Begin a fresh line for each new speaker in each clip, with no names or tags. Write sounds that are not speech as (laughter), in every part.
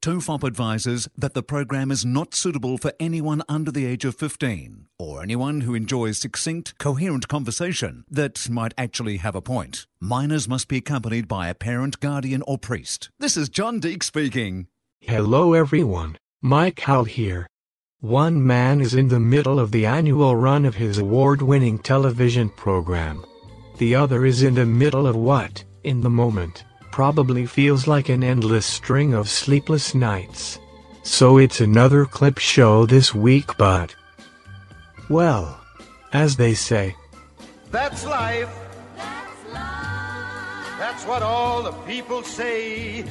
Tofop advises that the program is not suitable for anyone under the age of 15 or anyone who enjoys succinct, coherent conversation that might actually have a point. Minors must be accompanied by a parent, guardian, or priest. This is John Deek speaking.
Hello everyone, Mike Howell here. One man is in the middle of the annual run of his award-winning television program. The other is in the middle of what, in the moment, probably feels like an endless string of sleepless nights. So it's another clip show this week but... Well, as they say,
That's life. That's what all the people say.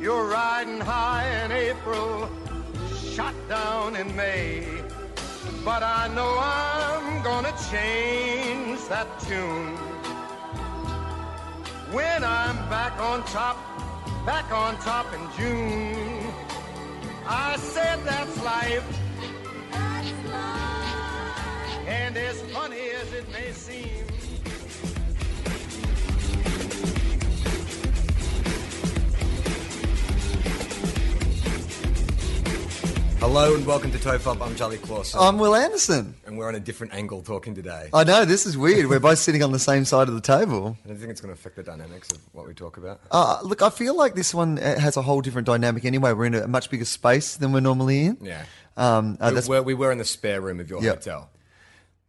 You're riding high in April, shot down in May. But I know I'm gonna change that tune. When I'm back on top, back on top in June. I said that's life. And as funny as it may seem.
Hello and welcome to Tofop. I'm Charlie Clausen,
I'm Will Anderson.
and we're on a different angle talking today. I
I know this is weird. We're both sitting on the same side of the table.
don't think it's going to affect the dynamics of what we talk about.
Uh, look, I feel like this one uh, has a whole different dynamic. Anyway, we're in a much bigger space than we're normally in.
Yeah,
Um, uh,
we,
that's,
were, we were in the spare room of your
Yeah.
hotel.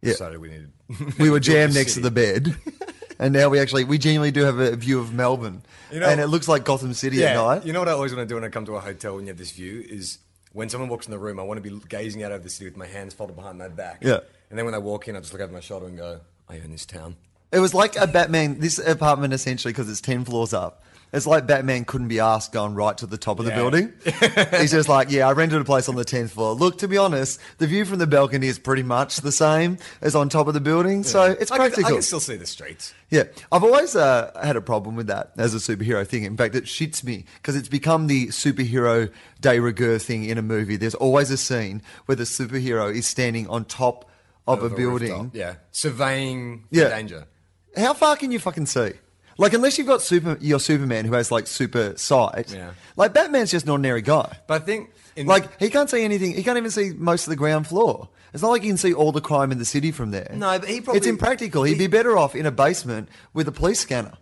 Yeah.
So we needed. (laughs)
we were jammed
the
next to
city.
the bed, (laughs) and now we actually we genuinely do have a view of Melbourne,
You know-
and it looks like Gotham City at night.
You know what I always want to do when I come to a hotel when you have this view is when someone walks in the room, I want to be gazing out over the city with my hands folded behind my back.
Yeah.
And then when they walk in, I just look over my shoulder and go, "I own this town."
It was like a Batman. This apartment essentially, because it's ten floors up. It's like Batman couldn't be asked going right to the top of
Yeah.
the
(laughs)
building. He's just like, yeah, I rented a place on the tenth floor. Look, to be honest, the view from the balcony is pretty much the same as on top of the building, so it's
I can-
practical.
I can still see the streets.
Yeah, I've always uh, had a problem with that as a superhero thing. In fact, it shits me because it's become the superhero de rigueur thing in a movie. There's always a scene where the superhero is standing on top of a
The
building.
rooftop. Yeah. Surveying
Yeah.
the danger.
How far can you fucking see? Like, unless you've got super, your Superman who has like super sight.
Yeah.
Like Batman's just an ordinary guy.
But I think in
Like he can't see anything. He can't even see most of the ground floor. It's not like he can see all the crime in the city from there.
No, but he probably-
it's impractical. He'd be better off in a basement with a police scanner.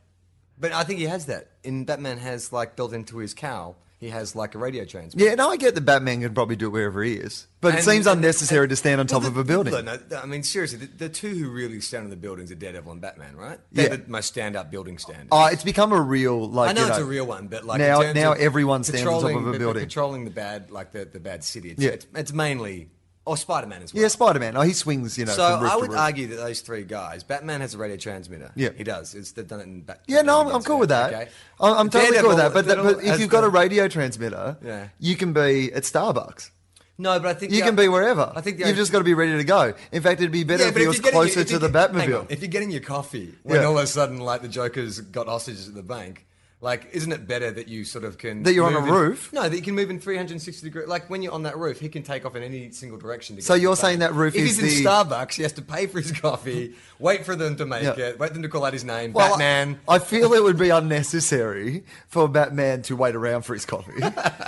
But I think he has that. In Batman has like built into his cowl, he has like a radio transmitter.
Yeah, no, I get that Batman can probably do it wherever he is, but it
And-
seems
and-
unnecessary
and-
to stand on
Well,
top
the-
of a building.
Look, no, th- I mean, seriously, the, the two who really stand on the buildings are Daredevil and Batman, right? They're
Yeah.
the most stand-up building standards.
Oh, it's become a real like.
I know
you
it's a real one, but like in
now,
terms
now
of
everyone stands on top
patrolling-
of
but-
a
but
building.
patrolling the bad, like the, the bad city. It's,
Yeah.
it's, it's mainly or Spider Man as well.
Yeah, Spider Man. Oh, he swings. You know.
So
from roof
I
to
would
roof.
argue that those three guys, Batman has a radio transmitter.
Yeah.
he does. It's, they've done it in. Bat-
Yeah, no, I'm,
Batman
I'm cool with that.
okay?
I'm, I'm totally cool with that. But,
Daredevil-
but
Daredevil
if you've got a
has the-
radio transmitter,
Yeah.
you can be at Starbucks.
no, but I think
You
the-
can be wherever.
I think the-
you've just got to be ready to go. In fact, it'd be better if
but
he
you're
was
getting your-
closer
if
to
you're
the
get- hang on,
Batmobile.
If you're getting your coffee when
Yeah.
all of a sudden, like the Joker's got hostages at the bank, like isn't it better that you sort of can
That you're on
move
a
in-
roof?
no, that you can move in 360 degrees. Like when you're on that roof, he can take off in any single direction. To
So
get to
you're
the
saying
bank.
that roof
if
is
he's in
the-
Starbucks, he has to pay for his (laughs) coffee, wait for them to make
Yeah.
it, wait for them to call out his name,
Well, I-
Batman.
I, feel it would be unnecessary for Batman to wait around for his
(laughs)
coffee.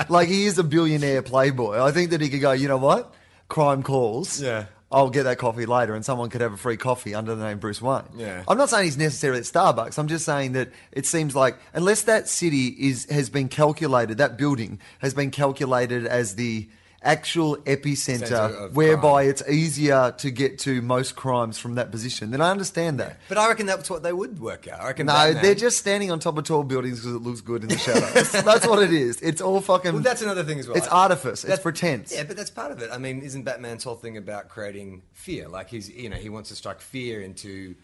like he is a billionaire playboy. I think that he could go. You know what? Crime calls.
Yeah.
I'll get that coffee later, and someone could have a free coffee under the name Bruce Wayne.
Yeah.
I'm not saying he's necessarily at Starbucks. I'm just saying that it seems like unless that city is has been calculated, that building has been calculated as the actual
Centre
epicenter,
of
whereby
crime.
it's easier to get to most crimes from that position. Then I understand that.
but I reckon that's what they would work out. I reckon
No,
Batman-
they're just standing on top of tall buildings because it looks good in
(laughs)
the shadows. that's what it is. It's all fucking.
Well, that's another thing as well.
It's artifice. It's
That-
pretense.
Yeah, but that's part of it. I mean, isn't Batman's whole thing about creating fear? Like he's, you know, he wants to strike fear into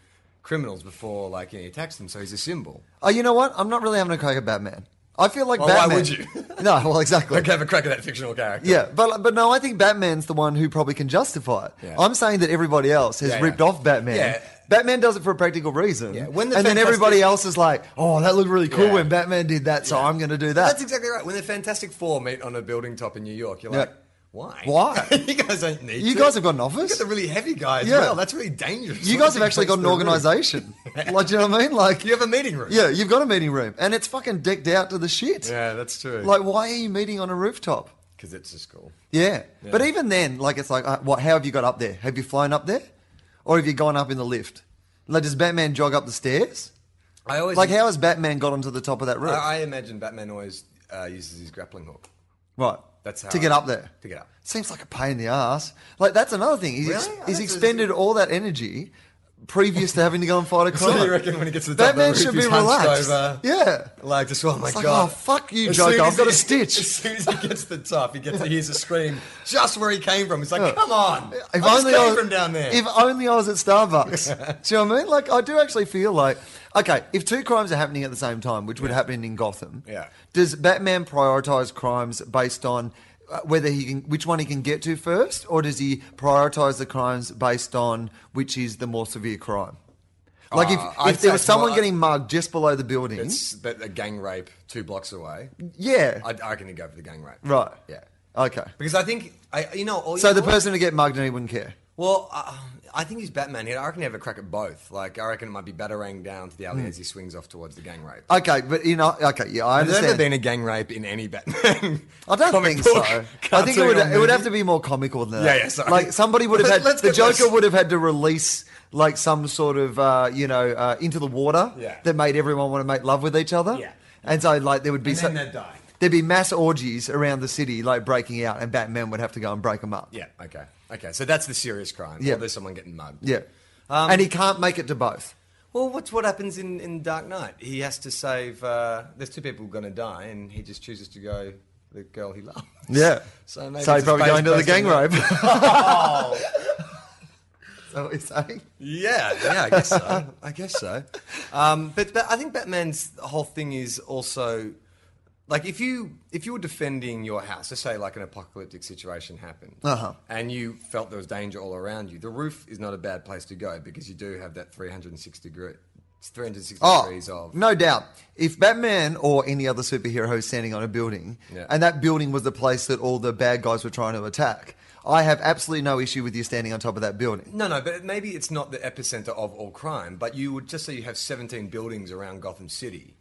criminals before, like, you know, he attacks them. So he's a symbol.
Oh, you know what? I'm not really having a crack at Batman. I feel like
Well, why
Batman.
would you?
(laughs) no, well, exactly.
Like, have a crack at that fictional character.
Yeah, but but no, I think Batman's the one who probably can justify it.
Yeah.
I'm saying that everybody else has
Yeah, yeah.
ripped off Batman
Yeah.
Batman does it for a practical reason.
Yeah, when the
and then
Fantastic-
everybody else is like, oh, that looked really cool
Yeah.
when Batman did that, so I'm going to do that.
That's exactly right. When the Fantastic Four meet on a building top in New York, you're
Yeah.
like, why?
Why?
(laughs) you guys don't need
You
to.
guys have got an
You
office?
got the really heavy guy as
Yeah.
well. That's really dangerous.
you guys have actually got an organization.
(laughs)
like, do you know what I mean? Like,
You have a meeting room.
yeah, you've got a meeting room, and it's fucking decked out to the shit.
Yeah, that's true.
Like, why are you meeting on a rooftop?
Because it's a school.
Yeah. But even then, like, it's like, uh, what? How have you got up there? Have you flown up there, or have you gone up in the lift? Like, does Batman jog up the stairs?
I always
Like, how has Batman got onto the top of that
I,
roof?
I imagine Batman always uh, uses his grappling hook.
Right.
That's how
to get
I-
up there.
to get up.
Seems like a pain in the ass. Like that's another thing. He's, ex-
Really? I
he's
don't
expended all that energy previous to having to go and fight
(laughs)
a
So
crime.
you reckon when he gets to the top
Batman
of the roof,
should
he's
be
hunched
relaxed.
over?
Yeah.
Like just oh my
It's like,
god!
oh, fuck you,
As soon
Joker,
as
I've got
he-
a stitch.
As soon as he gets to the top, he gets he hears a scream just where he came from. He's like, come on! I just came from down there.
If only I was
(laughs)
at Starbucks. Do you know what I mean? Like I do actually feel like okay, if two crimes are happening at the same time, which would happen in Gotham,
Yeah.
does Batman prioritize crimes based on uh, whether he can, which one he can get to first, or does he prioritize the crimes based on which is the more severe crime? Like if,
Uh, I'd
if there
say
was
it's
someone
more-
getting mugged just below the building,
it's that a gang rape two blocks away.
yeah,
I, I reckon he'd go for the gang rape.
right,
Yeah.
okay.
Because I think I, you know, all
So
you
the
know what?
person who get mugged and he wouldn't care.
Well, uh, I think he's Batman here. I reckon he have a crack at both. Like I reckon it might be batarang down to the
Hmm.
alley as he swings off towards the gang rape.
Okay, but you know, okay, yeah, I
Has there
understand.
ever been a gang rape in any Batman?
I don't
comic
think so.
book,
I think it
cartoon
would
or
it would
movie?
have to be more comical than that.
Yeah, yeah, sorry.
Like somebody would have
Let-
had
let's
the
get this.
Joker would have had to release like some sort of uh, you know uh, into the water
Yeah.
that made everyone want to make love with each other.
Yeah.
And so like there would be
And
so-
then they'd die.
There'd be mass orgies around the city, like breaking out, and Batman would have to go and break them up.
Yeah. Okay. Okay. So that's the serious crime.
Yeah.
Or there's someone getting mugged.
yeah.
Um,
and he can't make it to both.
Well, what's what happens in, in Dark Knight? He has to save. Uh, there's two people going to die, and he just chooses to go the girl he loves.
Yeah.
(laughs) So
So,
maybe
he's
it's
probably
based-
going to the
based on
gang
that. (laughs)
rape. (laughs)
Oh.
so he's saying.
Yeah, yeah, I guess so. I guess so. Um, but, but I think Batman's whole thing is also like if you if you were defending your house, let's say like an apocalyptic situation happened,
Uh-huh.
and you felt there was danger all around you, the roof is not a bad place to go because you do have that 360 degree, 360 degrees of
Oh, No doubt. If Batman or any other superhero is standing on a building
Yeah.
and that building was the place that all the bad guys were trying to attack, I have absolutely no issue with you standing on top of that building.
No, no, but maybe it's not the epicenter of all crime. But you would just say you have 17 buildings around Gotham City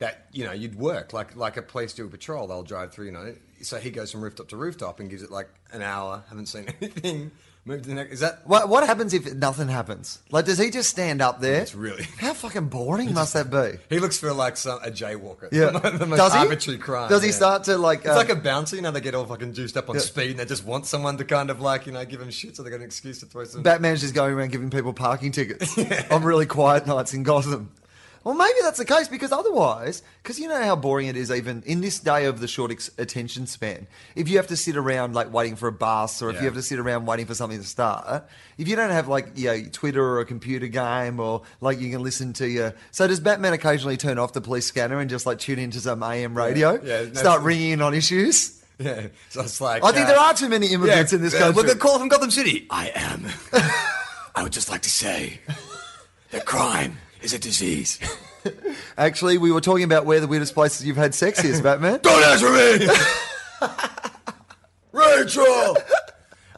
that you know you'd work like like a police do a patrol. They'll drive through, you know. So he goes from rooftop to rooftop and gives it like an hour. Haven't seen (laughs) anything. Move to the next. Is that
What, what happens if nothing happens? Like, does he just stand up there?
It's really-
How fucking boring must that be?
He looks for like some, a jaywalker.
Yeah.
(laughs) the, most
Does he?
arbitrary crime.
Does he
yeah.
start to, like,
It's
uh,
like a bouncer. You know, they get all fucking juiced up on
Yeah.
speed, and they just want someone to kind of like you know give them shit, so they got an excuse to throw some.
Batman's just going around giving people
(laughs)
parking tickets on really quiet nights in Gotham. Well, maybe that's the case because otherwise, because you know how boring it is even in this day of the short ex- attention span. If you have to sit around like waiting for a bus, or if
Yeah.
you have to sit around waiting for something to start, if you don't have like you know, Twitter or a computer game, or like you can listen to your. So does Batman occasionally turn off the police scanner and just like tune into some AM radio,
Yeah, no-
start ringing in on issues?
(laughs) yeah. So it's like
I think
uh,
there are too many immigrants in this
uh,
country.
Look, a call from Gotham City. I am. (laughs) I would just like to say that crime is a disease. (laughs)
Actually, we were talking about where the weirdest places you've had sex is, Batman.
Don't answer me! (laughs) Rachel!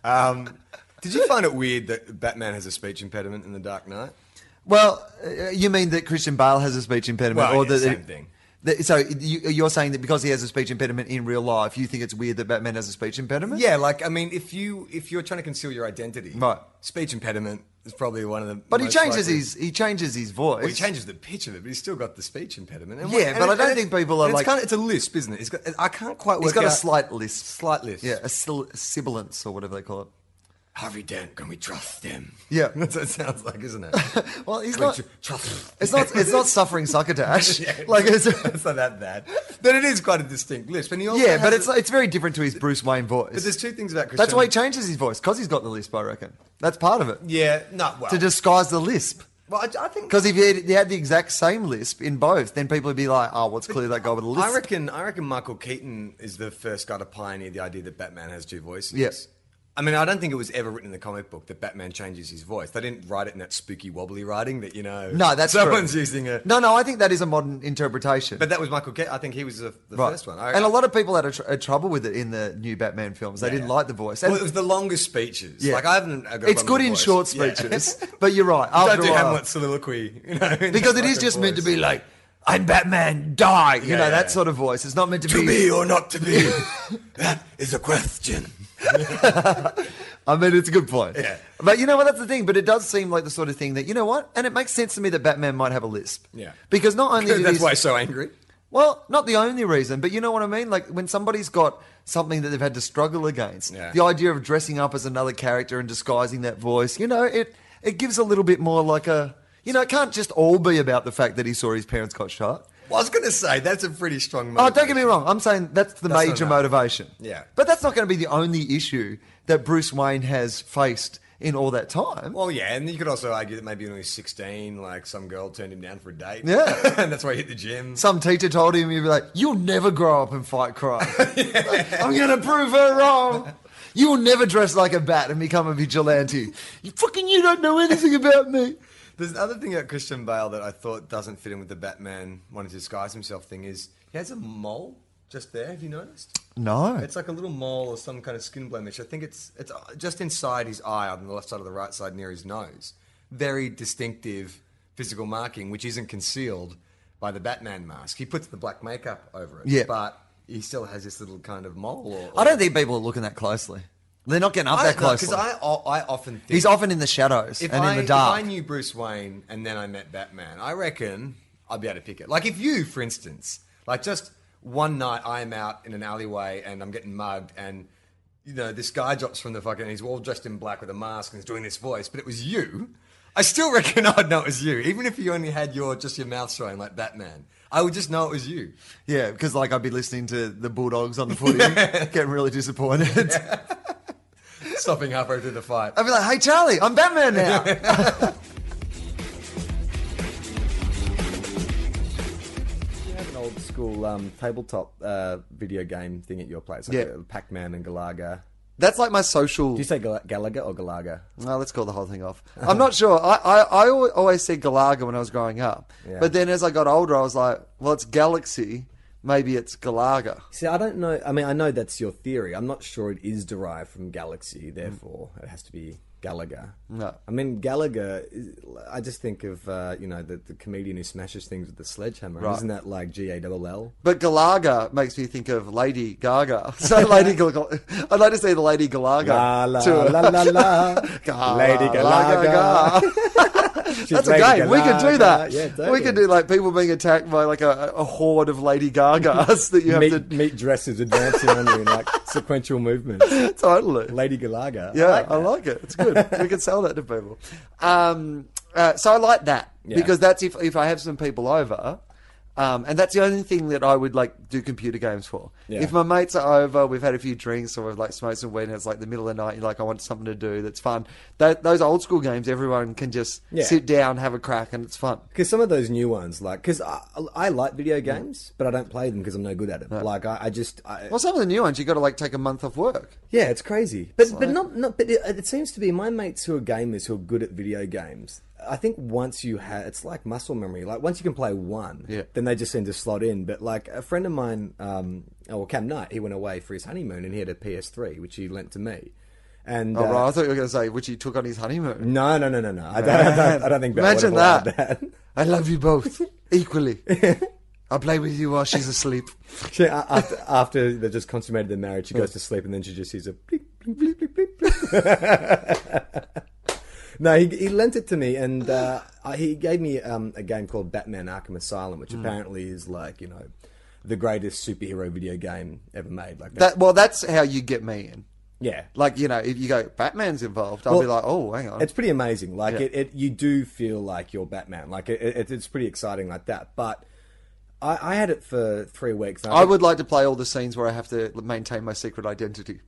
Um, did you find it weird that Batman has a speech impediment in The Dark Knight?
(laughs) Well, uh, you mean that Christian Bale has a speech impediment,
Well,
or
yeah,
that
same thing.
that- so you, you're saying that because he has a speech impediment in real life, you think it's weird that Batman has a speech impediment?
Yeah, like I mean, if you if you're trying to conceal your identity,
Right.
Speech impediment is probably one of the.
but he
most
changes
likely-
his he changes his voice.
Well, he changes the pitch of it, but he's still got the speech impediment. And
Yeah,
what- and
but I
it-
don't
and it-
think people are
and it's
like-
kinda- it's a lisp, isn't it? He's got, I can't quite work
He's got a
out-
slight lisp,
Slight lisp.
yeah, a sil- sibilance or whatever they call it.
Harvey Dent, can we trust them?
Yeah.
(laughs) That's what it sounds like, isn't it?
Well, (laughs) he's
Can
not.
we tr- trust
It's not.
(laughs)
It's not suffering succotash. (laughs) Like it's.
it's not that bad. But it is quite a distinct lisp. And he also
Yeah, but
has
it's
a-
it's very different to his Bruce Wayne voice.
But there's two things about Christian.
That's why he changes his voice because he's got the lisp. I reckon that's part of it
Yeah, no, well.
to disguise the lisp.
well I, I think.
Because if he had, he had the exact same lisp in both, then people would be like, "Oh, what's clearly that guy with a lisp?"
I reckon, I reckon Michael Keaton is the first guy to pioneer the idea that Batman has two voices.
Yes.
I mean, I don't think it was ever written in the comic book that Batman changes his voice. They didn't write it in that spooky wobbly writing that you know.
No, that's
someone's
true.
using a.
No, no, I think that is a modern interpretation.
But that was Michael. Ke- I think he was the, the first one. I,
and a lot of people had, a tr- had trouble with it in the new Batman films. They didn't like the voice. And
Well, it was the longest speeches.
Yeah.
Like I haven't. I got a
it's
problem
good
with
in
voice.
short
Yeah. (laughs)
speeches, but you're right.
Don't
After
do
a while-
Hamlet soliloquy, you know, in
because
that
it is
fucking
just meant to
voice.
be like, "I'm Batman, die," you
Yeah,
know
yeah,
that
yeah.
sort of voice. It's not meant to,
to be or not to
(laughs)
be. that is a question.
I mean, it's a good point.
Yeah.
But you know what? That's the thing. But it does seem like the sort of thing that you know what, and it makes sense to me that Batman might have a lisp.
Yeah.
Because
(laughs)
not only did
That's
he-
why he's so angry.
(laughs) Well, not the only reason, but you know what I mean? Like when somebody's got something that they've had to struggle against,
Yeah.
the idea of dressing up as another character and disguising that voice, you know, it it gives a little bit more like a you know, it can't just all be about the fact that he saw his parents got shot.
Well, I was going to say that's a pretty strong.
Oh, don't get me
motivation.
wrong. I'm saying that's the
That's not
major
enough.
motivation.
Yeah.
But that's not going to be the only issue that Bruce Wayne has faced in all that time.
Well, yeah, and you could also argue that maybe when he was 16, like some girl turned him down for a date.
Yeah.
(laughs) and that's why he hit the gym.
Some teacher told him, he'd be like, You'll never grow up and
(laughs)
fight crime. I'm going to prove her wrong. You will never dress like a bat and become a vigilante. You fucking, you don't know anything about me.
There's another thing about Christian Bale that I thought doesn't fit in with the Batman wanting to disguise himself thing is he has a mole just there. Have you noticed?
No.
It's like a little mole or some kind of skin blemish. I think it's it's uh, just inside his eye, on the left side of the right side, near his nose. Very distinctive physical marking, which isn't concealed by the Batman mask. He puts the black makeup over it,
Yeah.
but he still has this little kind of mole. Or,
I don't think people are looking that closely. They're not getting up that
because
closely.
I, o- I often think
He's often in the shadows
if
and
I,
in the dark.
If I knew Bruce Wayne and then I met Batman, I reckon I'd be able to pick it. Like if you, for instance, like just one night I'm out in an alleyway and I'm getting mugged and you know this guy drops from the fucking he's all dressed in black with a mask and he's doing this voice, but it was you. I still (laughs) reckon I'd know it was you, even if you only had your just your mouth showing like Batman. I would just know it was you.
Yeah, because like I'd be listening to the Bulldogs on
(laughs)
the footy, getting really disappointed.
Stopping halfway through the fight.
I'd be like, "Hey Charlie, I'm Batman now."
(laughs) You have an old school um, tabletop uh, video game thing at your place, like
Yeah.
uh, Pac-Man and Galaga.
That's like my social.
Do you say Gal- Galaga or Galaga?
No, let's call the whole thing off. I'm not sure. I, I, I al- always said Galaga when I was growing up,
Yeah.
but then as I got older, I was like, "Well, it's Galaxy. Maybe it's Galaga."
See, I don't know. I mean, I know that's your theory. I'm not sure it is derived from Galaxy, therefore it has to be Gallagher.
Mm. No.
I mean, Gallagher, is- I just think of, uh, you know, the, the comedian who smashes things with the sledgehammer.
Right.
Isn't that like G A double L?
But Galaga makes me think of Lady Gaga. (laughs)
(laughs)
So Lady, Gal- Gal- I'd like to see the Lady Galaga.
La la
tour. (laughs)
la la la.
Ga-
Lady
la-
Galaga. (laughs)
Gaga. That's a
Lady
game. We could do
Galaga.
that.
Yeah,
We
totally.
could do like people being attacked by like a, a horde of Lady Gagas (laughs) that you have
meat,
to
meat dresses advancing on you in
(laughs)
like sequential movements.
totally.
Lady Galaga.
Yeah, I like, it. It's good. we can sell that to people. Um, uh, so I like that
Yeah.
because that's if if I have some people over, um, and that's the only thing that I would like do computer games for.
Yeah.
If my mates are over, we've had a few drinks or we've like smoked some weed, and it's like the middle of the night. You're like, I want something to do that's fun. Tho- those old school games, everyone can just
Yeah.
sit down, have a crack, and it's fun.
Because some of those new ones, like, because I, I like video
Mm.
games, but I don't play them because I'm no good at them. Like, I, I just, I,
Well, some of the new ones you got to like take a month off work.
yeah, it's crazy. But but not not. But it, it seems to be my mates who are gamers who are good at video games. I think once you have, it's like muscle memory. Like once you can play one,
Yeah.
then they just seem to slot in. But like a friend of mine, um, oh, well, Cam Knight, he went away for his honeymoon and he had a PS3 which he lent to me. And
Oh,
uh,
right. I thought you were going to say which he took on his honeymoon.
no, no, no, no, no. I don't, I don't, I don't think Bell would
Imagine
have allowed
that.
that. (laughs)
I love you both equally. I play with you while she's asleep.
She, a- after, after they just consummated their marriage, she goes to sleep and then she just hears a bleep, bleep, bleep, bleep, bleep, bleep. (laughs) no, he, he lent it to me and uh, I- he gave me um, a game called Batman Arkham Asylum,
Hmm.
which apparently is like, you know, the greatest superhero video game ever made. Like that.
That well, that's how you get me in.
yeah.
Like you know, if you go Batman's involved, I'll be
Well,
like, oh, hang on.
It's pretty amazing. Like it, it, you do feel like you're Batman. Like it, it, it's pretty exciting like that. But I, I had it for three weeks. and
I would like to play all the scenes where I have to maintain my secret identity.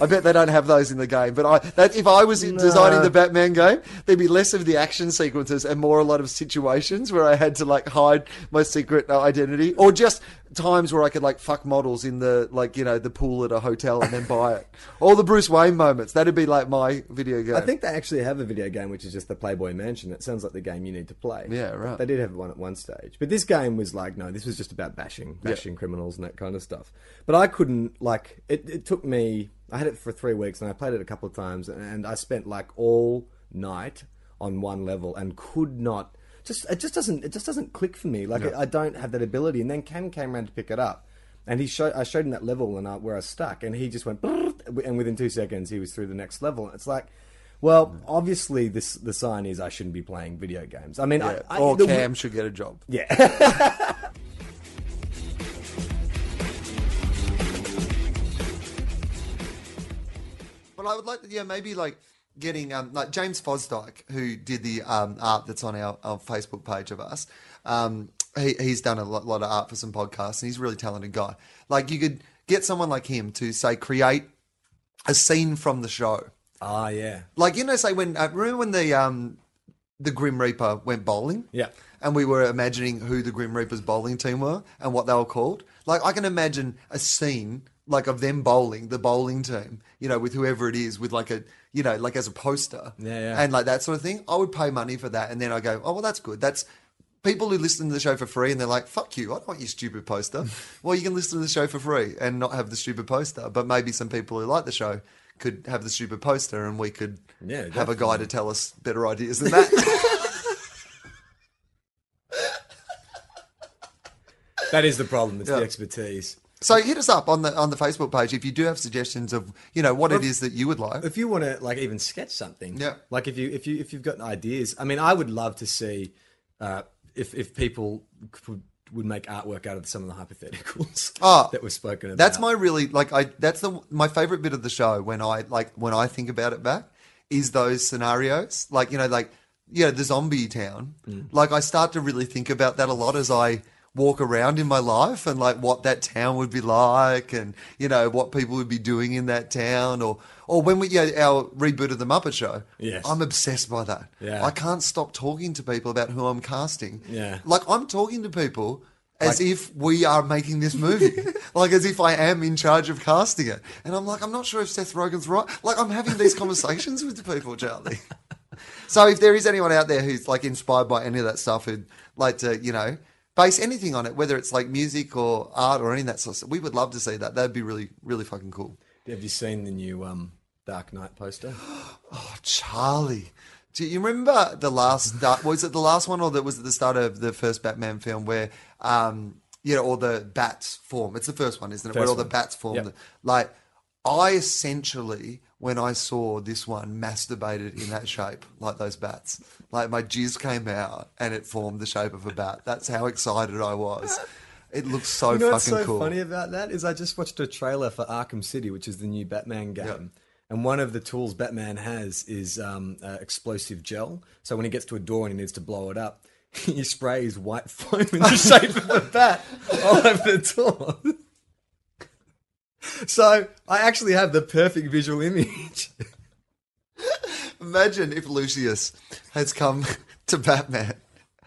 I bet they don't have those in the game. But I, that, if I was in designing the Batman game, there'd be less of the action sequences and more a lot of situations where I had to like hide my secret uh, identity or just times where I could like fuck models in the like you know the pool at a hotel and then buy it. All the Bruce Wayne moments. That'd be like my video game.
I think they actually have a video game which is just the Playboy Mansion. That sounds like the game you need to play.
Yeah, right.
They did have one at one stage, but this game was like no, this was just about bashing, bashing criminals and that kind of stuff. But I couldn't like it. It took me. I had it for three weeks and I played it a couple of times and, and I spent like all night on one level and could not. Just it just doesn't it just doesn't click for me. Like I I don't have that ability. And then Cam came around to pick it up. And he showed, I showed him that level and I, where I was stuck, and he just went, "Brrrt," and within two seconds he was through the next level. And it's like, well, obviously this the sign is I shouldn't be playing video games. I mean,
Yeah.
I, I,
or
the-
Cam should get a job. (laughs)
yeah.
But I would like, to, yeah, maybe like getting um, like James Fosdyke, who did the um, art that's on our, our Facebook page of us. Um, he, he's done a lot, lot of art for some podcasts, and he's a really talented guy. Like you could get someone like him to say create a scene from the show.
Ah, yeah,
Like you know, say when uh, remember when the um, the Grim Reaper went bowling.
yeah.
and we were imagining who the Grim Reaper's bowling team were and what they were called. Like I can imagine a scene like of them bowling, the bowling team, you know, with whoever it is, with like a you know, like as a poster.
Yeah, yeah.
And like that sort of thing. I would pay money for that and then I go, Oh well that's good. That's people who listen to the show for free and they're like, Fuck you, I don't want your stupid poster.
(laughs)
well you can listen to the show for free and not have the stupid poster. But maybe some people who like the show could have the stupid poster and we could
Yeah,
have a guy to tell us better ideas than that. (laughs)
That is the problem. It's
Yeah.
the expertise.
So hit us up on the on the Facebook page if you do have suggestions of you know what it is that you would like.
If you want to like even sketch something,
Yeah.
Like if you if you if you've got ideas, I mean, I would love to see uh, if if people could, would make artwork out of some of the hypotheticals
Oh,
(laughs) that were spoken about.
That's my really like I that's the my favorite bit of the show when I like when I think about it back is those scenarios like you know like you know the zombie town
Mm.
like I start to really think about that a lot as I walk around in my life and like what that town would be like and you know what people would be doing in that town or or when we you know, our reboot of the Muppet Show
Yes.
I'm obsessed by that
Yeah.
I can't stop talking to people about who I'm casting
Yeah.
like I'm talking to people as if we are making this movie, like as if I am in charge of casting it, and I'm like, I'm not sure if Seth Rogen's right. Like I'm having these conversations with the people, Charlie. So if there is anyone out there who's like inspired by any of that stuff, who'd like to, you know, base anything on it, whether it's like music or art or any of that sort of stuff, we would love to see that. That'd be really, really fucking cool.
Have you seen the new um, Dark Knight poster?
Oh, Charlie. Do you remember the last (laughs) Dark, was it the last one or that was at the start of the first Batman film where um you know all the bats form. It's the first one, isn't it? where
First
all the
one.
bats form.
Yep.
Like I essentially when I saw this one masturbated in that shape, like those bats. Like my jizz came out and it formed the shape of a bat. That's how excited I was. It looks so
you know what's
fucking
so
cool.
funny about that is I just watched a trailer for Arkham City, which is the new Batman game. And one of the tools Batman has is um, uh, explosive gel. So when he gets to a door and he needs to blow it up, (laughs) he sprays white foam in (laughs) the shape of a bat all over the door. so I actually have the perfect visual image.
Imagine if Lucius has come (laughs) to Batman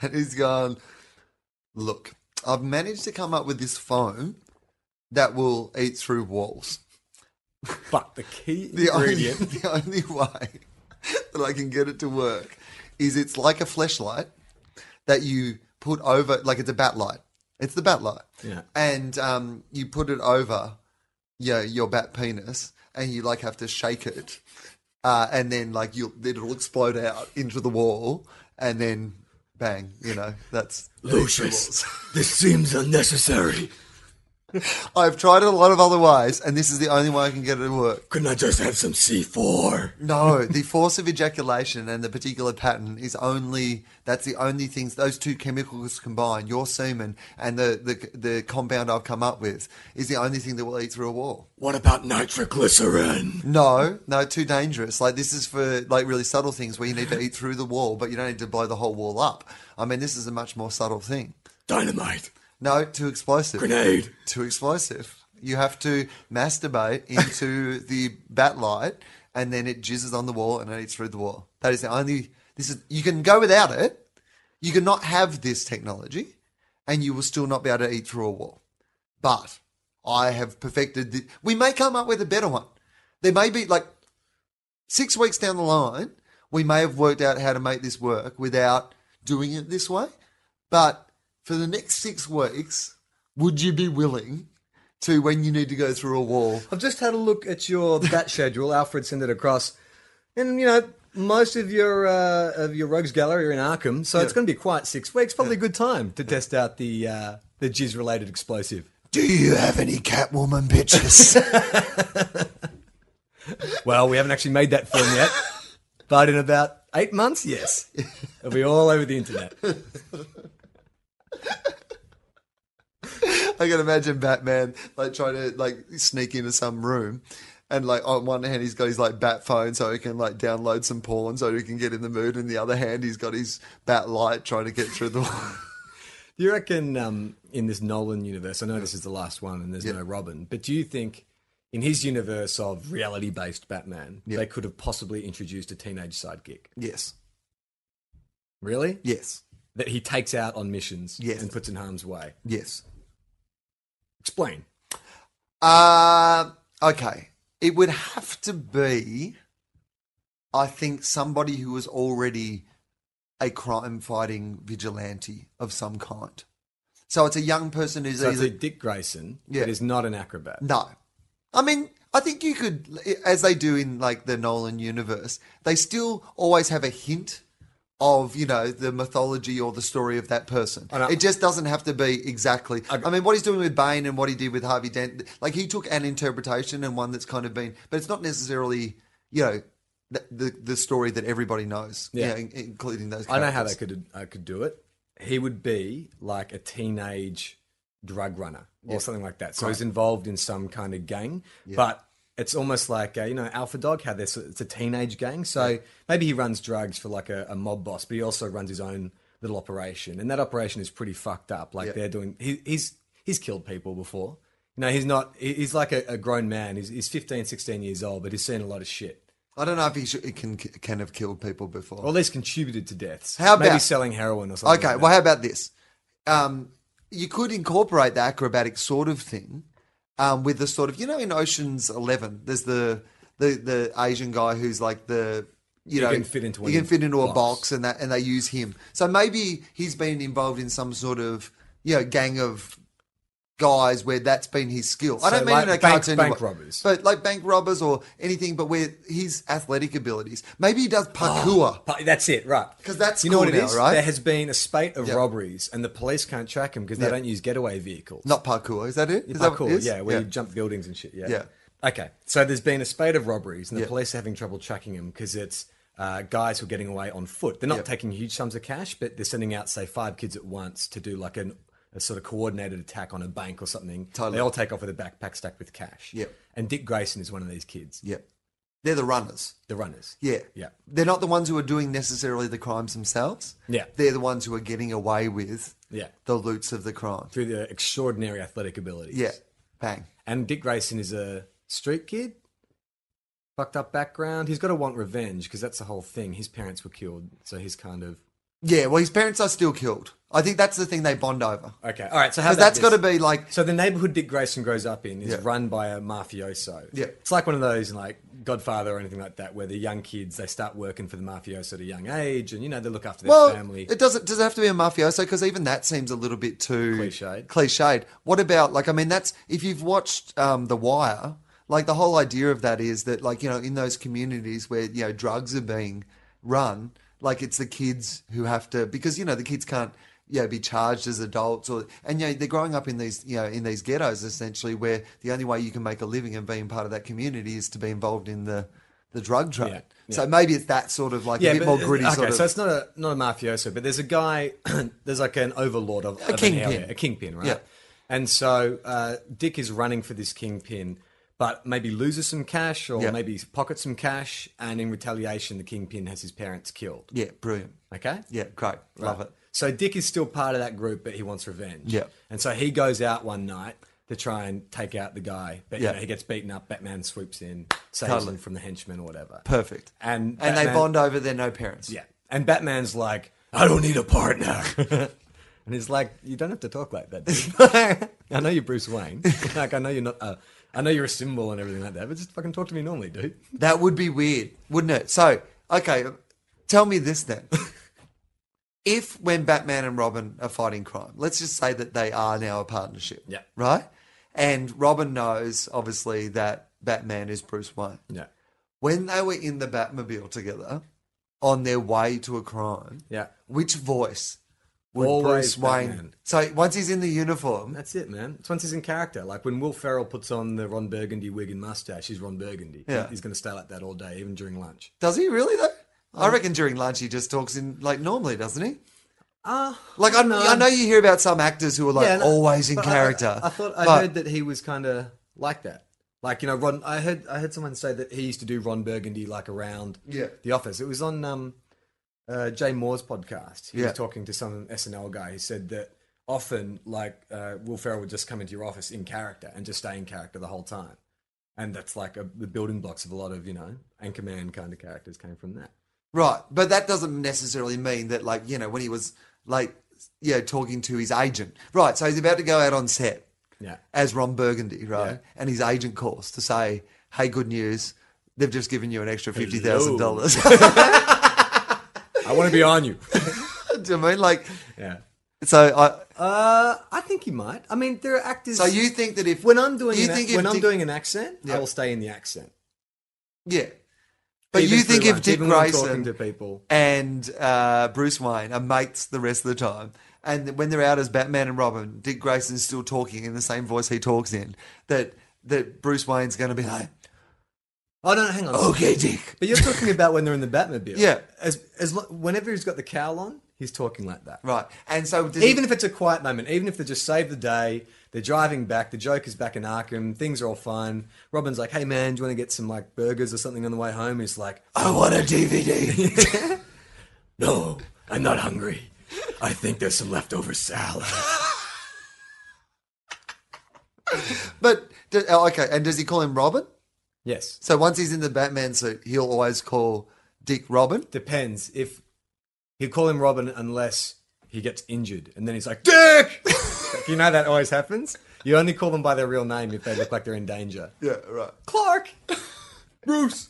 and he's gone, Look, I've managed to come up with this foam that will eat through walls.
But (laughs) the key
The only,
ingredient.
(laughs) the only way that I can get it to work is it's like a fleshlight that you put over, like it's a bat light. It's the bat light.
Yeah.
And um, you put it over your, your bat penis and you like have to shake it uh, and then like you'll then it'll explode out into the wall, and then bang, you know that's
Lucius, this seems unnecessary.
I've tried it a lot of other ways, and this is the only way I can get it to work.
Couldn't I just have some C4?
No, the force of ejaculation and the particular pattern is only that's the only things those two chemicals combine, your semen and the the, the compound I've come up with, is the only thing that will eat through a wall.
What about nitroglycerin?
No, no, too dangerous. Like this is for like really subtle things where you need to eat through the wall, but you don't need to blow the whole wall up. I mean, this is a much more subtle thing.
Dynamite.
No, too explosive.
Grenade.
Too explosive. You have to masturbate into the bat light, and then it jizzes on the wall and it eats through the wall. That is the only. This is you can go without it. You cannot have this technology, and you will still not be able to eat through a wall. but I have perfected. The, we may come up with a better one. There may be like six weeks down the line, we may have worked out how to make this work without doing it this way. But for the next six weeks, would you be willing to, when you need to go through a wall,
I've just had a look at your bat schedule. Alfred sent it across, and you know most of your uh, of your rogues gallery are in Arkham, so it's going to be quite six weeks. Probably a good time to test out the uh, the jizz related explosive.
do you have any Catwoman bitches?
Well, we haven't actually made that film yet, but in about eight months, yes, it'll be all over the internet.
(laughs) I can imagine Batman like trying to like sneak into some room. And like on one hand he's got his like bat phone so he can like download some porn so he can get in the mood, and the other hand he's got his bat light trying to get through the wall.
Do you reckon um, in this Nolan universe? I know this is the last one, and there's no Robin, but do you think in his universe of reality based Batman, they could have possibly introduced a teenage sidekick?
Yes.
Really?
Yes.
that he takes out on missions
Yes.
and puts in harm's way.
Yes.
Explain.
Uh, okay. It would have to be, I think, somebody who was already a crime fighting vigilante of some kind. So it's a young person who's
So it's
either.
a Dick Grayson
Yeah.
that is not an acrobat.
No. I mean, I think you could, as they do in like the Nolan universe, they still always have a hint of, you know, the mythology or the story of that person.
I know.
It just doesn't have to be exactly. I, mean, what he's doing with Bane and what he did with Harvey Dent, like he took an interpretation and one that's kind of been, but it's not necessarily, you know, the, the, the story that everybody knows, yeah,
Yeah.
including those.
I know how they
characters.
could I could do it. He would be like a teenage drug runner or something like that. So he's involved in some kind of gang, but it's almost like uh, you know Alpha Dog how this it's a teenage gang. So maybe he runs drugs for like a, a mob boss, but he also runs his own little operation, and that operation is pretty fucked up. Like they're doing he, he's he's killed people before. You know, he's not. he- He's like a, a grown man. He's, he's 15, 16 years old, but he's seen a lot of shit.
I don't know if he, should, he can can have killed people before.
Or at least contributed to deaths.
How
Maybe
about-
selling heroin or something.
Okay,
like that.
well, how about this? Um, you could incorporate the acrobatic sort of thing um, with the sort of you know in Ocean's Eleven, there's the the the Asian guy who's like the you
He
know
can fit into
he
any
can fit into a
box.
box and that and they use him. So maybe he's been involved in some sort of you know gang of guys where that's been his skill. I
So,
don't mean
like
in a
bank-
cartoon
bank
way,
robbers.
but like bank robbers or anything, but where his athletic abilities. Maybe he does
Ah.
parkour.
But that's it, right?
'Cause that's
you know
cool
what it
now,
is.
right?
There has been a spate of
Yep.
robberies, and the police can't track them because they
Yeah.
don't use getaway vehicles.
Not parkour, is that it? Is that what
Parkour,
it is?
yeah, where you jump buildings and shit. Yeah.
Yeah.
Okay, so there's been a spate of robberies, and the
Yeah.
police are having trouble tracking them because it's uh, guys who are getting away on foot. They're not taking huge sums of cash, but they're sending out, say, five kids at once to do like an, a sort of coordinated attack on a bank or something.
Totally.
They all take off with a backpack stacked with cash.
Yep.
And Dick Grayson is one of these kids,
Yep. They're the runners.
the runners.
Yeah.
Yeah.
They're not the ones who are doing necessarily the crimes themselves.
Yeah.
They're the ones who are getting away with
Yeah.
the loots of the crime.
Through the extraordinary athletic abilities.
Yeah. Bang.
And Dick Grayson is a street kid, fucked up background. He's got to want revenge because that's the whole thing. His parents were killed, so he's kind of
Yeah. Well, his parents are still killed. I think that's the thing they bond over.
okay. All right, so how about
Because that's got
this?
to be like,
So the neighborhood Dick Grayson grows up in is
Yeah.
run by a mafioso.
Yeah.
it's like one of those like Godfather or anything like that, where the young kids they start working for the mafioso at a young age, and you know they look after their
well,
family.
it doesn't does it have to be a mafioso because even that seems a little bit too
Cliched.
Cliched. What about like I mean that's if you've watched um, The Wire, like the whole idea of that is that like you know in those communities where you know drugs are being run, like it's the kids who have to because you know the kids can't you know, be charged as adults or and you know, they're growing up in these you know in these ghettos essentially where the only way you can make a living and being part of that community is to be involved in the the drug trade.
Yeah,
So maybe it's that sort of like a bit
but-
more gritty
Okay,
sort of
so it's not a not a mafioso, but there's a guy, (clears throat) there's like an overlord of, of
kingpin.
an area, a kingpin, right?
Yeah.
And so uh, Dick is running for this kingpin, but maybe loses some cash or
Yeah.
maybe pockets some cash, and in retaliation, the kingpin has his parents killed.
Yeah, brilliant.
Okay.
Yeah, great. Love it.
So Dick is still part of that group, but he wants revenge.
Yeah.
And so he goes out one night to try and take out the guy, but
Yeah.
you know, he gets beaten up. Batman swoops in, saves
Totally.
him from the henchmen or whatever.
Perfect.
And
and they
Batman-
bond over their no parents.
Yeah. And Batman's like, I don't need a partner. and (laughs) And he's like, "You don't have to talk like that. Dude. (laughs) I know you're Bruce Wayne. (laughs) Like, I know you're not. Uh, I know you're a symbol and everything like that. But just fucking talk to me normally, dude."
(laughs)
(laughs)
That would be weird, wouldn't it? So, okay, tell me this then. (laughs) if when Batman and Robin are fighting crime, let's just say that they are now a partnership.
Yeah.
Right? And Robin knows, obviously, that Batman is Bruce Wayne.
Yeah,
When they were in the Batmobile together on their way to a crime,
yeah.
which voice would
Always
Bruce Wayne?
Batman.
So once he's in the uniform,
That's it, man. It's once he's in character. Like when Will Ferrell puts on the Ron Burgundy wig and mustache, he's Ron Burgundy.
Yeah.
He's going to stay like that all day, even during lunch.
does he really though?
Um,
I reckon during lunch he just talks in like normally, doesn't he?
Ah,
Like I, I know you hear about some actors who are like
and I-
always in
but I-
character.
I, thought I
but-
heard that he was kind of like that. Like you know, Ron. I heard I heard someone say that he used to do Ron Burgundy like around
Yeah.
the office. It was on um, uh, Jay Moore's podcast. He
Yeah.
was talking to some SNL guy. He said that often, like uh, Will Ferrell would just come into your office in character and just stay in character the whole time, and that's like a, the building blocks of a lot of you know Anchorman kind of characters came from that.
Right, but that doesn't necessarily mean that, like, you know, when he was like, yeah, talking to his agent. Right, so he's about to go out on set
Yeah,
as Ron Burgundy, right?
Yeah.
And his agent calls to say, "Hey, good news! They've just given you an extra fifty thousand
(laughs)
dollars." (laughs)
I want to be on you. (laughs)
Do you mean like?
yeah.
(laughs) So I,
Uh, I think he might. I mean, there are actors.
so you think that if
when I'm doing an,
you think
ac-
if
when I'm
Dick-
doing an accent,
Yeah.
I will stay in the accent.
yeah, but
Even
you think
through
if
lunch,
Dick
even when I'm talking
Grayson
to people,
and uh, Bruce Wayne are mates the rest of the time. And when they're out as Batman and Robin, Dick Grayson's still talking in the same voice he talks in. That that Bruce Wayne's going to be like,
oh no, no, hang on.
okay, Dick.
But you're talking about when they're in the Batmobile.
Yeah.
As as lo- whenever he's got the cowl on, he's talking like that.
Right. And so does
Even
he,
if it's a quiet moment, even if they just saved the day, they're driving back. The Joker's back in Arkham. Things are all fine. Robin's like, "Hey man, do you want to get some like burgers or something on the way home?" He's like,
I want a
(laughs)
DVD.
"No, I'm not hungry. I think there's some leftover salad."
but do- oh, okay, and does he call him Robin?
yes.
So once he's in the Batman suit, he'll always call Dick Robin.
depends if he'll call him Robin unless he gets injured, and then he's like Dick. (laughs) you know that always happens. You only call them by their real name if they look like they're in danger.
Yeah, right.
Clark,
(laughs) Bruce.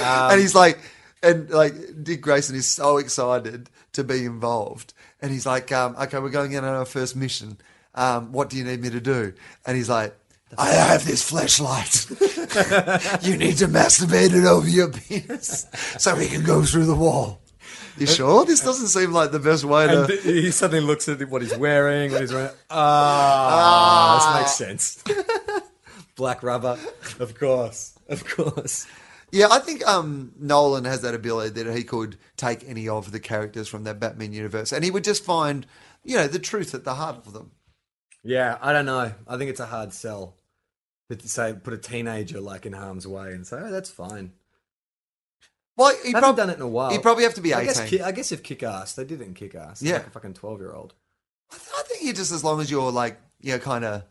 and he's like, and like Dick Grayson is so excited to be involved, and he's like, um, okay, we're going out on our first mission. Um, what do you need me to do? And he's like, I have this flashlight. (laughs) you need to masturbate it over your penis so we can go through the wall. You sure? This doesn't seem like the best way to.
(laughs) and th- he suddenly looks at what he's wearing. What he's wearing. (laughs) Ah, this makes sense. (laughs) Black rubber, of course, of course.
Yeah, I think um, Nolan has that ability that he could take any of the characters from that Batman universe, and he would just find, you know, the truth at the heart of them.
Yeah, I don't know. I think it's a hard sell. But to say, put a teenager like in harm's way and say, "Oh, that's fine."
Well, he
He haven't
prob-
done it in a while.
He'd probably have to be
I guess,
18.
ki- I guess if kick ass, they did it in kick ass.
Yeah.
like a fucking twelve year old.
I, th- I think you just as long as you're like, you know, kind of,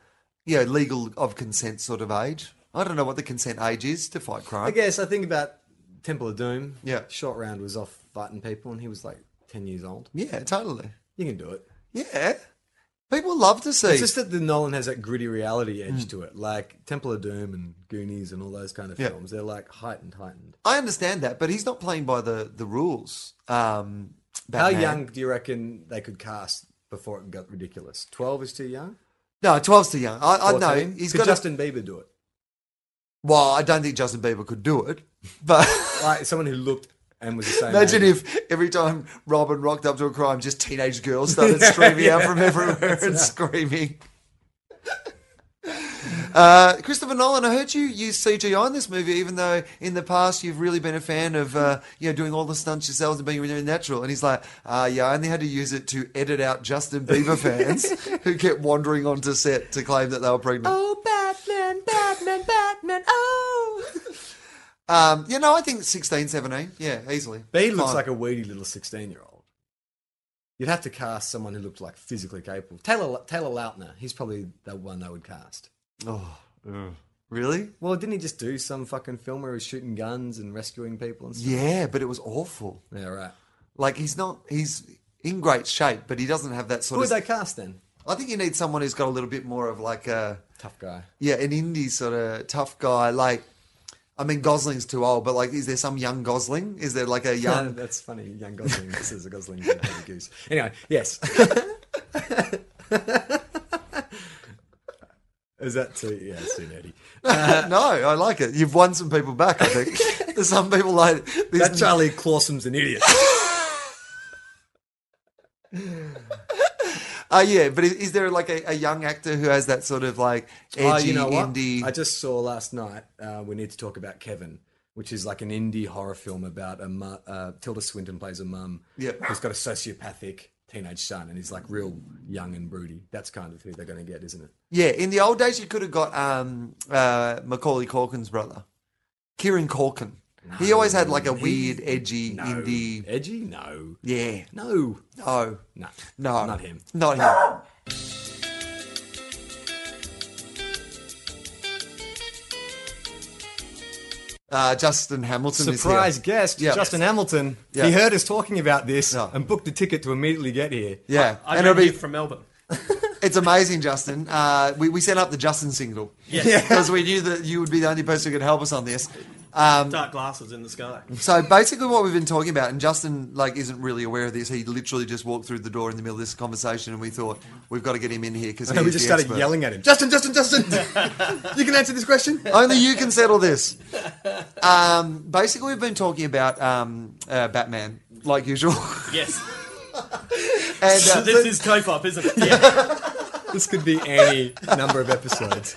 you know, legal of consent sort of age. I don't know what the consent age is to fight crime.
I guess I think about Temple of Doom.
Yeah.
short round was off fighting people, and he was like ten years old.
Yeah, totally.
You can do it.
Yeah, people love to see. Hmm.
It's just that the Nolan has that gritty reality edge to it, like Temple of Doom and Goonies and all those kind of
Yeah.
films. They're like heightened, heightened.
I understand that, but he's not playing by the the rules. Um,
How
Batman.
young do you reckon they could cast before it got ridiculous? Twelve is too young.
No, 12's too young. I, I know
14?
he's
could
got. a-
Justin Bieber do it?
Well, I don't think Justin Bieber could do it, (laughs) but
Like someone who looked and was the same.
imagine
age.
if every time Robin rocked up to a crime, just teenage
(laughs)
girls started screaming out from everywhere and screaming. (laughs) Uh, Christopher Nolan, I heard you use CGI in this movie, even though in the past you've really been a fan of uh, you know doing all the stunts yourselves and being really natural. And he's like, uh, "Yeah, I only had to use it to edit out Justin Bieber
(laughs)
fans who kept wandering onto set to claim that they were pregnant."
Oh, Batman, Batman, Batman. Oh.
Um, you know, I think 16, 17. Yeah, easily.
But he looks
Fine.
like a weedy little 16 year old. You'd have to cast someone who looked like physically capable. Taylor, Taylor Lautner, he's probably the one they would cast.
Oh, really?
Well, didn't he just do some fucking film where he was shooting guns and rescuing people and stuff?
Yeah, but it was awful.
Yeah, right.
Like he's not. He's in great shape, but he doesn't have that
Who
sort
would
of.
they cast then?
I think you need someone who's got a little bit more of like a
Tough guy.
yeah, an indie sort of tough guy. Like, I mean, Gosling's too old, but like, is there some young Gosling? Is
(laughs)
there like a
Yeah,
(laughs) young?
that's funny. Young Gosling. this is a
(laughs)
Gosling and a goose. Anyway, yes. is that too? Yeah, it's too nerdy.
no, I like it. You've won some people back. I
(laughs)
think there's some people like these
That Charlie Clausen's an idiot.
Oh yeah, but is, is there like a, a young actor who has that sort of like edgy
Oh, you know what?
indie?
I just saw last night. Uh, we need to talk about Kevin, which is like an indie horror film about a mu- uh, Tilda Swinton plays a mum
Yep.
who's got a sociopathic teenage son, and he's like real young and broody. That's kind of who they're going to get, isn't it?
Yeah, in the old days you could have got um, uh, Macaulay Corkin's brother, Kieran Corkin. he always had like a weird, edgy
No.
indie.
edgy? No,
Yeah,
no,
no,
no,
no,
not him.
not him. Uh, Justin Hamilton
Surprise
is here.
guest,
Yeah.
Justin Hamilton.
Yeah.
He heard us talking about this
Yeah.
and booked a ticket to immediately get here.
Yeah,
I
and
drove
it'll
here
be,
from Melbourne.
(laughs) it's amazing, Justin. Uh, we we sent up the Justin single (laughs)
Yes.
because we knew that you would be the only person who could help us on this. Um,
Dark glasses in the sky.
So basically, what we've been talking about, and Justin like isn't really aware of this. He literally just walked through the door in the middle of this conversation, and we thought we've got to get him in here because
And we just started yelling at him. Justin, Justin,
(laughs)
Justin! you can answer this question.
Only you can settle this. (laughs) Um, basically, we've been talking about um, uh, Batman, like usual. (laughs)
Yes.
and uh,
this is toe pop, isn't it? Yeah.
This could be any number of episodes.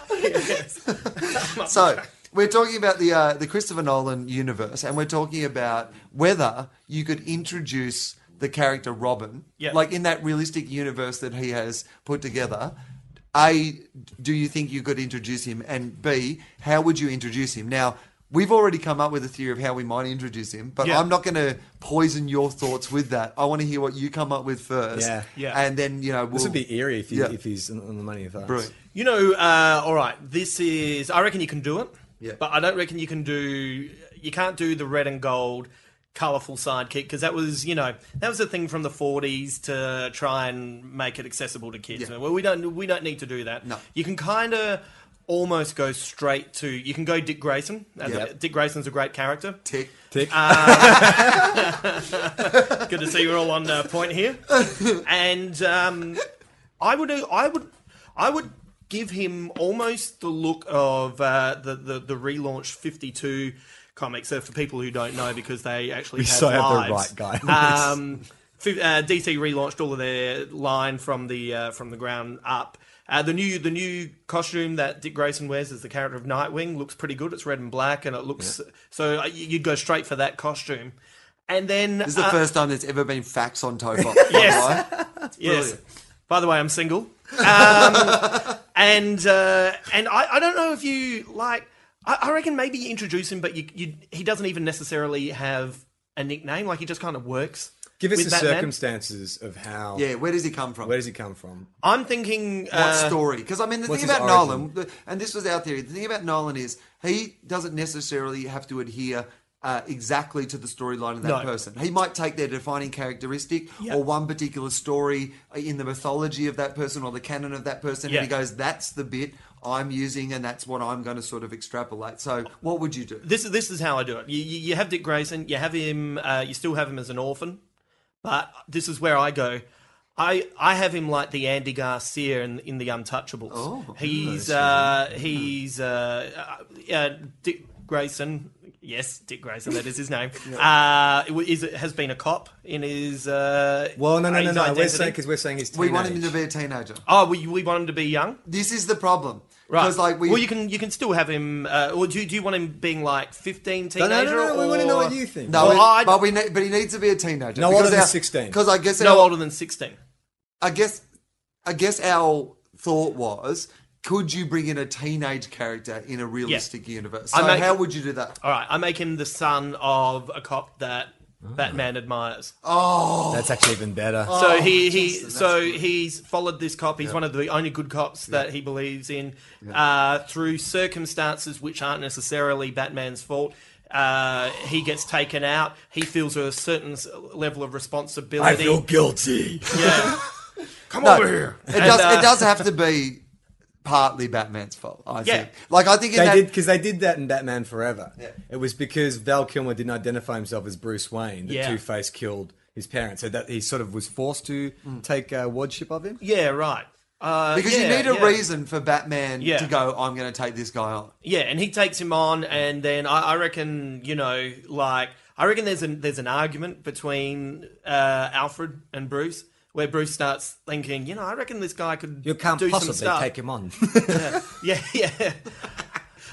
so we're talking about the uh, the Christopher Nolan universe, and we're talking about whether you could introduce the character Robin,
Yeah.
like in that realistic universe that he has put together. A, do you think you could introduce him, and B, how would you introduce him? Now. We've already come up with a theory of how we might introduce him, but
Yeah.
I'm not going to poison your thoughts with that. I want to hear what you come up with first,
Yeah.
Yeah.
and then you know we'll,
This would be eerie if, he,
Yeah.
if he's on on the money with us.
Brilliant.
You know, uh, all right. This is. I reckon you can do it.
Yeah.
But I don't reckon you can do. You can't do the red and gold, colourful sidekick because that was, you know, that was a thing from the '40s to try and make it accessible to kids.
Yeah.
Well, we don't. We don't need to do that.
No.
You can kind of almost go straight to. You can go Dick Grayson. That's-
Yep.
Dick Grayson's a great character.
tick.
Tick.
Uh, Good to see you're all on uh, point here. And um, I would, uh, I would, I would give him almost the look of uh, the, the the relaunched Fifty Two comics. So for people who don't know, because they actually
We
have
so have the
lives.
right guy.
Um, fi- uh, DC relaunched all of their line from the uh, from the ground up. Uh, the new the new costume that Dick Grayson wears as the character of Nightwing looks pretty good. It's red and black, and it looks so uh, you- you'd go straight for that costume. And then
This is the
uh,
first time there's ever been facts on Topop.
(laughs) Yes.
by the way.
Yes.
Brilliant.
By the way, I'm single. Um, (laughs) and uh, and I, I don't know if you like. I, I reckon maybe you introduce him, but you, you he doesn't even necessarily have a nickname. Like he just kind of works.
Give us
with
the
Batman.
circumstances of how.
Yeah, where does he come from?
Where does he come from?
I'm thinking.
what
Uh,
story? Because I mean, the
what's
thing
his
about
origin?
Nolan, and this was our theory. The thing about Nolan is he doesn't necessarily have to adhere. Uh, exactly to the storyline of that
No.
person. He might take their defining characteristic
Yeah.
or one particular story in the mythology of that person or the canon of that person,
Yeah.
and he goes, "That's the bit I'm using, and that's what I'm going to sort of extrapolate." So, what would you do?
this is this is how I do it. You, you, you have Dick Grayson. You have him. Uh, you still have him as an orphan, but this is where I go. I, I have him like the Andy Garcia in, in the Untouchables.
Oh,
he's uh, he's uh, uh, uh, Dick Grayson. Yes, Dick Grayson. That is
(laughs)
his name. Uh, it wa- is has been a cop in his. Uh,
Well, no, no, no,
his
no. We're
identity.
saying because we're saying he's.
We want him to
teenage.
be a teenager.
oh, we, we want him to be young.
This is the problem,
Right.
Because like we,
well, you can you can still have him. Uh, or do you, do you want him being like fifteen
No,
teenager?
no, no, no. We want to know
or-
what you think.
No,
Well,
we-
I-
but we ne- but he needs to be a teenager.
No older than 16.
Because I guess
No
our,
older than sixteen.
I guess I guess our thought was, could you bring in a teenage character in a realistic universe? So
I make-
how would you do that?
All right, I make him the son of a cop that
Oh.
Batman admires.
That's actually even better.
Oh. so he, he so he's followed this cop. He's one of the only good cops that he believes in uh, through circumstances which aren't necessarily Batman's fault. Uh, he gets taken out. He feels a certain s- level of responsibility.
guilty. (laughs)
Yeah.
Come
No,
over here.
It does.
And, uh,
it does have to be partly Batman's fault. I
Yeah.
think. Like I think in
They
that,
did because they did that in Batman Forever. It was because Val Kilmer didn't identify himself as Bruce Wayne that
Yeah.
Two Face killed his parents, so that he sort of was forced to
Mm.
take uh, wardship of him.
Yeah, right. Uh,
because you
yeah,
need a
yeah.
reason for Batman
Yeah.
to go. I'm going to take this guy on.
Yeah, and he takes him on, and then I, I reckon, you know, like I reckon there's an there's an argument between uh, Alfred and Bruce where Bruce starts thinking, you know, I reckon this guy could
You can't
do some
possibly
stuff.
take him on.
(laughs) Yeah, yeah.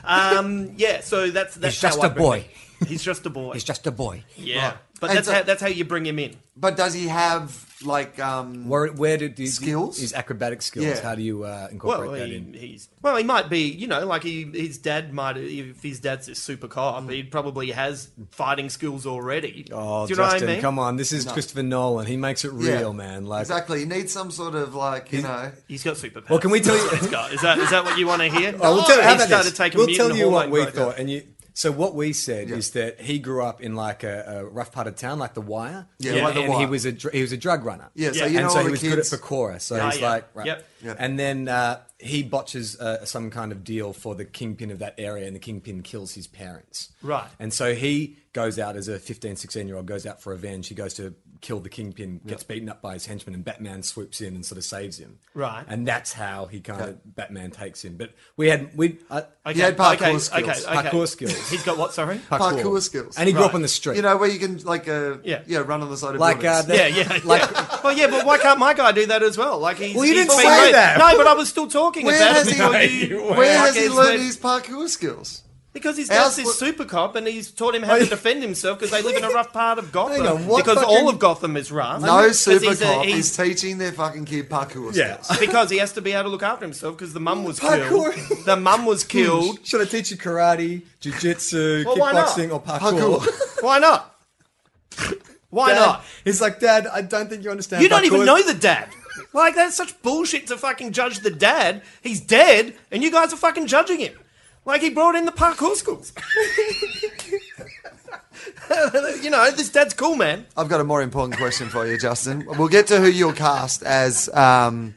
um, yeah, so that's that's
just
how I
a boy.
bring- He's just a boy.
He's just a boy.
yeah. But
And
that's
so-
how that's how you bring him in.
But does he have like um?
Where, where did these
Skills?
His acrobatic skills.
Yeah.
How do you uh, incorporate
Well,
that
he,
in?
he's well, he might be, you know, like he, his dad might. If his dad's a super cop, he probably has fighting skills already.
Hmm. Oh,
Do you know what
Justin,
I mean?
come on! This is Christopher Nolan. He makes it
Yeah.
real, man. Like,
exactly. You need some sort of like you know.
He's got superpowers.
Well, can we tell you-
That's what (laughs) he's got. Is that is that what you want to hear?
I will tell you.
He
How about
Oh, started
this?
taking
we'll
mutant
tell you what
hormone
we
growth.
thought, and you. So what we said is that he grew up in like a, a rough part of town, like the Wire.
Yeah,
and,
like The
and he
Wire.
was a dr- he was a drug runner.
Yeah, so
Yeah.
you know
and so
all
he
the
was
kids.
good at Pecora. So
Ah,
he's
yeah.
like, right.
Yep.
Yeah.
And then uh, he botches uh, some kind of deal for the kingpin of that area, and the kingpin kills his parents.
Right.
And so he goes out as a 15, 16 year old, goes out for revenge. He goes to kill the kingpin, gets beaten up by his henchmen, and Batman swoops in and sort of saves him.
Right.
And that's how he kind of Batman takes him. But we had we uh,
Okay,
had parkour
okay,
skills.
Okay, okay.
Parkour
(laughs)
skills.
He's got what? Sorry.
Parkour skills.
and he grew up
Right.
on the street.
You know where you can like uh
Yeah.
yeah, run on the side of
like uh,
buildings.
the-
Yeah, yeah, yeah. Well, yeah, but why can't my guy do that as well? Like, he's,
Well, you
he's
didn't
been
say
great.
that.
No, but I was still talking
where
about
has
it.
he,
(laughs) before you-
where has he learned
Fuckers, where-
his parkour skills?
Because his
Ours
dad's this
was-
super cop, and he's taught him how to defend himself because they live in a rough part of Gotham.
on, what
because
fucking-
all of Gotham is rough.
No
'Cause he's
super
a-
cop
he's-
is teaching their fucking kid parkour
Yeah.
skills.
because he has to be able to look after himself because the mum was
Parkour.
killed. The mum was killed.
Should I teach you karate, jujitsu,
Well, why not?
kickboxing, or parkour?
Parkour.
Why not? Why
(laughs) Dad-
not?
He's like, Dad, I don't think you understand.
You don't even
parkour."
know the dad. Like that's such bullshit to fucking judge the dad. He's dead, and you guys are fucking judging him. Like he brought in the parkour schools. (laughs) you know, this dad's cool, man.
Uh,
I've got a more important question for you, Justin. We'll get to who you'll cast as um,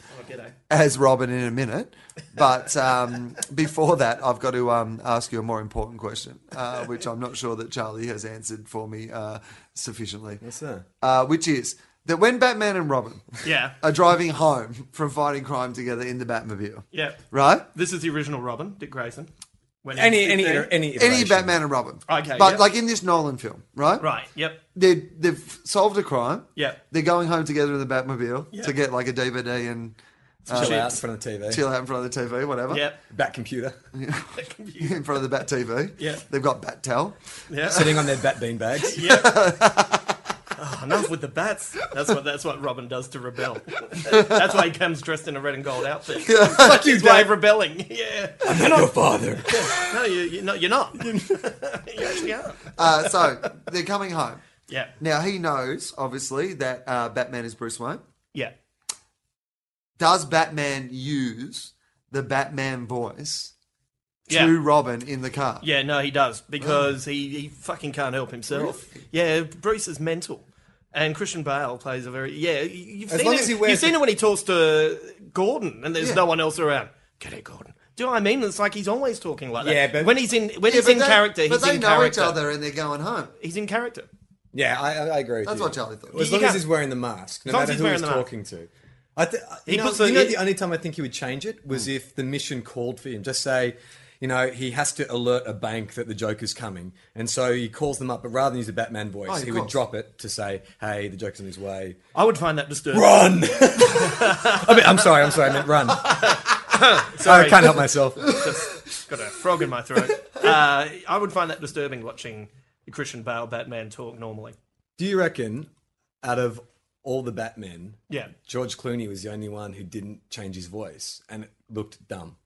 as Robin in a minute, but um, before that, I've got to um, ask you a more important question, uh, which I'm not sure that Charlie has answered for me uh, sufficiently. Yes,
sir.
Uh, which is that when Batman and Robin
Yeah.
uh,
are driving home from fighting crime together in the Batmobile,
Yeah.
right?
This is the original Robin, Dick Grayson. When he
Any
was
any
15.
iter- any
Any
iteration.
Batman and Robin,
Okay,
But
yeah.
like in this Nolan film, right?
Right. Yep.
they they've solved a crime.
Yeah.
They're going home together in the Batmobile
Yeah.
to get like a DVD and
chill out in front of the TV,
chill out in front of the TV, whatever.
Yep.
bat computer,
(laughs) In front of the Bat TV.
Yeah.
They've got Bat Towel.
Yeah.
sitting on their bat bean bags.
Yeah. Oh, enough with the bats. That's what that's what Robin does to rebel. That's why he comes dressed in a red and gold outfit. Fuck you, Dave. Rebelling. Yeah.
I'm not your father.
No, you, you no, you're not. you actually are.
Uh,
(laughs)
so they're coming home.
Yeah.
Now he knows, obviously, that uh, Batman is Bruce Wayne.
Yeah.
Does Batman use the Batman voice
Yeah.
to Robin in the car?
Yeah, no, he does because he, he fucking can't help himself. Yeah, Bruce is mental, and Christian Bale plays a very yeah. you- You've
As
seen
long
it.
as he wears
you've seen
the-
it when he talks to Gordon, and there's
Yeah.
no one else around. Get it, Gordon. Do you know what I mean? It's like he's always talking like that.
Yeah, but-
when he's in when
Yeah,
he's in
they,
character,
But
he's
they
in
know
character.
each other and they're going home.
He's in character.
Yeah, I, I I agree. With
That's
you.
what Charlie thought.
As
You
long as
can't-
he's wearing the mask, no
As long as
matter
he's
who
wearing
he's
the mask.
talking to. I th- you
He
know,
puts a-
you know
he- Hmm.
the only time I think he would change it was if the mission called for him. Just say, you know, he has to alert a bank that the Joker's coming, and so he calls them up. But rather than use a Batman voice,
Oh, of
he would
course.
drop it to say, "Hey, the Joker's on his way.
I would find that disturbing.
Run!" (laughs) I mean, I'm sorry, I'm sorry, I meant run. sorry, I can't help myself.
Just got a frog in
(laughs)
my throat. Uh, I would find that disturbing watching Christian Bale Batman talk normally.
Do you reckon, out of all the Batmen,
Yeah,
George Clooney was the only one who didn't change his voice, and it looked dumb?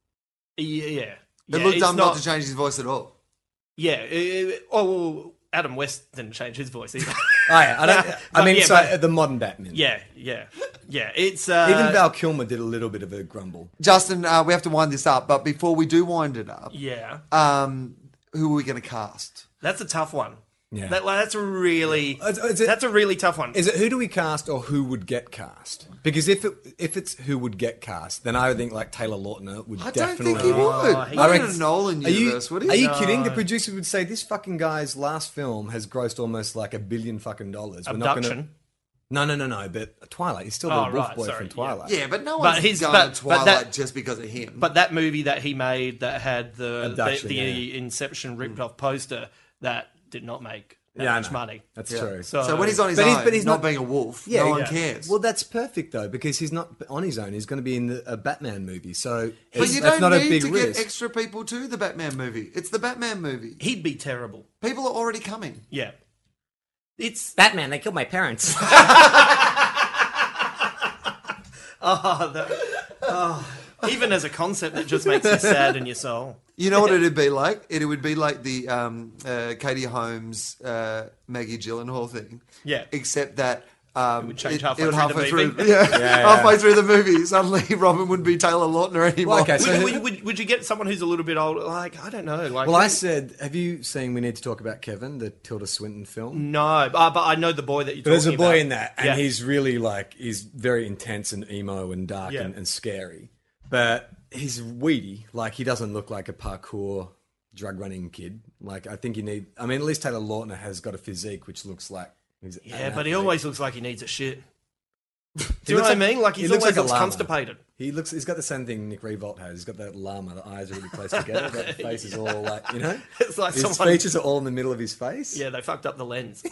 yeah, yeah.
It
Yeah,
looked
it's
dumb not to change his voice at all.
Yeah. uh, oh, well, Adam West didn't change his
(laughs)
voice either.
Oh, yeah, I, don't, I
But
mean,
yeah,
so
but-
the modern Batman.
yeah, yeah, yeah. It's uh,
Even Val Kilmer did a little bit of a grumble.
Justin, uh,
Uh,
we have to wind this up, but before we do wind it up,
Yeah.
um, who are we going to cast?
That's a tough one.
Yeah.
That, like, that's a really
Is- is it-
that's a really tough one.
Is it who do we cast or who would get cast? Because if it, if it's who would get cast, then I would think like Taylor Lautner would
I don't
definitely.
think he would.
Oh, he
Not in
reckon-
a Nolan
Are you,
universe, would he?
are you kidding? The producer would say this fucking guy's last film has grossed almost like a billion fucking dollars. We're not gonna-
Abduction.
No, no, no, no. But Twilight, he's still the
Oh,
wolf
right,
boy
sorry,
from
yeah.
Twilight.
Yeah, but no
But
one's
he's-
going
but-
to
but
Twilight
that-
just because of him.
But that movie that he made that had the the,
Abduction,
the
yeah. Mm.
Inception ripped off poster that did not make that
Yeah, I
much
know.
money.
That's
Yeah.
true.
So-
so when he's on his
But
own,
he's- but he's
not,
not-
being a wolf, no one
yeah.
cares.
well, that's perfect though because he's not on his own. He's going to be in the, a Batman movie, so
but
it's-
you
that's
don't
not
need
a big
to
risk.
get extra people to the Batman movie. It's the Batman movie.
He'd be terrible.
People are already coming.
Yeah. It's
Batman, they killed my parents. (laughs)
oh, that, oh, even as a concept that just makes you sad in
(laughs)
your soul.
You know what it'd be like? It would be like the um, uh, Katie Holmes, uh, Maggie Gyllenhaal thing.
Yeah.
Except that. Um, it would
change halfway through the movie.
through- (laughs) yeah, halfway through the movie, suddenly (laughs) Robin wouldn't be Taylor Lautner anymore.
Well, okay, so
Would,
who-
would, would, would you get someone who's a little bit older? Like I don't know. Like
well, I said, have you seen? We need to talk about Kevin, the Tilda Swinton film.
no, but, but I know the boy that you're.
There's a
Mm. talking
boy
about.
in that, and
Yeah.
he's really like he's very intense and emo and dark
Yeah.
and, and scary. But he's weedy. Like he doesn't look like a parkour drug running kid. Like I think you need. I mean, at least Taylor Lautner has got a physique which looks like. He's
yeah,
an
but he
athlete.
always looks like he needs a shit. Do you know
looks
what I
like-
mean? Like
he
he's
looks
always
like a
looks
llama.
constipated.
He looks. He's got the same thing Nick Revolt has. He's got that llama. The eyes are really close together.
(laughs)
but the face is all like you know.
It's like
his
someone-
features are all in the middle of his face.
Yeah, they fucked up
(laughs)
the lens.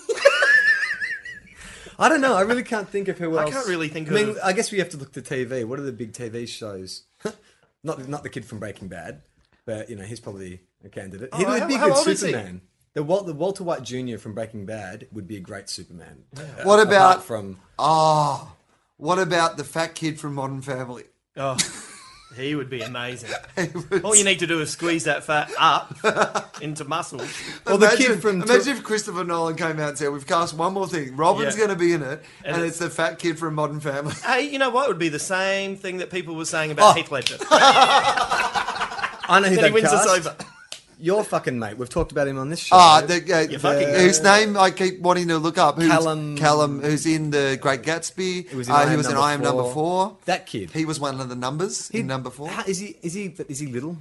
I don't know. I really can't think of who
I
else.
can't really think
I mean,
of-
I guess we have to look to TV. What are the big TV shows? (laughs) not not the kid from Breaking Bad, but you know he's probably a candidate. He'd
Oh,
really
how-
be a
how old
good
is he?
Superman. The, Wal- the Walter White Jr. from Breaking Bad would be a great Superman. Uh,
What
apart
about-
from?
Oh, what about the fat kid from Modern Family?
Oh, he would
(laughs)
be amazing. All you need to do is squeeze that fat
(laughs)
up into muscles.
Well, the
Imagine,
kid from
imagine if Christopher Nolan came out and said, "We've cast one more thing. Robin's
Yeah.
going to be in it, and,
it-
it's the fat kid from Modern Family."
Hey, you know what would be the same thing that people were saying
Oh.
about
(laughs)
Heath Ledger? then
I know who
he
that
wins us
cast.
over.
Your fucking mate. We've talked about him on this show.
Ah, the, uh,
fucking
the- whose name I keep wanting to look up. Who's,
Callum-
Callum, who's in the Great Gatsby.
He was in
uh,
I
he
Am
was in
Number
I Am Number
Four.
Four.
that kid.
He was one of the numbers in Number Four.
How- Is he? Is he? Is he little?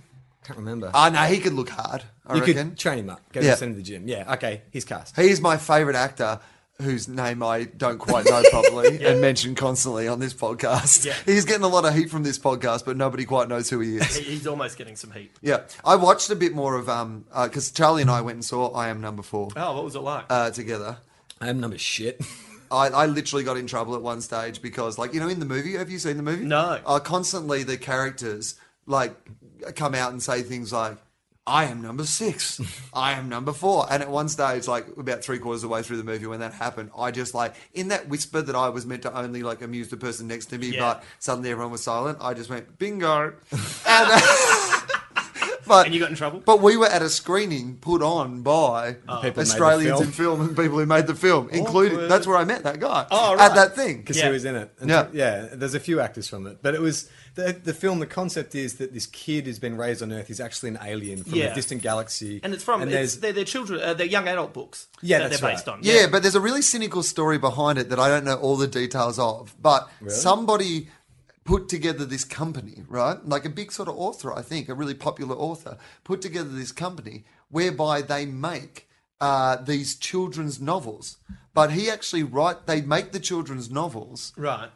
Can't remember.
Ah, no, he could look hard. I
you
reckon.
could train him up. Go
Yeah.
send him to the gym. Yeah. Okay. He's cast.
He's my favourite actor whose name I don't
(laughs)
quite know properly and mention constantly on this podcast.
Yeah.
He's getting a lot of heat from this podcast, but nobody quite knows who he
(laughs)
is.
He- He's almost getting some heat.
yeah. I watched a bit more of, um, because Charlie and I went and saw I Am Number Four
Oh, what was it like?
uh, together.
I am number shit. (laughs)
I, I literally got in trouble at one stage because, like, you know, in the movie, have you seen the movie?
No.
Uh, constantly, the characters like come out and say things like, "I am number
(laughs)
six, I am number four. and at one stage, like about three quarters of the way through the movie, when that happened, I just like in that whisper that I was meant to only like amuse the person next to me,
Yeah.
but suddenly everyone was silent. I just went
(laughs)
bingo, and. (laughs) But,
And you got in trouble?
But we were at a screening put on by
People made the
Australians
film.
in film and people who made the film, including.
Awkward.
That's where I met that guy
Oh,
at
right.
that thing.
because
Yeah.
he was in it. And
Yeah.
yeah, yeah. There's a few actors from it, but it was the the film. The concept is that this kid has been raised on Earth. He's actually an alien from
Yeah.
a distant galaxy,
and it's from it's,
there's
they're, they're children, uh, they're young adult books.
Yeah,
that
that's
they're
right.
based on.
Yeah, but there's a really cynical story behind it that I don't know all the details of. But somebody put together this company, right? Like a big sort of author, I think, a really popular author, put together this company whereby they make uh, these children's novels. But he actually write they make the children's novels
right.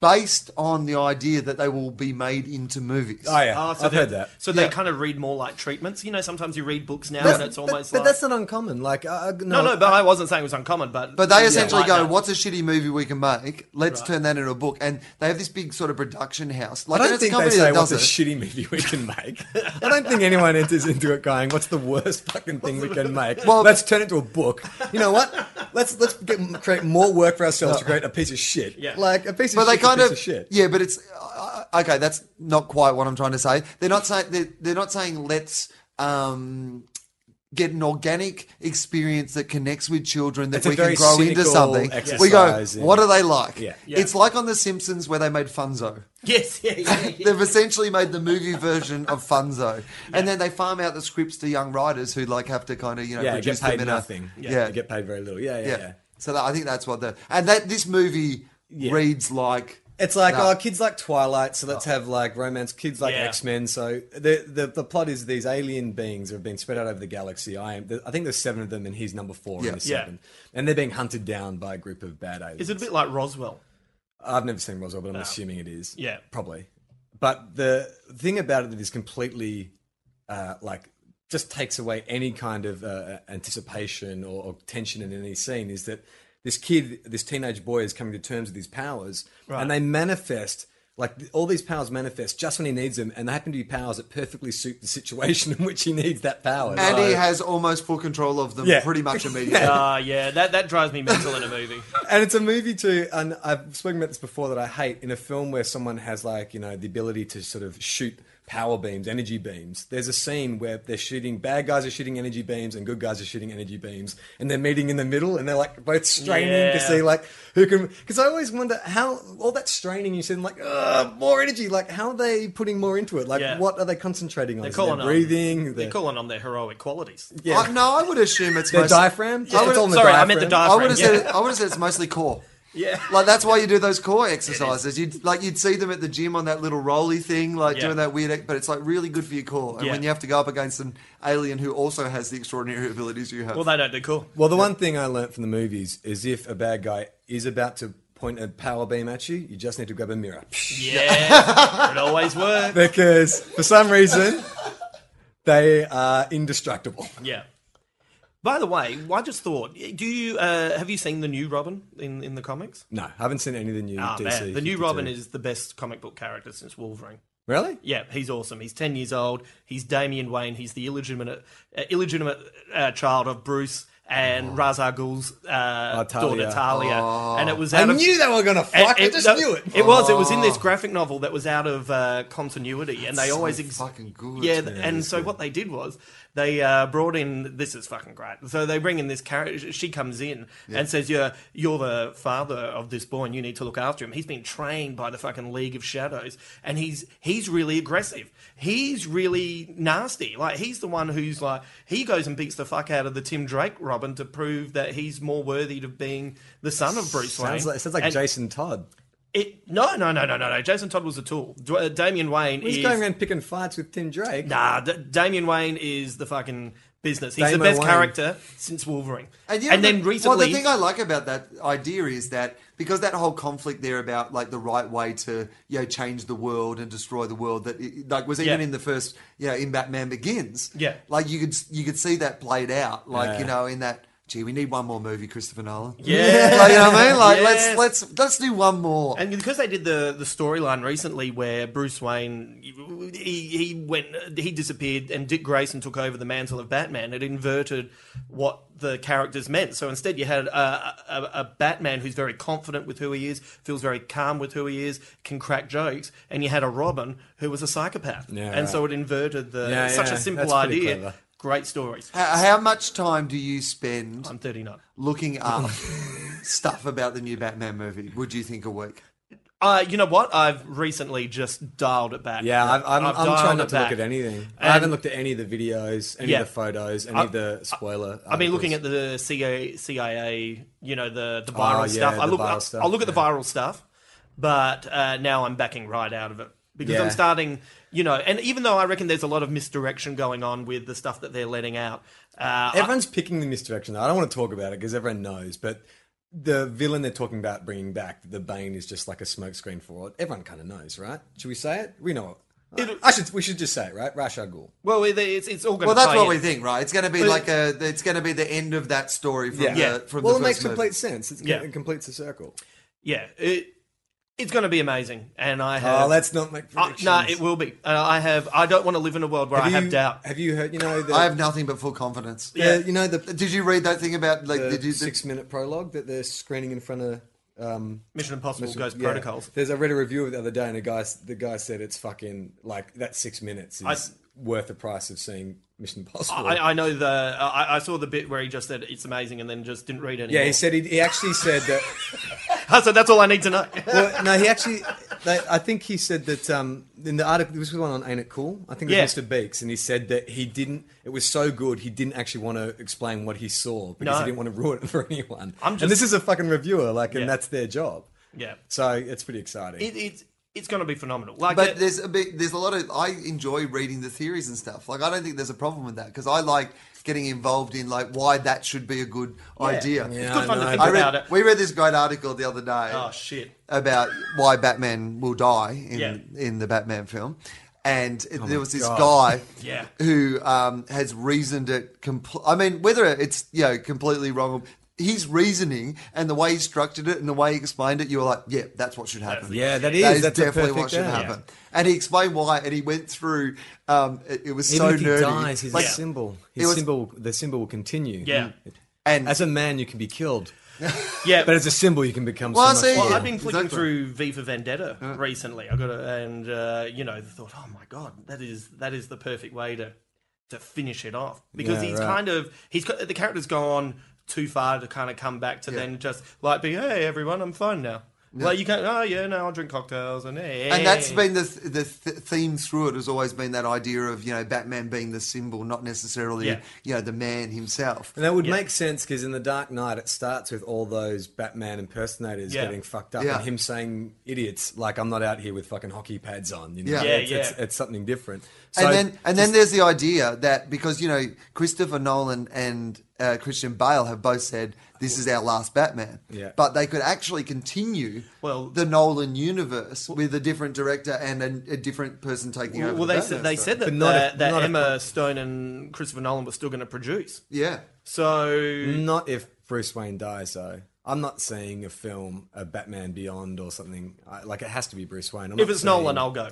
based on the idea that they will be made into movies.
oh yeah,
Oh, so
I've
they-
heard that.
So
Yeah.
they kind of read more like treatments. You know, sometimes you read books now, and it's
but,
almost
but
like
that's not uncommon. Like uh, no,
no, no. But I wasn't saying it was uncommon, but
But they essentially
like
go,
that.
"What's a shitty movie we can make? Let's
Right.
turn that into a book." And they have this big sort of production house.
I
Like
don't
and it's a
think they
company
say
that
what's
does
a
it.
shitty movie we
(laughs)
can make. I don't think anyone enters into it going, "What's the worst fucking thing we can make?"
Well-
Well, let's turn it into a book. You know what? Let's let's get, create more work for ourselves to create a piece of shit.
Yeah.
like a piece of
but they
shit.
kind
a piece
of,
of shit.
yeah. But it's uh, okay. That's not quite what I'm trying to say. They're not saying they're, they're not saying let's um, get an organic experience that connects with children that
It's a
we can
very
grow into
cynical
something.
exercise
We go,
in-
what are they like?
Yeah.
Yeah.
It's like on The Simpsons where they made Funzo.
(laughs) Yes, yeah, yeah, yeah.
(laughs) They've essentially made the movie version of Funzo, and then they farm out the scripts to young writers who like have to kind of you know
Yeah,
produce
get paid
them in
nothing.
a
yeah, you get paid very little. Yeah, yeah, yeah.
yeah. So that, I think that's what the and that this movie reads like.
It's like
No.
oh, kids like Twilight, so let's have like romance. Kids like
Yeah.
X Men, so the, the the plot is these alien beings have been spread out over the galaxy. I am, I think there's seven of them, and he's number four.
Yeah.
in the
Yeah.
seven, and they're being hunted down by a group of bad aliens.
Is it a bit like Roswell?
I've never seen Roswell, but I'm assuming it is.
Yeah.
probably. But the thing about it that is completely uh, like just takes away any kind of uh, anticipation or, or tension in any scene is that this kid, this teenage boy, is coming to terms with his powers, and they manifest. Like th- all these powers manifest just when he needs them, and they happen to be powers that perfectly suit the situation (laughs) in which he needs that power.
And he
So-
has almost full control of them
Yeah.
pretty much immediately.
Ah, yeah, that, that drives me mental in
(laughs)
a movie.
and it's a movie too, and I've spoken about this before that I hate in a film where someone has like you know the ability to sort of shoot power beams, energy beams. There's a scene where they're shooting bad guys are shooting energy beams and good guys are shooting energy beams, and they're meeting in the middle, and they're like both straining to
Yeah.
see like who can. Because I always wonder how all that straining you said like "Ugh, more energy, like how are they putting more into it? Like
Yeah.
what are they concentrating on?
They're
Is it their
calling on
breathing.
They're
their-
calling on their heroic qualities.
(laughs) yeah.
I, no, I would assume it's
their
most,
diaphragm.
Yeah.
It's all in the
Sorry, I meant the
I
diaphragm.
would have
yeah.
said I would have said it's mostly core.
Yeah.
Like that's why you do those core exercises. You'd like you'd see them at the gym on that little rolly thing, like
Yeah.
doing that weird. ex- But it's like really good for your core. And
Yeah.
when you have to go up against an alien who also has the extraordinary (laughs) abilities you have,
Well, they don't
(laughs)
do cool.
Well, the one thing I learnt from the movies is if a bad guy is about to point a power beam at you, you just need to grab a
(laughs)
mirror.
Yeah, it always works.
because for some reason, they are indestructible.
Yeah. By the way, I just thought, do you uh, have you seen the new Robin in, in the comics?
No, I haven't seen any of the new
Ah
DC.
man, the new
52.
Robin is the best comic book character since Wolverine.
Really?
Yeah, he's awesome. He's ten years old. He's Damian Wayne. He's the illegitimate uh, illegitimate uh, child of Bruce and Ra's al Ghul's uh,
Oh, Talia.
daughter Talia. And it was
Oh. I
out of,
knew they were going to
and
fuck. I just
no,
knew it. Oh.
was. It was in this graphic novel that was out of uh, continuity, and they always ex-
fucking good,
Yeah,
man.
and so what they did was they uh, brought in. This is fucking great. So they bring in this character. She comes in and says, "Yeah, you're the father of this boy, and you need to look after him. He's been trained by the fucking League of Shadows, and he's he's really aggressive. He's really nasty. Like he's the one who's like he goes and beats the fuck out of the Tim Drake Robin to prove that he's more worthy of being the son of Bruce Wayne.
Sounds like, sounds like
And-
Jason Todd.
it no no no no no no. Jason Todd was a tool. D- uh, Damian Wayne
He's
is
going around picking fights with Tim Drake.
nah. D- Damian Wayne is the fucking business. He's
Damo
the best
Wayne.
character since Wolverine. And,
you know,
then
the-
recently,
well, the thing I like about that idea is that because that whole conflict there about like the right way to you know change the world and destroy the world that it, like was even
Yeah.
in the first you know in Batman Begins.
Yeah.
like you could you could see that played out like you know in that. Gee, we need one more movie, Christopher Nolan.
Yeah.
like, you know what I mean. Like,
Yes.
let's let's let's do one more.
and because they did the the storyline recently where Bruce Wayne he he went he disappeared and Dick Grayson took over the mantle of Batman. It inverted what the characters meant. So instead, you had a, a, a Batman who's very confident with who he is, feels very calm with who he is, can crack jokes, and you had a Robin who was a psychopath.
Yeah,
and
right.
so it inverted the
Yeah,
such
yeah,
a simple
that's pretty
idea.
clever.
Great stories.
how, how much time do you spend
I'm 39.
looking
(laughs)
up stuff about the new Batman movie? Would you think a week?
Uh, you know what? I've recently just dialed it back.
Yeah, I've, I'm,
I've
I'm
dialed
trying
it
not to
back.
look at anything. I haven't looked at any of the videos, any
Yeah.
of the photos, any of the spoiler.
I've been looking
articles.
at the CIA, CIA you know, the, the viral
Ah, yeah,
stuff. I
the
look,
viral
I,
stuff,
will look at the
yeah.
viral stuff, but uh, now I'm backing right out of it because
Yeah.
I'm starting, you know, and even though I reckon there's a lot of misdirection going on with the stuff that they're letting out, uh,
Everyone's picking the misdirection. I don't want to talk about it because everyone knows, but the villain they're talking about bringing back, the Bane, is just like a smokescreen for it. Everyone kind of knows, right? Should we say it? We know it.
It'll-
I should. We should just say it, right? Ra's al Ghul.
well, it- it's, it's all going
Well,
to
that's
play
what we
in.
think, right? It's going to be like a. It's going to be the end of that story from the
Yeah.
Uh, from
well, it
the first
makes
movie.
complete sense. It's,
Yeah.
It completes the circle.
Yeah, it, it's going to be amazing. And I have.
Oh, let's not make
Uh,
predictions.
no, it will be. Uh, I have. I don't want to live in a world where I have
you,
doubt.
Have you heard? You know, the,
I have nothing but full confidence.
the- you know the,
Did you read that thing about like
the
did you,
six-minute prologue that they're screening in front of
Um, Mission Impossible goes
Yeah.
protocols.
There's I read a review of it the other day, and a guy s- the guy said it's fucking like that six minutes is
I-
worth the price of seeing Mission Impossible.
I, I know the. I, I saw the bit where he just said it's amazing, and then just didn't read any.
yeah,
more.
he said he, he actually said that.
(laughs) so that's all I need to know. (laughs)
Well, no, he actually. They, I think he said that um, in the article. This was one on Ain't It Cool. I think it was
Yeah.
Mr. Beeks, and he said that he didn't. It was so good he didn't actually want to explain what he saw because
No.
he didn't want to ruin it (laughs) for anyone.
I'm
and
just-
this is a fucking reviewer, like,
Yeah.
and that's their job.
Yeah.
So it's pretty exciting.
It, it's it's going to be phenomenal. Like,
But
uh,
there's a bit, there's a lot of I enjoy reading the theories and stuff. Like I don't think there's a problem with that because I like getting involved in like why that should be a good idea.
it's good
I
fun to
know.
think
I
about
read,
it.
we read this great article the other day
Oh shit!
about why Batman will die in
Yeah.
in the Batman film, and
Oh
there was this guy
(laughs) Yeah.
who um, has reasoned it. Compl- I mean, whether it's you know completely wrong. His reasoning and the way he structured it and the way he explained it, you were like, "Yeah, that's what should happen."
yeah, that is.
that is
that's a
definitely
perfect
what should
ad.
happen. And he explained why, and he went through. Um, it, it was
Even
so
if he
nerdy.
dies, he's
Like,
a symbol.
it
His
was-
symbol, the symbol will continue.
Yeah.
And
As a man, you can be killed,
Yeah,
but as a symbol, you can become.
Well,
so
see-
much
Well,
more.
I've been flicking
exactly.
through V for Vendetta recently. I got it, and uh, you know, thought, oh my god, that is that is the perfect way to to finish it off because
Yeah,
he's
right.
kind of he's got- the character's gone too far to kind of come back to then just like be, hey everyone, I'm fine now. Like you can, oh yeah, no, I'll drink cocktails and eh. hey,
and that's been the th- the th- theme through it has always been that idea of you know Batman being the symbol, not necessarily
Yeah.
you know the man himself.
And that would make sense because in The Dark Knight, it starts with all those Batman impersonators
Yeah.
getting fucked up
Yeah.
and him saying, idiots, like, I'm not out here with fucking hockey pads on. You know?
Yeah. Yeah,
it's, It's,
yeah.
it's something different. So,
and then and then there's the idea that because you know Christopher Nolan and uh, Christian Bale have both said this is our last Batman,
Yeah.
but they could actually continue
Well-
the Nolan universe with a different director and a, a different person taking over.
well,
the
they
Batman
said,
story.
they said that
But not
that,
if-
that
not if-
Emma Stone and Christopher Nolan were still going to produce.
yeah,
So
Mm. Not if Bruce Wayne dies, though. I'm not seeing a film, a Batman Beyond or something. I, like, it has to be Bruce Wayne. I'm
if
not
it's
saying-
Nolan, I'll go.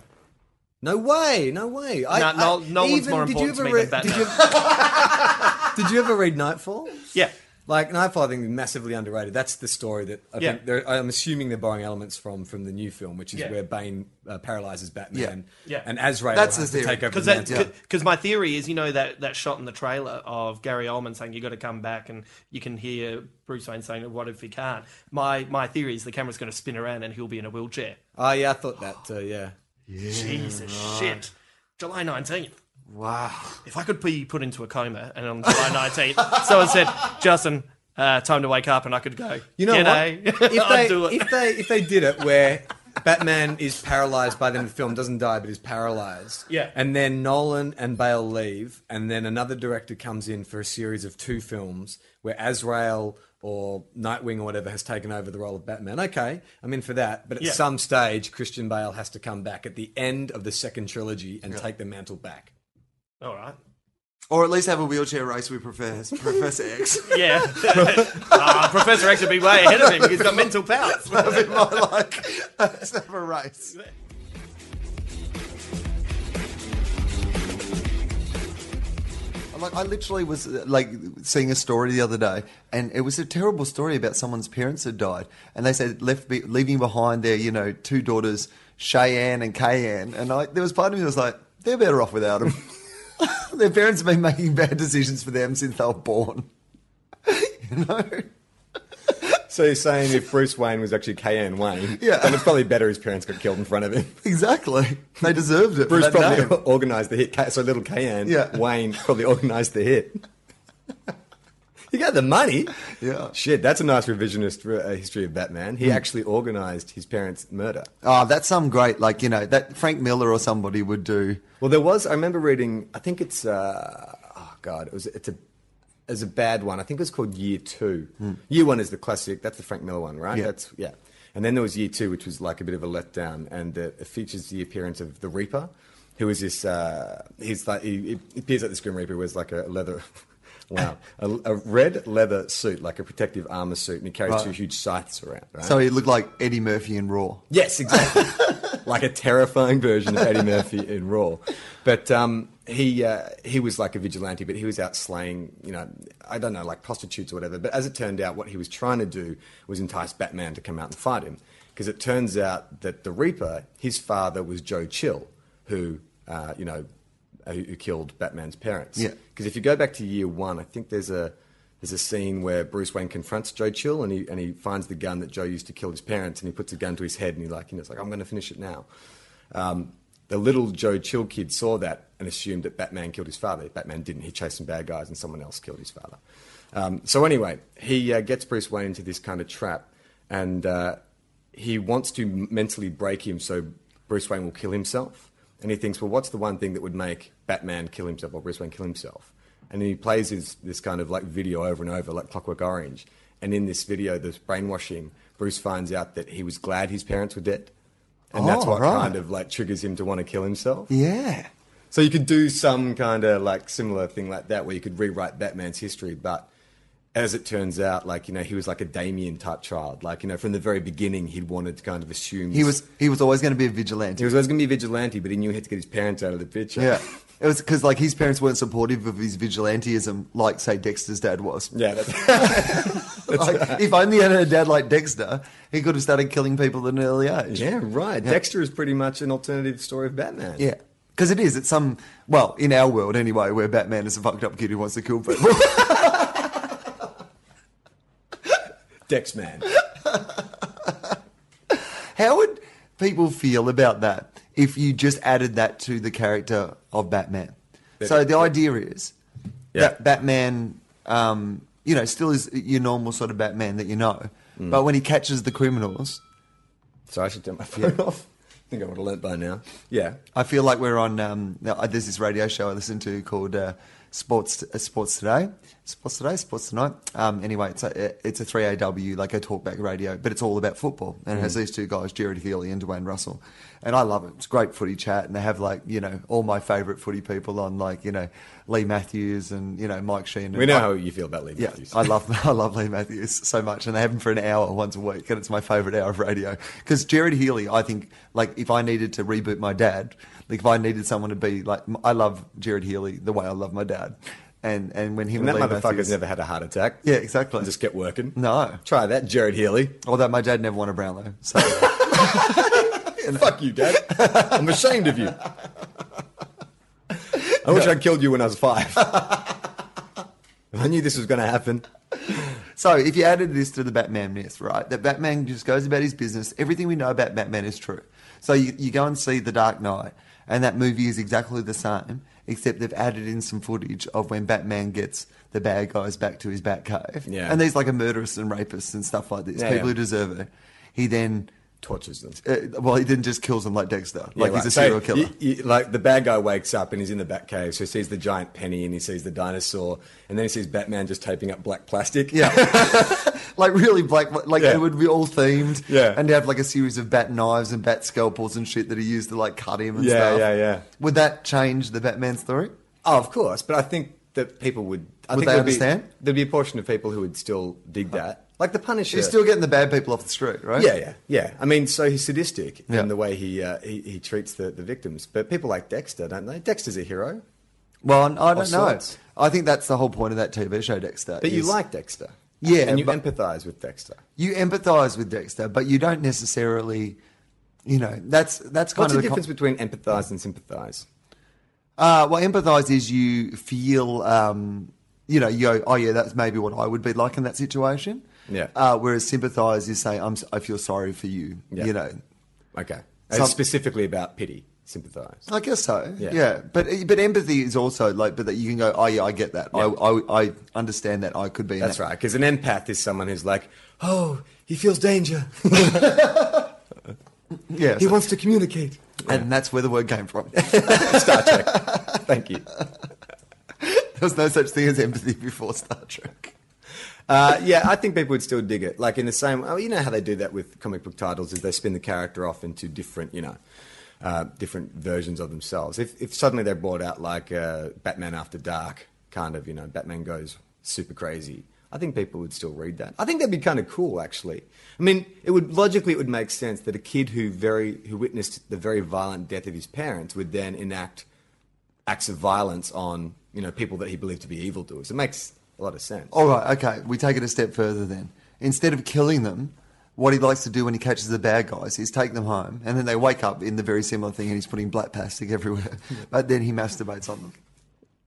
No way, no way. I,
No, no,
I-
Nolan's more
did you
important to
ever
me
re-
than
Did you, did you ever read Nightfall?
(laughs) Yeah.
Like Nightfall, I think is massively underrated. That's the story that I
Yeah.
think they're, I'm assuming they're borrowing elements from from the new film, which is
Yeah.
where Bane uh, paralyzes Batman.
Yeah. Yeah.
and Azrael
That's
has
the
to
theory.
take over the
Because
mantle.
because my theory is, you know, that, that shot in the trailer of Gary Oldman saying you got to come back, and you can hear Bruce Wayne saying, "What if he can't?" My my theory is the camera's going to spin around and he'll be in a wheelchair.
Oh yeah, I thought that. too, yeah,
Jesus shit! July nineteenth.
wow.
If I could be put into a coma and on July nineteenth, (laughs) someone said, "Justin, uh, time to wake up," and I could go.
you know
G'day. (laughs)
what? If
I'd
they
do it.
if they if they did it where Batman is paralyzed by the end of the film, doesn't die, but is paralyzed.
Yeah.
and then Nolan and Bale leave, and then another director comes in for a series of two films where Azrael or Nightwing or whatever has taken over the role of Batman. Okay, I'm in for that, but at
Yeah.
some stage, Christian Bale has to come back at the end of the second trilogy and take the mantle back.
All right.
Or at least have a wheelchair race with Professor,
(laughs)
Professor X.
Yeah. Ah, Professor X would be way ahead of him. He's got mental
(laughs)
powers.
That'd be my like. Let's have a race. Like I literally was uh, like seeing a story the other day, and it was a terrible story about someone's parents had died, and they said left be, leaving behind their you know two daughters, Cheyenne and Kayanne, and I, there was part of me that was like they're better off without them. (laughs) their parents have been making bad decisions for them since they were born. (laughs) you know.
So you're saying if Bruce Wayne was actually KN
(laughs)
Wayne,
Yeah.
then it's probably better his parents got killed in front of him.
Exactly. They deserved it. for
Bruce
that
probably (laughs)
name.
organised the hit. K- So little KN
Yeah.
Wayne probably organised the hit. (laughs) You got the money.
Yeah. Hmm.
Shit, that's a nice revisionist uh, history of Batman. He actually organised his parents' murder.
Oh, that's some great, like, you know, that Frank Miller or somebody would do.
Well, there was. I remember reading. I think it's. Uh, oh God, it was. It's a. It's a bad one. I think it was called Year Two. Year One is the classic. That's the Frank Miller one, right?
Hmm. Yeah.
That's yeah. And then there was Year Two, which was like a bit of a letdown, and uh, it features the appearance of the Reaper, who is this. Uh, he's like he, he appears like this Grim Reaper, wears like a leather. (laughs) Wow, a, a red leather suit, like a protective armor suit, and he carries
Right.
two huge scythes around. Right?
So he looked like Eddie Murphy in Raw.
Yes, exactly.
like a terrifying version of Eddie Murphy in Raw. But um, he uh, he was like a vigilante, but he was out slaying, you know, I don't know, like prostitutes or whatever. But as it turned out, what he was trying to do was entice Batman to come out and fight him, because it turns out that the Reaper, his father was Joe Chill, who uh, you know, uh, who who killed Batman's parents.
Yeah.
Because if you go back to year one, I think there's a there's a scene where Bruce Wayne confronts Joe Chill and he and he finds the gun that Joe used to kill his parents and he puts a gun to his head and he like you know it's like I'm going to finish it now. Um, the little Joe Chill kid saw that and assumed that Batman killed his father. Batman didn't. He chased some bad guys and someone else killed his father. Um, so anyway, he uh, gets Bruce Wayne into this kind of trap and uh, he wants to m- mentally break him so Bruce Wayne will kill himself. And he thinks, well, what's the one thing that would make Batman kill himself or Bruce Wayne kill himself? And he plays his, this kind of like video over and over, like Clockwork Orange. And in this video, this brainwashing, Bruce finds out that he was glad his parents were dead. And that's
Oh,
what
right.
kind of like triggers him to want to kill himself.
Yeah.
So you could do some kind of like similar thing like that where you could rewrite Batman's history, but as it turns out, like, you know, he was like a Damien type child. Like, you know, from the very beginning he'd wanted to kind of assume
He was he was always going to be a vigilante.
he was always gonna be a vigilante, but he knew he had to get his parents out of the picture.
yeah. It was because like his parents weren't supportive of his vigilanteism, like say Dexter's dad was.
yeah, that's,
(laughs) Like, if only he had a dad like Dexter, he could have started killing people at an early age.
yeah, right. Dexter is pretty much an alternative story of Batman.
Yeah. Because it is. It's some, well, in our world anyway, where Batman is a fucked up kid who wants to
(laughs)
kill people.
Dex
(laughs)
Man.
How would people feel about that if you just added that to the character of Batman? so the idea is that Batman, um, you know, still is your normal sort of Batman that you know.
Mm.
But when he catches the criminals,
So I should turn my phone off. I think I would have learnt by now. Yeah.
I feel like we're on. Um, no, I- there's this radio show I listen to called uh, Sports uh, Sports Today, Sports Today, Sports Tonight. Um, anyway, it's a it's a three AW like a talkback radio, but it's all about football, and
Mm.
it has these two guys, Jerry Healy and Dwayne Russell, and I love it. It's great footy chat, and they have like you know all my favourite footy people on, like you know Lee Matthews and you know Mike Sheen.
We know how you feel about Lee
Yeah,
Matthews.
I love (laughs) I love Lee Matthews so much, and they have him for an hour once a week, and it's my favorite hour of radio. Because Jared Healy, I think, like if I needed to reboot my dad, like if I needed someone to be like, m- I love Jared Healy the way I love my dad, and and when him
and that
and, Lee
motherfucker's
Matthews,
never had a heart attack.
yeah, exactly.
Just get working.
No.
Try that, Jared Healy.
Although my dad never won a Brownlow, so
Fuck you, Dad. I'm ashamed of you. (laughs) I wish I killed you when I was five. (laughs) I knew this was going to happen.
so if you added this to the Batman myth, right, that Batman just goes about his business. Everything we know about Batman is true. So you, you go and see The Dark Knight, and that movie is exactly the same, except they've added in some footage of when Batman gets the bad guys back to his Batcave.
Yeah.
And these like a murderous and rapists and stuff like this,
Yeah,
people
yeah.
who deserve it. He then,
Tortures them.
uh, well, he then just kills them like Dexter,
Yeah,
like he's
right.
a
So
serial killer.
you- you- like the bad guy wakes up and he's in the Batcave, so he sees the giant penny and he sees the dinosaur, and then he sees Batman just taping up black plastic.
Yeah. (laughs) like really black, like
Yeah.
it would be all themed.
Yeah.
And have like a series of bat knives and bat scalpels and shit that he used to like cut him and
Yeah,
stuff.
yeah, yeah.
Would that change the Batman story?
Oh, of course, but I think that people would. I
Would
think
they
there'd be-
understand?
there'd be a portion of people who would still dig that, like the Punisher.
She's still getting the bad people off the street, right?
Yeah, yeah, yeah. I mean, so he's sadistic
Yeah.
in the way he, uh, he he treats the, the victims, but people like Dexter, don't they? Dexter's a hero,
Well, I, I don't
Of
know.
sorts.
I think that's the whole point of that TV show, Dexter.
but you
is
like Dexter,
Yeah,
and you
but-
empathize with Dexter.
you empathize with Dexter, but you don't necessarily, you know, that's that's kind
What's
of
the
the con-
difference between empathize and sympathize?
Uh, well, empathise is you feel, um, you know, you go, oh yeah, that's maybe what I would be like in that situation.
Yeah.
Uh, whereas sympathise is saying, I'm, s- I feel sorry for you.
Yeah.
You know,
Okay,
Some-
it's specifically about pity, sympathize.
I guess so.
Yeah.
Yeah. But but empathy is also like, but that you can go, oh yeah, I get that. I, I I understand that I could be. in
That's
that.
right, because an empath is someone who's like, oh, he feels danger, (laughs)
Yeah.
he
so-
wants to communicate.
and that's where the word came from. (laughs) there
Star Trek. Thank you.
was no such thing as empathy before Star Trek.
Uh, yeah, I think people would still dig it. Like in the same, oh, you know how they do that with comic book titles is they spin the character off into different, you know, uh, different versions of themselves. If, if suddenly they're brought out like uh, Batman After Dark, kind of, you know, Batman goes super crazy, I think people would still read that. I think that'd be kind of cool, actually. I mean, it would logically it would make sense that a kid who very who witnessed the very violent death of his parents would then enact acts of violence on you know people that he believed to be evildoers. It makes a lot of sense.
All right, okay. We take it a step further then. Instead of killing them, what he likes to do when he catches the bad guys is take them home, and then they wake up in the very similar thing, and he's putting black plastic (laughs) everywhere. but then he masturbates on them.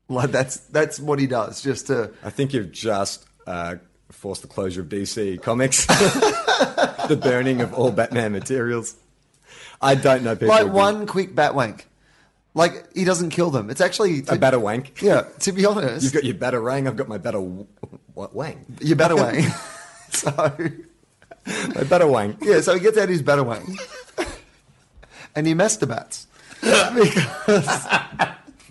Like that's that's what he does, just to
I think you've just uh, forced the closure of DC
(laughs)
Comics, the burning of all Batman materials. I don't know people.
like
who-
one quick bat wank. Like he doesn't kill them. It's actually
a batter wank.
Yeah, to be honest,
You've got your batter rang. I've got my batter w- what
(laughs)
wang.
your
(laughs)
batter wank. so
My batter wang.
yeah, so he gets out his batter wank, (laughs) and
(laughs)
he masturbates because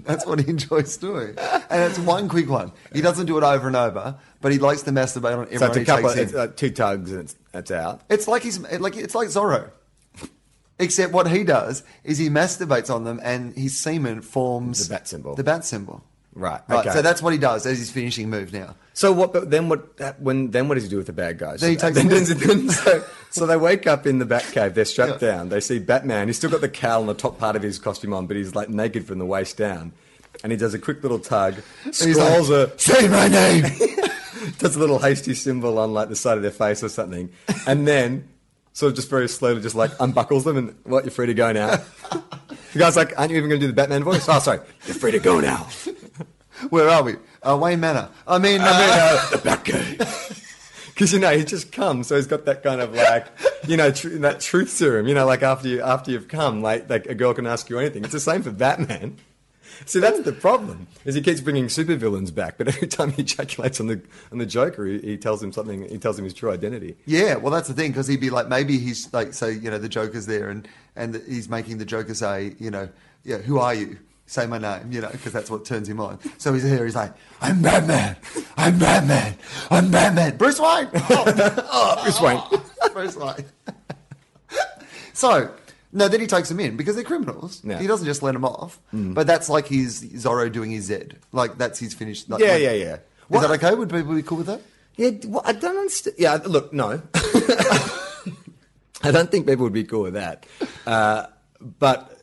that's what he enjoys doing, and it's one quick one. He doesn't do it over and over, but he likes to masturbate on everyone.
So it's a
he
couple.
takes in.
It's uh, two tugs and it's, it's out.
It's like he's it- like it's like Zorro. Except what he does is he masturbates on them, and his semen forms
The bat symbol.
The bat symbol.
Right,
Right.
okay.
So that's what he does as his finishing move now.
So what? But then what? that- When then what does he do with the bad guys?
Then he
So-
takes them-
(laughs) then- so, so they wake up in the Batcave. They're strapped
Yeah.
down. They see Batman. He's still got the cowl and the top part of his costume on, but he's like naked from the waist down. And he does a quick little tug.
he's
Scrawls a
Say my name.
(laughs) does a little hasty symbol on like the side of their face or something, and then sort of just very slowly just like unbuckles them and what you're free to go now. (laughs) The guy's like, aren't you even going to do the Batman voice? Oh, sorry, you're free to go now.
Where are we? Uh, Wayne Manor. I mean, uh,
I mean, uh, the Batcave. Because you know he just come, so he's got that kind of like, you know, tr- that truth serum. You know, like after you after you've come, like like a girl can ask you anything. It's the same for Batman. See, that's the problem. Is he keeps bringing supervillains back, but every time he ejaculates on the on the Joker, he, he tells him something. He tells him his true identity.
yeah. Well, that's the thing because he'd be like, maybe he's like, so you know, the Joker's there, and and he's making the Joker say, you know, yeah, who are you? Say my name, you know, because that's what turns him on. So he's here. He's like, I'm Batman. I'm Batman. I'm Batman.
(laughs)
Bruce Wayne. Oh,
Bruce Wayne.
Bruce Wayne. (laughs) so, no, then he takes them in because they're criminals.
Yeah. Mm.
He doesn't just let them off. But that's like his Zorro doing his Z. Like, that's his finish. Like,
Yeah,
like-
yeah, yeah.
Is
Well,
that okay? Would people be cool with that?
Yeah, d- well, I don't understand. Yeah, look, no, (laughs) I don't think people would be cool with that. Uh, but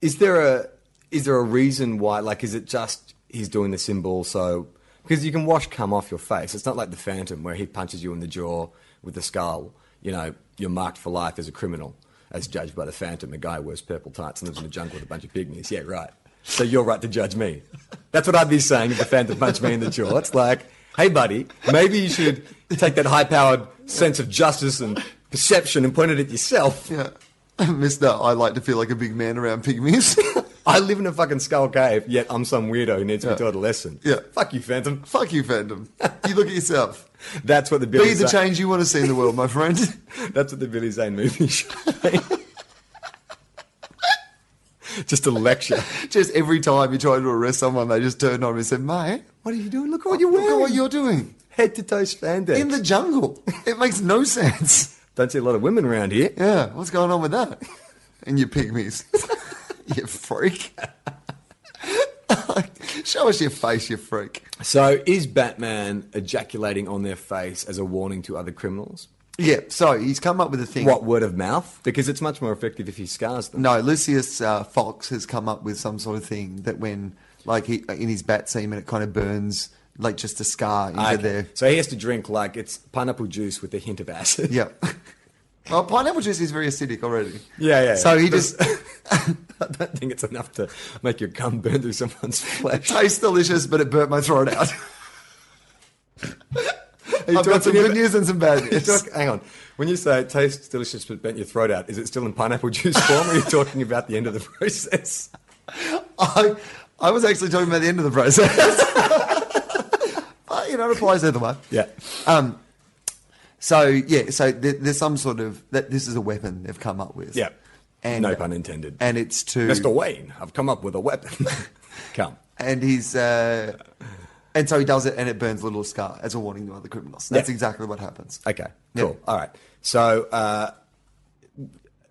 is there a is there a reason why? Like, is it just he's doing the symbol? So because you can wash cum off your face. It's not like the Phantom where he punches you in the jaw with the skull. You know, you're marked for life as a criminal, as judged by the Phantom, a guy who wears purple tights and lives in a jungle with a bunch of pygmies. Yeah, right. So you're right to judge me. That's what I'd be saying if the Phantom punched me in the jaw. It's like, hey, buddy, maybe you should take that high-powered sense of justice and perception and point it at yourself.
Yeah. (coughs) Mister, I like to feel like a big man around pygmies. (laughs)
I live in a fucking skull cave, yet I'm some weirdo who needs to be taught a lesson.
Yeah.
Fuck you, Phantom.
Fuck you, fandom. You look at yourself.
That's what the Billy
Be the
Zane-
change you want to see in the world, my friend. (laughs)
That's what the Billy Zane movie should be. (laughs) Just a lecture.
just every time you try to arrest someone, they just turn on me and say, mate,
What are you doing? Look at what you're wearing.
look at what you're doing.
head to toe spandex.
In the jungle. It makes no sense.
Don't see a lot of women around here.
Yeah, what's going on with that? (laughs) And you pygmies. (laughs) you freak. (laughs) Show us your face, you freak.
So, is Batman ejaculating on their face as a warning to other criminals?
Yeah, so he's come up with a thing.
What word of mouth? Because it's much more effective if he scars them.
No, Lucius uh, Fox has come up with some sort of thing that when, like, he, in his bat semen, it kind of burns, like, just a scar into
Okay.
there.
So he has to drink like it's pineapple juice with a hint of acid.
Yeah. (laughs) Well, pineapple juice is very acidic already.
Yeah, yeah.
So he
But- (laughs)
just
I don't think it's enough to make your gum burn through someone's
(laughs)
flesh.
tastes delicious, but it burnt my
(laughs)
throat out. I've
talking
got some good
about-
news and
(laughs)
some bad
You
news.
talk- hang on. When you say it tastes delicious but burnt your throat out, is it still in pineapple juice form or are you talking about the end of the (laughs) process?
I, I was actually talking about the end of the process. (laughs) but, you know, it applies either way.
Yeah.
Um, so, yeah, so there, there's some sort of, that this is a weapon they've come up with.
Yeah.
And,
no pun intended.
And it's to,
Mr. Wayne, I've come up with a weapon. come.
and he's, uh, and so he does it and it burns a little scar as a warning to other criminals.
(laughs)
That's
Yeah.
exactly what happens.
Okay.
Yeah.
Cool. All right. So uh,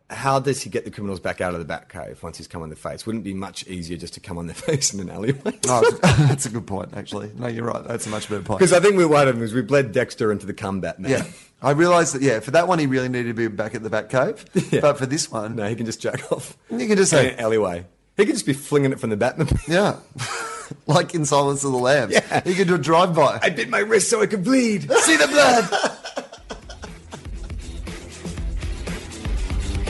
how does he get the criminals back out of the back cave once he's come on their face? Wouldn't it be much easier just to come on their (laughs) face in an alleyway? (laughs)
Oh, that's a good point, actually. No, you're right. That's a much better point.
Because I think we one of them is we bled Dexter into the combat man.
Yeah. I realised that, yeah, for that one, he really needed to be back at the back cave.
(laughs) Yeah.
But for this one,
(laughs) No, he can just jack off.
You can just
in
say-
an alleyway. He can just be flinging it from the Batman.
yeah. (laughs) like in Silence of the Lambs.
Yeah.
He could do a drive by.
(laughs) I bit my wrist so I (laughs) could bleed.
See the blood!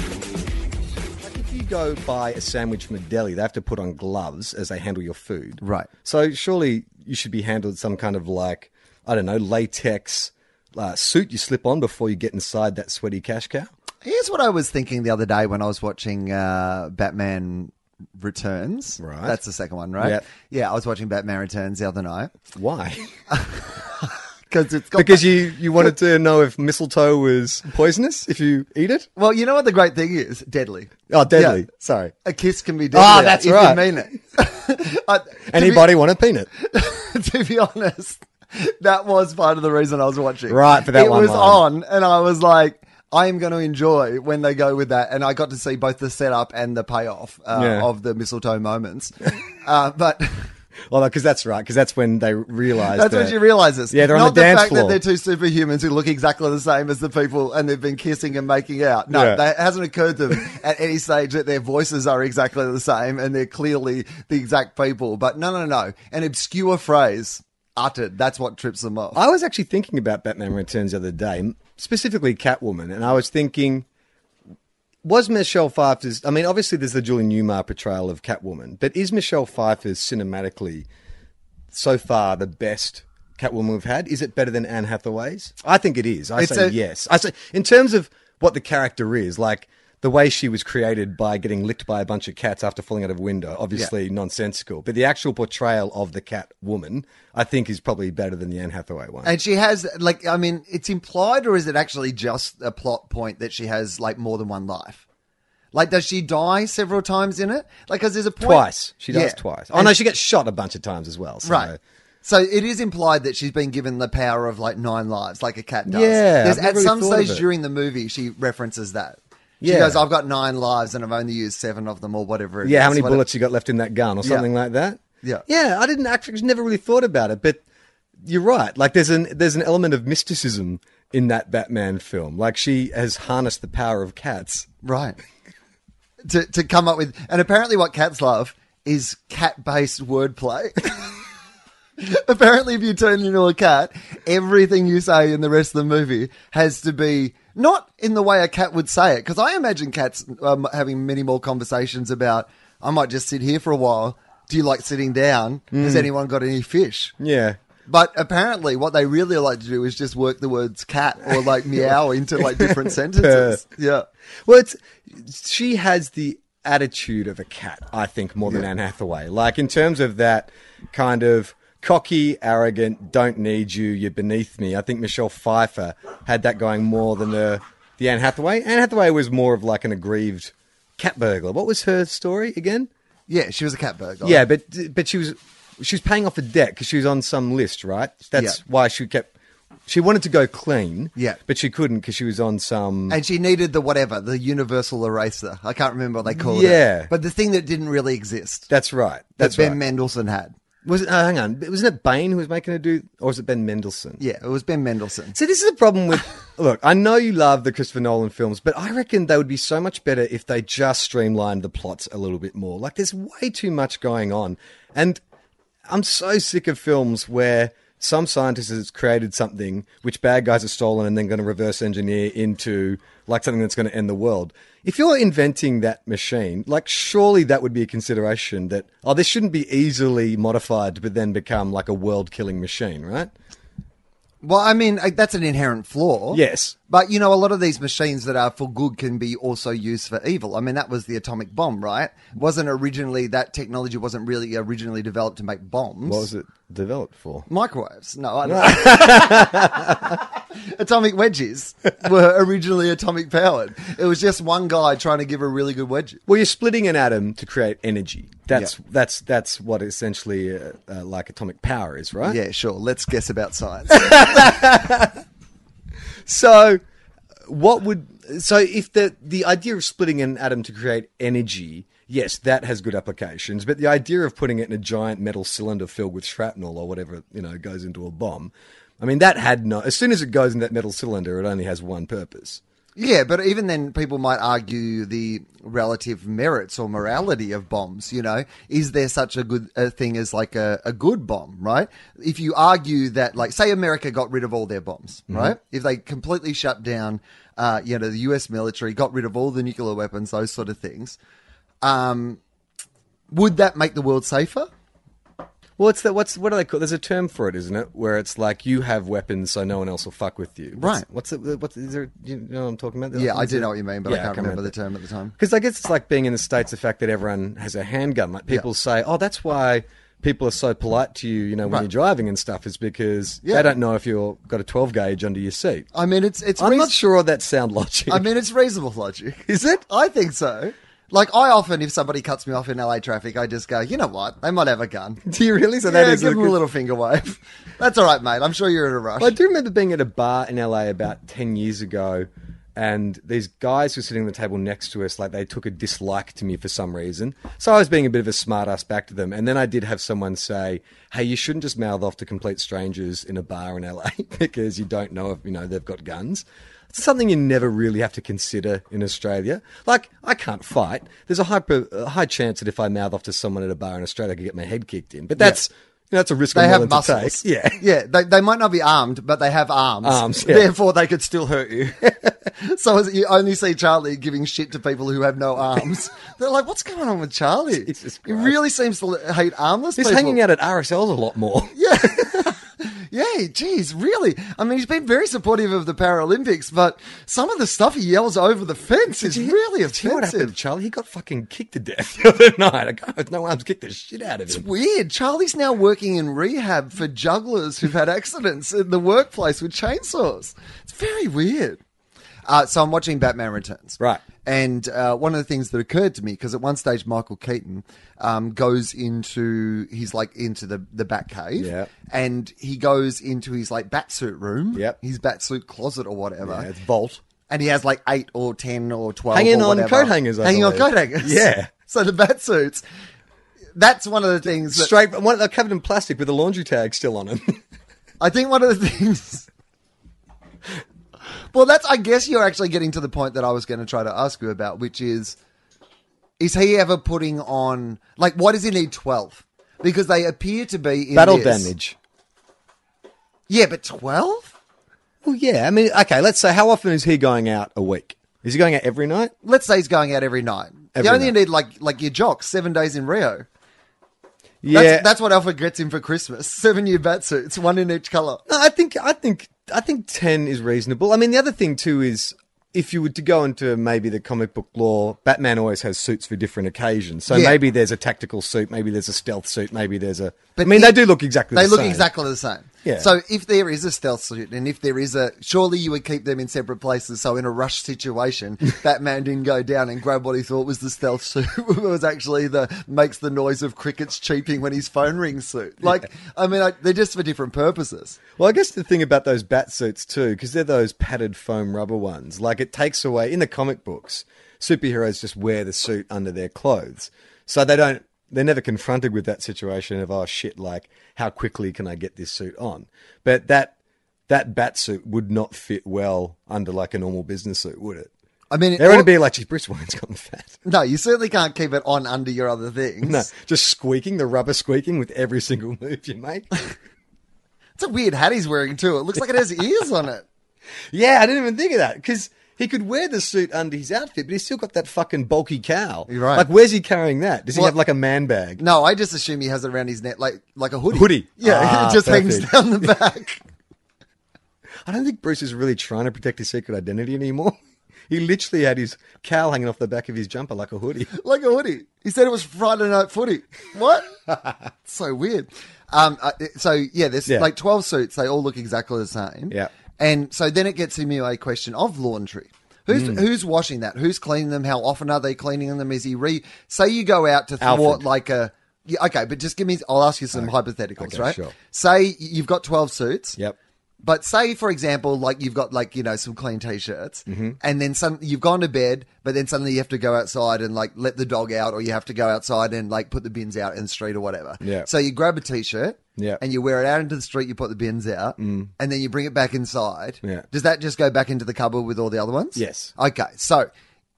Like if you go buy a sandwich from a deli, they have to put on gloves as they handle your food.
Right.
So surely you should be handled some kind of like I don't know latex uh, suit you slip on before you get inside that sweaty cash cow.
Here's what I was thinking the other day when I was watching uh, Batman Returns.
Right.
That's the second one, right?
Yep.
Yeah, I was watching Batman Returns the other night. (laughs)
Why?
Because it's got
because you you wanted to know if mistletoe was poisonous if you eat it.
Well, you know what the great thing is? Deadly.
Oh, deadly.
Yeah.
Sorry.
A kiss can be deadly.
Ah, that's
if
right.
you mean it. (laughs) I- to be-
Anybody want a peanut?
to be honest, that was part of the reason I was watching.
Right, for that
it
one
was
line.
on, and I was like, I am going to enjoy when they go with that, and I got to see both the setup and the payoff uh,
Yeah.
of the mistletoe moments. (laughs) uh, but
Well, because that's right. Because that's when they realised.
that's when
that-
she realizes.
Yeah, they're
Not
on the dance
fact
floor.
that they're two superhumans who look exactly the same as the people, and they've been kissing and making out. No,
Yeah.
that hasn't occurred to them (laughs) at any stage that their voices are exactly the same, and they're clearly the exact people. But no, no, no, an obscure phrase uttered. That's what trips them off.
I was actually thinking about Batman Returns the other day, specifically Catwoman, and I was thinking, was Michelle Pfeiffer's? I mean, obviously, there's the Julie Newmar portrayal of Catwoman, but is Michelle Pfeiffer's cinematically so far the best Catwoman we've had? Is it better than Anne Hathaway's? I think it is. I
It's
say
a-
yes. I say in terms of what the character is, like. The way she was created by getting licked by a bunch of cats after falling out of a window, obviously nonsensical. But the actual portrayal of the cat woman, I think, is probably better than the Anne Hathaway one.
And she has, like, I mean, it's implied, or is it actually just a plot point that she has, like, more than one life? Like, does she die several times in it? Like, because there's a point.
Twice. She does
Yeah.
twice. Oh,
And-
no, she gets shot a bunch of times as well. So.
Right. So it is implied that she's been given the power of, like, nine lives, like a cat does.
Yeah, I've
There's, at
never really
some
thought of
stage
it.
during the movie, she references that. She
Yeah.
goes, I've got nine lives and I've only used seven of them, or whatever. it
Yeah, how
is."
many
Whatever-
bullets you got left in that gun or
Yeah.
something like that?
Yeah.
Yeah, I didn't actually never really thought about it, but you're right. Like there's an there's an element of mysticism in that Batman film. Like she has harnessed the power of cats.
Right. to, to come up with, and apparently what cats love is cat based wordplay. (laughs) apparently, if you turn into a cat, everything you say in the rest of the movie has to be not in the way a cat would say it. Because I imagine cats um, having many more conversations about, I might just sit here for a while. Do you like sitting down? Has anyone got any fish?
Yeah.
But apparently, what they really like to do is just work the words cat or like meow into like different sentences. Yeah.
Well, it's she has the attitude of a cat, I think, more than Anne Hathaway. Like in terms of that kind of cocky, arrogant, don't need you, you're beneath me. I think Michelle Pfeiffer had that going more than the the Anne Hathaway. Anne Hathaway was more of like an aggrieved cat burglar. What was her story again?
Yeah, she was a cat burglar.
Yeah, but but she was she was paying off a debt because she was on some list, right? That's
Yeah.
why she kept. She wanted to go clean,
Yeah.
but she couldn't because she was on some.
And she needed the whatever, the universal eraser. I can't remember what they called it.
Yeah.
But the thing that didn't really exist
that's right. That's
that Ben
right.
Mendelsohn had.
Was it, oh, hang on, wasn't it Bane who was making her do, or was it Ben Mendelsohn?
Yeah, it was Ben Mendelsohn.
So this is a problem with. (laughs) look, I know you love the Christopher Nolan films, but I reckon they would be so much better if they just streamlined the plots a little bit more. Like, there's way too much going on, and I'm so sick of films where some scientist has created something which bad guys have stolen and then going to reverse engineer into like something that's going to end the world. If you're inventing that machine, like surely that would be a consideration that oh, this shouldn't be easily modified, but then become like a world-killing machine, right?
Well, I mean, I- that's an inherent flaw.
Yes.
But, you know, a lot of these machines that are for good can be also used for evil. I mean, that was the atomic bomb, right? Wasn't originally, that technology wasn't really originally developed to make bombs.
What was it developed for?
Microwaves. No, I don't know. (laughs) atomic wedgies were originally atomic powered. It was just one guy trying to give a really good wedgie.
Well, you're splitting an atom to create energy. That's that's that's what essentially uh, uh, like atomic power is, right?
Yeah, sure. Let's guess about science.
So what would so if the the idea of splitting an atom to create energy yes that has good applications but the idea of putting it in a giant metal cylinder filled with shrapnel or whatever you know goes into a bomb i mean that had no as soon as it goes in that metal cylinder it only has one purpose
Yeah, but even then, people might argue the relative merits or morality of bombs. You know, is there such a good a thing as like a, a good bomb, right? If you argue that, like, say America got rid of all their bombs,
Mm-hmm.
right? If they completely shut down, uh, you know, the US military got rid of all the nuclear weapons, those sort of things, um, would that make the world safer?
well it's that what's what do they call there's a term for it isn't it where it's like you have weapons so no one else will fuck with you What's-
Right.
what's it what's is there you know what i'm talking about
Yeah, I do know what you mean, but I
Yeah,
can't
come
remember
on.
the term at the time.
Because I guess it's like being in the States, the fact that everyone has a handgun. Like people say, oh, that's why people are so polite to you, you know, when
Right.
you're driving and stuff, is because
Yeah.
they don't know if you've got a 12 gauge under your seat.
I mean, it's it's.
I'm
reas-
not sure of that sound logic.
I mean, it's reasonable logic. (laughs)
is it?
I think so. Like I often, if somebody cuts me off in LA traffic, I just go, you know what? They might have a gun.
Do you really? (laughs) So
yeah,
that is
give
a
them a
good-
little finger wave. (laughs) That's all right, mate. I'm sure you're in a rush.
I do remember being at a bar in LA about 10 years ago, and these guys who were sitting at the table next to us, like they took a dislike to me for some reason. So I was being a bit of a smart ass back to them. And then I did have someone say, Hey, you shouldn't just mouth off to complete strangers in a (laughs) bar in LA because you don't know if, you know, they've got guns. It's something you never really have to consider in Australia. Like, I can't fight. There's a, hyper, a high chance that if I mouth off to someone at a bar in Australia, I could get my head kicked in. But that's, you know, that's a risk
they
I'm
have
willing
muscles.
to take. (laughs) Yeah.
(laughs) yeah. They, they might not be armed, but they have arms.
Arms, yeah.
Therefore, they could still hurt you. (laughs) so as- you only see Charlie giving shit to people who have
(laughs)
no arms. They're like, "What's going on with Charlie?
Jesus
he
Christ.
really seems to l- hate armless
He's
people."
hanging out at RSL's a lot
(laughs)
more.
Yeah. Yay, geez, really? I mean, he's been very supportive of the Paralympics, but some of the stuff he yells over the fence is really
Did you hear what happened to
offensive.
Charlie? He got fucking kicked to death (laughs) the other night. A guy with no arms kicked the shit out of
It's
him.
weird. Charlie's now working in rehab for jugglers who've had accidents in the workplace with chainsaws. It's very weird. Uh, so I'm watching Batman Returns.
Right.
And uh, one of the things that occurred to me, because at one stage Michael Keaton um, goes into, he's like into the, the Batcave.
Yeah.
And he goes into his like Batsuit room.
Yep.
His Batsuit closet or whatever
Yeah, it's Bolt.
and he has like eight or ten or twelve
Hanging
or
on
whatever.
coat hangers, I
hanging on
believe.
coat hangers.
Yeah.
(laughs) So the bat suits. That's one of the things. That,
Straight, one, they're covered in plastic with a laundry tag still on him. (laughs)
I think one of the (laughs) things. well, that's. I guess you're actually getting to the point that I was going to try to ask you about, which is, is he ever putting on like what does he need twelve? Because they appear to be in
Battle
this-
damage.
Yeah, but twelve.
Well, yeah. I mean, okay, let's say, how often is he going out a week? Is he going out every night?
Let's say he's going out every night.
Every
you only
night.
need like like your jocks seven days in Rio.
Yeah.
That's, that's what Alfred gets him for Christmas. (laughs) Seven new batsuits, one in each color.
No, I think I think I think ten is reasonable. I mean, the other thing too is if you were to go into maybe the comic book lore, Batman always has suits for different occasions. So
Yeah.
maybe there's a tactical suit, maybe there's a stealth suit, maybe there's a.
But
I mean,
it-
they do look exactly.
They
the
look
same.
exactly the same.
Yeah.
So if there is a stealth suit, and if there is a, surely you would keep them in separate places. So in a rush
(laughs)
situation, Batman didn't go down and grab what he thought was the stealth suit. (laughs) it was actually the makes the noise of crickets cheeping when his phone rings suit. Like, I mean, I, they're just for different purposes.
Well, I guess the thing about those bat suits too, because they're those padded foam rubber ones. Like it takes away in the comic books, superheroes just wear the suit under their clothes, so they don't. They're never confronted with that situation of oh shit, like how quickly can I get this suit on? But that that bat suit would not fit well under like a normal business suit, would it?
I mean, it-
They're going to be like, geez, Bruce Wayne's gotten fat. (laughs)
no, you certainly can't keep it on under your other things.
No, just squeaking, the rubber squeaking with every single (laughs) move you make.
It's a weird hat he's wearing too. It looks like it has ears on it.
Yeah, I didn't even think of that because he could wear the suit under his outfit, but he's still got that fucking bulky cow.
You're right.
Like, where's he carrying that? Does he
Well-
have like a man bag?
No, I just assume he has it around his neck, like like a hoodie.
Hoodie.
Yeah, (laughs)
Ah,
it just hangs
perfect.
down
(laughs)
the back.
I don't think Bruce is really trying to protect his secret identity anymore. (laughs) He literally had his cowl hanging off the back of his jumper like a
(laughs)
hoodie.
like a hoodie. He said it was Friday night footy.
(laughs)
What? so weird. Um, uh, so yeah, there's
Yeah.
like twelve suits. They all look exactly the same.
Yeah.
And so then it gets to me a question of laundry. Who's
Hmm.
who's washing that? Who's cleaning them? How often are they cleaning them? Is he re? Say you go out to thwart
Alfred.
like a. Yeah, okay, but just give me. I'll ask you some hypotheticals,
okay,
right?
sure.
Say you've got twelve suits.
Yep.
But say, for example, like you've got like you know some clean t-shirts,
Mm-hmm.
and then some you've gone to bed, but then suddenly you have to go outside and like let the dog out, or you have to go outside and like put the bins out in the street or whatever.
Yeah.
So you grab a t-shirt,
Yeah. Mm.
and you wear it out into the street. You put the bins out, and then you bring it back inside.
Yeah.
Does that just go back into the cupboard with all the other ones?
Yes.
Okay, so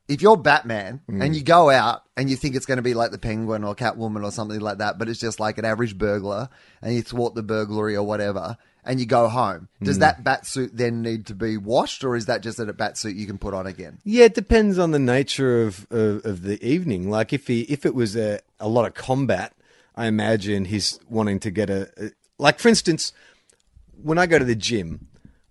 if you're Batman and you go out and you think it's going to be like the Penguin or Catwoman or something like that, but it's just like an average burglar and you thwart the burglary or whatever and you go home, does that bat suit then need to be washed or is that just a bat suit you can put on again?
Yeah, it depends on the nature of, of, of the evening. Like if he if it was a, a lot of combat, I imagine he's wanting to get a, a like for instance, when I go to the gym,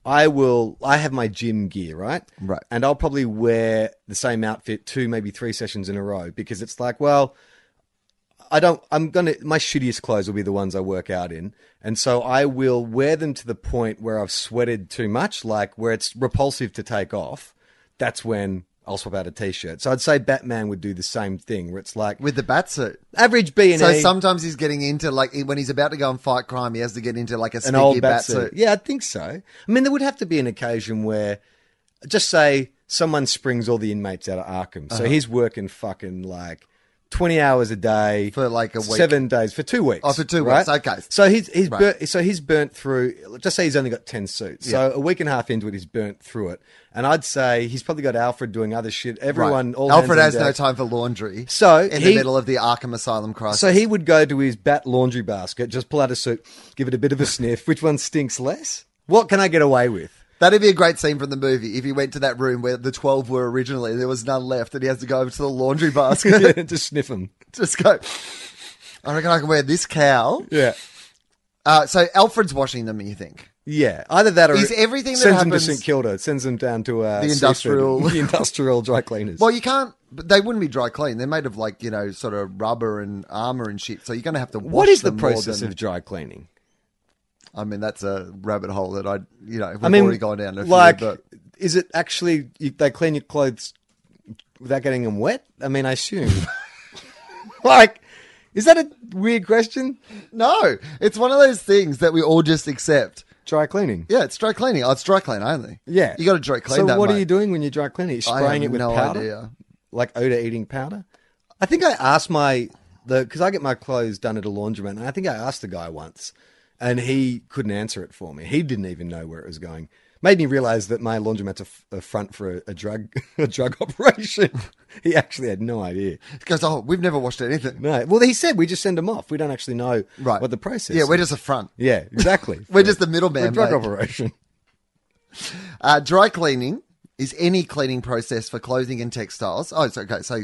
I will I have my gym gear, right?
Right.
And I'll probably wear the same outfit two, maybe three sessions in a row because it's like, well, I don't. I'm gonna. My shittiest clothes will be the ones I work out in, and so I will wear them to the point where I've sweated too much, like where it's repulsive to take off. That's when I'll swap out a t-shirt. So I'd say Batman would do the same thing, where it's like
With the bat suit.
average B and E,
So
A,
sometimes he's getting into like when he's about to go and fight crime, he has to get into like a
an
sticky
old
bat
bat
suit.
suit. Yeah, I think so. I mean, there would have to be an occasion where, just say, someone springs all the inmates out of Arkham,
Uh-huh.
so he's working fucking like. 20 hours a day
For, like, a week.
seven days for two weeks
Oh, for two
right?
weeks, okay.
So he's he's
Right.
burnt, so he's burnt through. Just say he's only got ten suits. So a week and a half into it, he's burnt through it. And I'd say he's probably got Alfred doing other shit. Everyone,
Right.
all hands
Alfred
on
has no
deck.
time for laundry.
So
in the
he-
middle of the Arkham Asylum crisis,
So he would go to his bat laundry basket, just pull out a suit, give it a bit of a sniff. Which one stinks less? What can I get away with?
That'd be a great scene from the movie if he went to that room where the 12 were originally, there was none left, and he has to go over to the
(laughs)
laundry basket.
just sniff them.
Just go, I reckon I can wear this cowl.
Yeah,
Uh, so Alfred's washing them, you think?
yeah. Either that or
Is everything that
sends them
happens-
to St Kilda, It sends them down to uh,
The
Seaford,
industrial-
(laughs) the industrial dry cleaners.
Well, you can't, but they wouldn't be dry clean. They're made of like, you know, sort of rubber and armor and shit. So you're going to have to wash
what is the
them more
process
than-
of dry cleaning?
I mean, that's a rabbit hole that I, you know, we've
I mean,
already gone down a few,
like,
but-
is it actually you, they clean your clothes without getting them wet? I mean, I
(laughs)
assume. (laughs) like, is that a weird question?
No, it's one of those things that we all just accept.
Dry cleaning.
Yeah, it's dry cleaning. Oh, it's dry clean only.
Yeah,
You got to dry clean
So,
that,
what are
mate.
you doing when you dry clean it? You're
I
spraying
have
it with
no
powder,
idea.
like odor eating powder. I think I asked my the because I get my clothes done at a laundromat, and I think I asked the guy once, and he couldn't answer it for me. He didn't even know where it was going. Made me realize that my laundromat's a, f- a front for a, a drug (laughs) a drug operation. (laughs) he actually had no idea.
Because oh, we've never washed anything.
No, well, he said we just send them off. We don't actually know
Right.
what the process.
Yeah,
is.
we're just a front.
yeah, exactly.
(laughs) We're just the
For a
middleman.
drug
mate. (laughs)
operation.
Uh, dry cleaning is any cleaning process for clothing and textiles. Oh, it's okay. So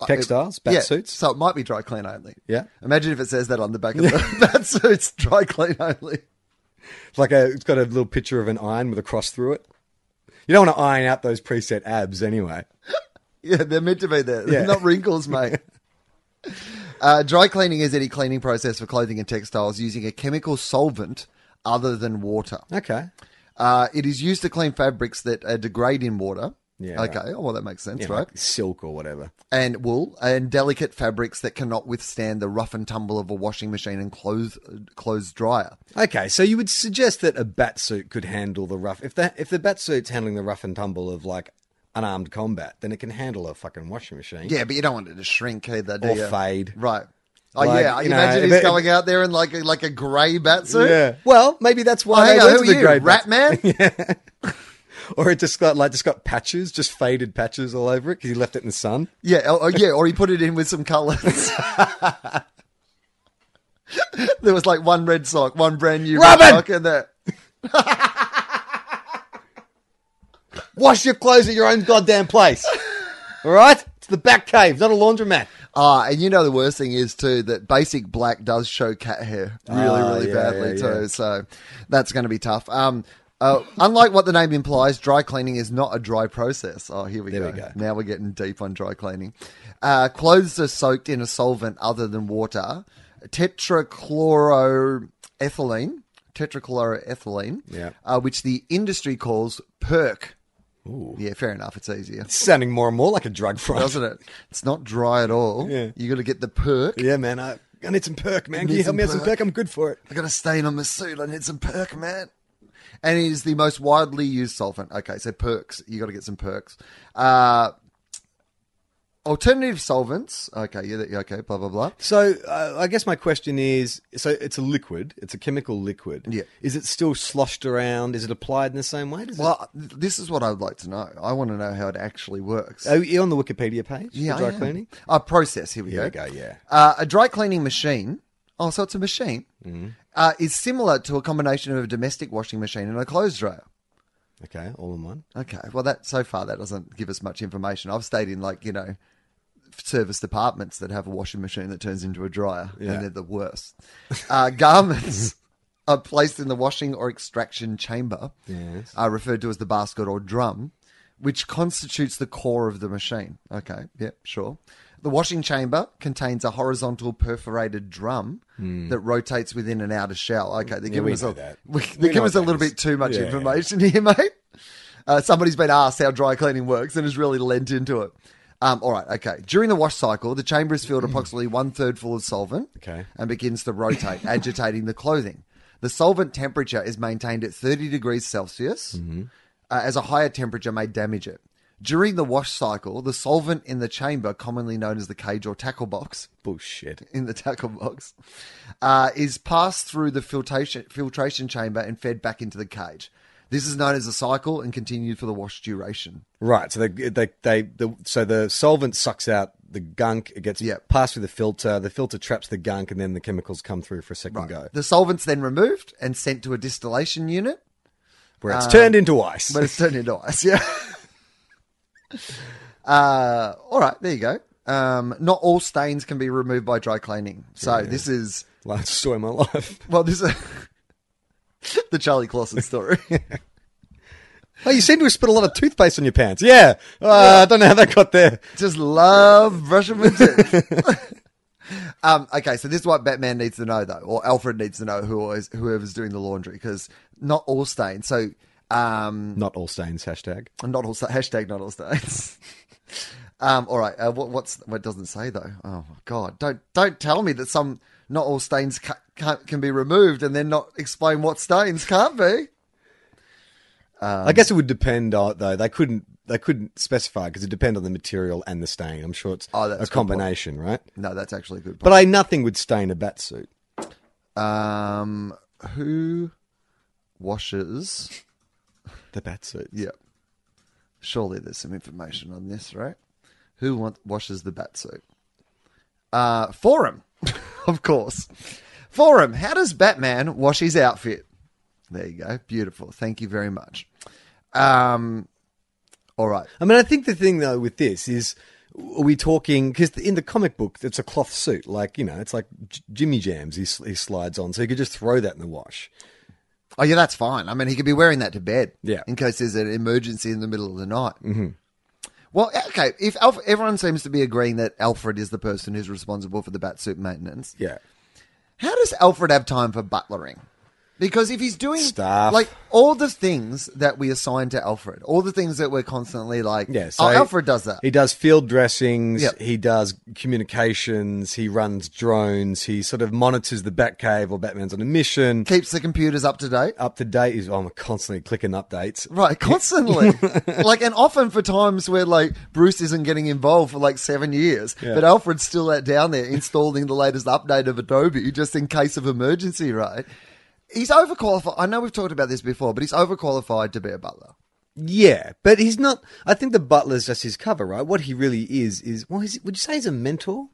uh,
Textiles, bat
yeah,
suits.
So it might be dry clean only.
Yeah.
Imagine if it says that on the back of the (laughs) bat suits, dry clean only.
It's like a, it's got a little picture of an iron with a cross through it. You don't want to iron out those preset abs anyway.
Yeah, they're meant to be there. They're
Yeah.
not wrinkles, mate. uh, dry cleaning is any cleaning process for clothing and textiles using a chemical solvent other than water.
Okay.
Uh, it is used to clean fabrics that uh, degrade in water.
Yeah,
Okay. Oh, well, that makes sense,
Yeah,
right?
like silk or whatever.
and wool and delicate fabrics that cannot withstand the rough and tumble of a washing machine and clothes clothes dryer.
Okay, so you would suggest that a bat suit could handle the rough if that if the bat suit's handling the rough and tumble of like unarmed combat, then it can handle a fucking washing machine.
Yeah, but you don't want it to shrink either, do
Or
you?
fade.
Right. Oh
Like,
yeah,
you know,
imagine
if
he's
it-
going out there in like a, like a grey bat suit.
Yeah. Well, maybe that's
Oh,
why
hang
they
on,
went
who are
to the
you,
grey bat
Rat Man?
(laughs) Or it just got like just got patches, just faded patches all over it because he left it in the sun.
Yeah, oh, oh, yeah, or he put it in with
(laughs)
some colours. (laughs) there was like one red sock, one brand new
Robin!
red sock, and that.
Wash your clothes at your own goddamn (laughs) place. all right, it's the back cave, not a laundromat.
Ah, and you know the worst thing is too that basic black does show cat hair really,
Ah,
really
yeah,
badly
yeah,
too.
yeah.
So that's going to be tough. Um, uh, unlike what the name implies, dry cleaning is not a dry process. Oh, here we,
There
go.
we go.
Now we're getting deep on dry cleaning. Uh, clothes are soaked in a solvent other than water, tetrachloroethylene, tetrachloroethylene,
Yeah.
uh, which the industry calls perk. Yeah, fair enough. It's easier
sounding more and more like a drug front.
doesn't it? It's not dry at all.
Yeah.
You got to get the perk.
Yeah, man. I, I need some perk, man. Can
Need
you help
some
me out some
perk.
perk? I'm good for it.
I got a stain on my suit. I need some perk, man. and it is the most widely used solvent. Okay, so perks. You got to get some perks. Uh, alternative solvents. Okay, yeah, that- yeah, okay, blah blah blah.
So uh, I guess my question is: so it's a liquid, it's a chemical liquid.
Yeah.
Is it still sloshed around? Is it applied in the same way? Does
Well, this is what I'd like to know. I want to know how it actually works.
it, are you on the Wikipedia page? for
yeah,
Oh, dry
I am.
cleaning.
Uh, process. Here we
There we
go.
go. Yeah.
Uh, a dry cleaning machine. Oh, so it's a machine.
Mm-hmm.
Uh, is similar to a combination of a domestic washing machine and a clothes dryer.
Okay. All in one.
Okay. Well, that so far that doesn't give us much information. I've stayed in like you know service departments that have a washing machine that turns into a dryer,
Yeah.
and they're the worst. Uh, (laughs) garments are placed in the washing or extraction chamber,
Yes.
uh, referred to as the basket or drum, which constitutes the core of the machine. Okay. Yep. Sure. The washing chamber contains a horizontal perforated drum that rotates within an outer shell. Okay, they're giving
Hmm. we
us
know
a,
that.
we- (laughs) they're
We
giving
know
us a
what
little
that is.
bit too much
Yeah.
information (laughs) here, mate. Uh, somebody's been asked how dry cleaning works and has really lent into it. Um, all right, okay. During the wash cycle, the chamber is filled approximately one third full of solvent
Okay.
and begins to rotate, agitating the clothing. The solvent temperature is maintained at 30 degrees Celsius, uh, as a higher temperature may damage it. During the wash cycle, the solvent in the chamber, commonly known as the cage or tackle box,
Bullshit.
in the tackle box uh, is passed through the filtration filtration chamber and fed back into the cage. This is known as a cycle and continued for the wash duration.
Right. So they they they the, so the solvent sucks out the gunk. It gets
Yep.
passed through the filter. The filter traps the gunk, and then the chemicals come through for a second go,
The solvent's then removed and sent to a distillation unit,
where it's turned into ice.
but it's turned into ice. Yeah. (laughs) uh, all right, there you go. Um, not all stains can be removed by dry cleaning, so this is
(laughs) Last story of my (laughs) life.
well, this is (laughs) the Charlie Clausen story.
Oh, you seem to have spit a lot of toothpaste on your pants. Yeah. Uh, I don't know how that got there.
Just love brushing with teeth. um, okay, so this is what Batman needs to know, though, or Alfred needs to know who always, whoever's doing the laundry, because not all stains. So, um,
Not all stains. Hashtag.
not all sta- hashtag not all stains. (laughs) um, all right, uh, what, what's what it doesn't say though? Oh my god, don't don't tell me that some not all stains ca- can't, can be removed, and then not explain what stains can't be.
I guess it would depend on though. They couldn't. They couldn't specify because it depend on the material and the stain. I'm sure it's
Oh, that's a
a
good point.
combination, right?
No, that's actually a good.
But I nothing would stain a bat suit.
um, who washes?
The bat suit.
Yeah. Surely there's some information on this, right? Who want, washes the bat suit? Uh, Forum, (laughs) of course. Forum, how does Batman wash his outfit? There you go. Beautiful. Thank you very much. Um, all right.
I mean, I think the thing though with this is, are we talking? Because in the comic book, it's a cloth suit, like you know, it's like J- Jimmy Jams. He, sl- he slides on, so you could just throw that in the wash.
Oh, yeah, that's fine. I mean, he could be wearing that to bed.
Yeah.
In case there's an emergency in the middle of the night. Mm-hmm. Well, okay. If Alf- everyone seems to be agreeing that Alfred is the person who's responsible for the bat suit maintenance,
Yeah.
How does Alfred have time for butlering? Because if he's doing
Stuff.
like all the things that we assign to Alfred, all the things that we're constantly like,
Yeah, so
oh, Alfred does that.
He does field dressings.
Yep.
He does communications. He runs drones. He sort of monitors the Batcave or Batman's on a mission.
Keeps the computers up to date.
Up to date. He's I'm constantly clicking updates. (laughs)
Right, constantly. like, and often for times where, like, Bruce isn't getting involved for like seven years, but Alfred's still out down there installing the latest update of Adobe just in case of emergency, right? He's overqualified. I know we've talked about this before, but he's overqualified to be a butler.
Yeah, but he's not. I think the butler's just his cover, right? What he really is is. Well, he's, would you say he's a mentor?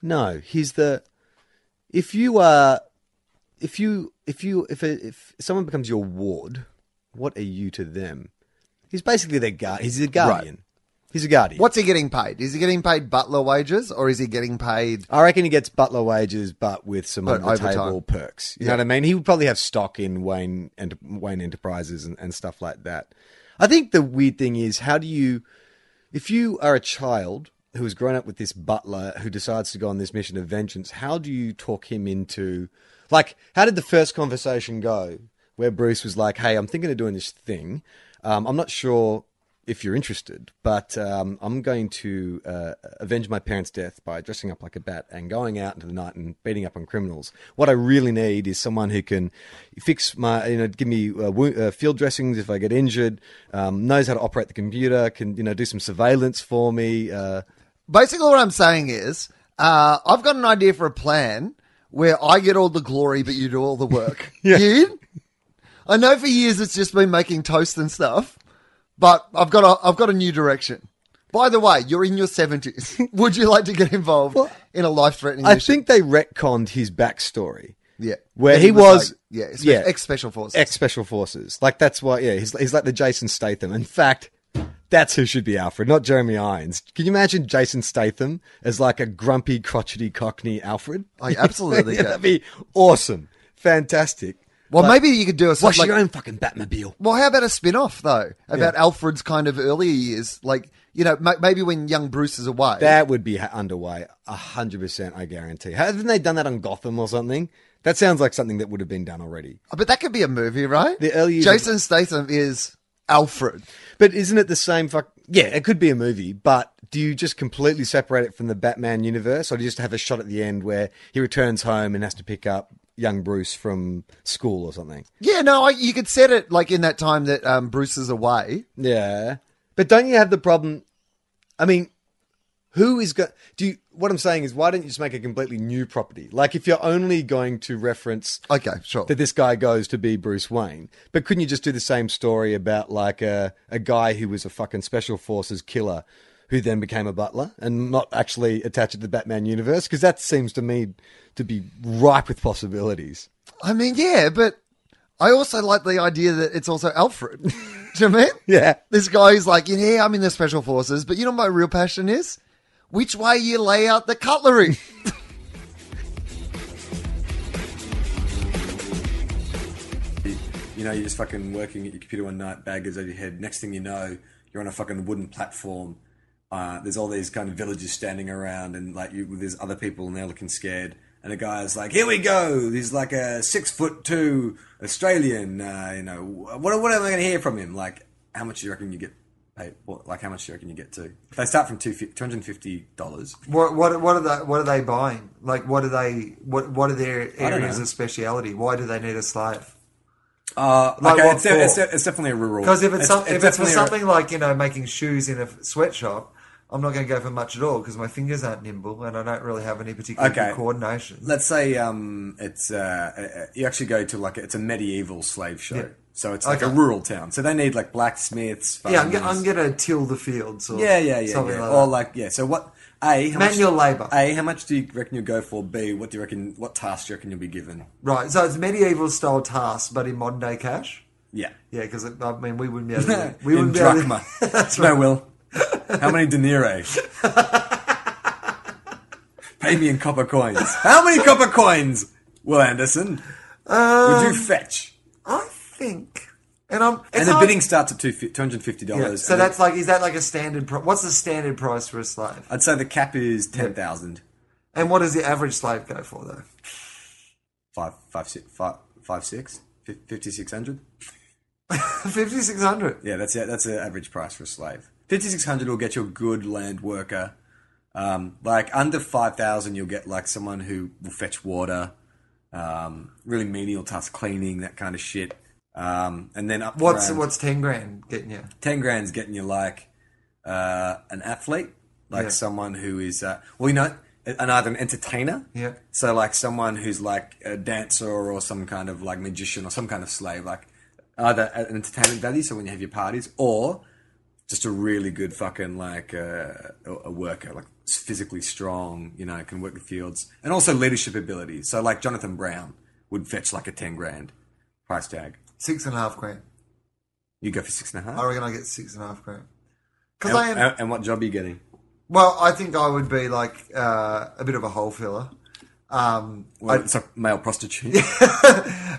No, he's the. If you are, if you if you if a, if someone becomes your ward, what are you to them? He's basically their guard. He's a guardian. He's a guardian.
What's he getting paid? Is he getting paid butler wages or is he getting paid?
I reckon he gets butler wages, but with some
But
over the
overtime.
table perks. You know what I mean? He would probably have stock in Wayne and Wayne Enterprises and, and stuff like that. I think the weird thing is, how do you, if you are a child who has grown up with this butler who decides to go on this mission of vengeance, how do you talk him into, like, how did the first conversation go where Bruce was like, "Hey, I'm thinking of doing this thing. Um, I'm not sure."
if you're interested. But um, I'm going to uh, avenge my parents' death by dressing up like a bat and going out into the night and beating up on criminals. What I really need is someone who can fix my, you know, give me uh, wo- uh, field dressings if I get injured, um, knows how to operate the computer, can you know do some surveillance for me. Uh,
Basically, what I'm saying is, uh, I've got an idea for a plan where I get all the glory, but you do all
(laughs)
the work. You? I know for years it's just been making toast and stuff, but I've got a I've got a new direction. By the way, you're in your seventies.
(laughs)
Would you like to get involved in a life threatening?
I think they retconned his backstory.
Yeah.
Where
That
he was,
like- yeah, it's
yeah.
ex special forces.
ex special forces. Like that's why, yeah, he's, he's like the Jason Statham. In fact, that's who should be Alfred, not Jeremy Irons. Can you imagine Jason Statham as like a grumpy, crotchety Cockney Alfred?
I Oh,
(laughs)
absolutely
yeah,
can.
that'd be awesome, fantastic.
well,
Like,
maybe you could do a
wash
like,
your own fucking Batmobile.
Well, how about a spin off, though, about Alfred's kind of earlier years? Like, you know, ma- maybe when young Bruce is away.
That would be ha- underway, hundred percent. I guarantee. Haven't they done that on Gotham or something? That sounds like something that would have been done already.
Oh, but that could be a movie, right?
The early years of-
Jason Statham is Alfred.
But isn't it the same fuck? Yeah, it could be a movie, but do you just completely separate it from the Batman universe, or do you just have a shot at the end where he returns home and has to pick up young Bruce from school or something?
Yeah, no, I, you could set it like in that time that um, Bruce is away.
Yeah, but don't you have the problem? I mean, who is going? Do you? What I'm saying is, why don't you just make a completely new property? Like, if you're only going to reference
Okay, sure.
that this guy goes to be Bruce Wayne. But couldn't you just do the same story about like a a guy who was a fucking special forces killer who then became a butler and not actually attach it to the Batman universe because that seems to me to be ripe with possibilities. (laughs)
I mean, yeah, but I also like the idea that it's also Alfred. (laughs) Do you know what I mean?
Yeah.
This guy's like, yeah, I'm in the special forces, but you know what my real passion is? Which way you lay out the cutlery.
You know, you're just fucking working at your computer one night, baggers over your head. Next thing you know, you're on a fucking wooden platform. Uh, there's all these kind of villagers standing around, and like you, there's other people, and they're looking scared. And a guy's like, "Here we go!" He's like a six foot two Australian. Uh, you know, what, what am I going to hear from him? Like, how much do you reckon you get paid? What, like, how much do you reckon you get to? They start from two hundred and fifty dollars.
(laughs) What what what are they what are they buying? Like what are they what what are their
don't
areas
know.
of speciality? Why do they need a slave?
Uh,
Like
okay,
what
it's, de- it's,
for?
de- it's definitely a rural.
Because if it's, some, if it's for
definitely a-
something like you know making shoes in a f- sweatshop, I'm not going to go for much at all because my fingers aren't nimble and I don't really have any particular
Okay.
good coordination.
Let's say um, it's uh, uh, uh, you actually go to like it's a medieval slave show, so it's like a
Okay.
rural town. So they need like blacksmiths.
yeah, I'm, g-
farmers.
I'm going to till the fields or
yeah, yeah, yeah,
something
yeah.
like
or
that.
like yeah. So what? A how
Manual
much,
labour.
A how much do you reckon you'll go for? B what do you reckon? What task do you reckon you'll be given?
Right, so it's medieval style tasks, but in modern day cash.
Yeah,
Yeah, because I mean we wouldn't be
(laughs)
able to. We
we in
wouldn't be able (laughs)
drachma.
to.
no,
(laughs)
will. How many dinero? Pay me in copper coins. How many copper coins, Will Anderson? would
Um,
you fetch?
I think, and I'm it's
And the
hard-
bidding starts at two hundred fifty
Yeah,
dollars.
so that's like is that like a standard? Pro- what's the standard price for a slave?
I'd say the cap is ten thousand.
And what does the average slave go for though?
Five, five, six, five, five, six, fifty six
(laughs)
hundred.
Fifty six hundred.
Yeah, that's it. That's the average price for a slave. Fifty six hundred will get you a good land worker. Um, like under five thousand, you'll get like someone who will fetch water, um, really menial tasks, cleaning that kind of shit. Um, and then up
What's
around-
what's ten grand getting you?
10 grand's getting you like uh, an athlete, like
Yeah.
someone who is, uh, well, you know, an either an entertainer.
Yeah.
So, like someone who's like a dancer or some kind of like magician or some kind of slave, like either an entertainment value, so when you have your parties, or just a really good fucking like uh, a, a worker, like physically strong, you know, can work the fields, and also leadership abilities. So, like Jonathan Brown would fetch like a 10 grand price tag.
Six and a half grand.
You go for six and a half.
I reckon I get six and a half grand. Because
and,
I am.
and- and what job are you getting?
well, I think I would be like uh, a bit of a hole filler. Um,
Well, it's a male
(laughs)
prostitute.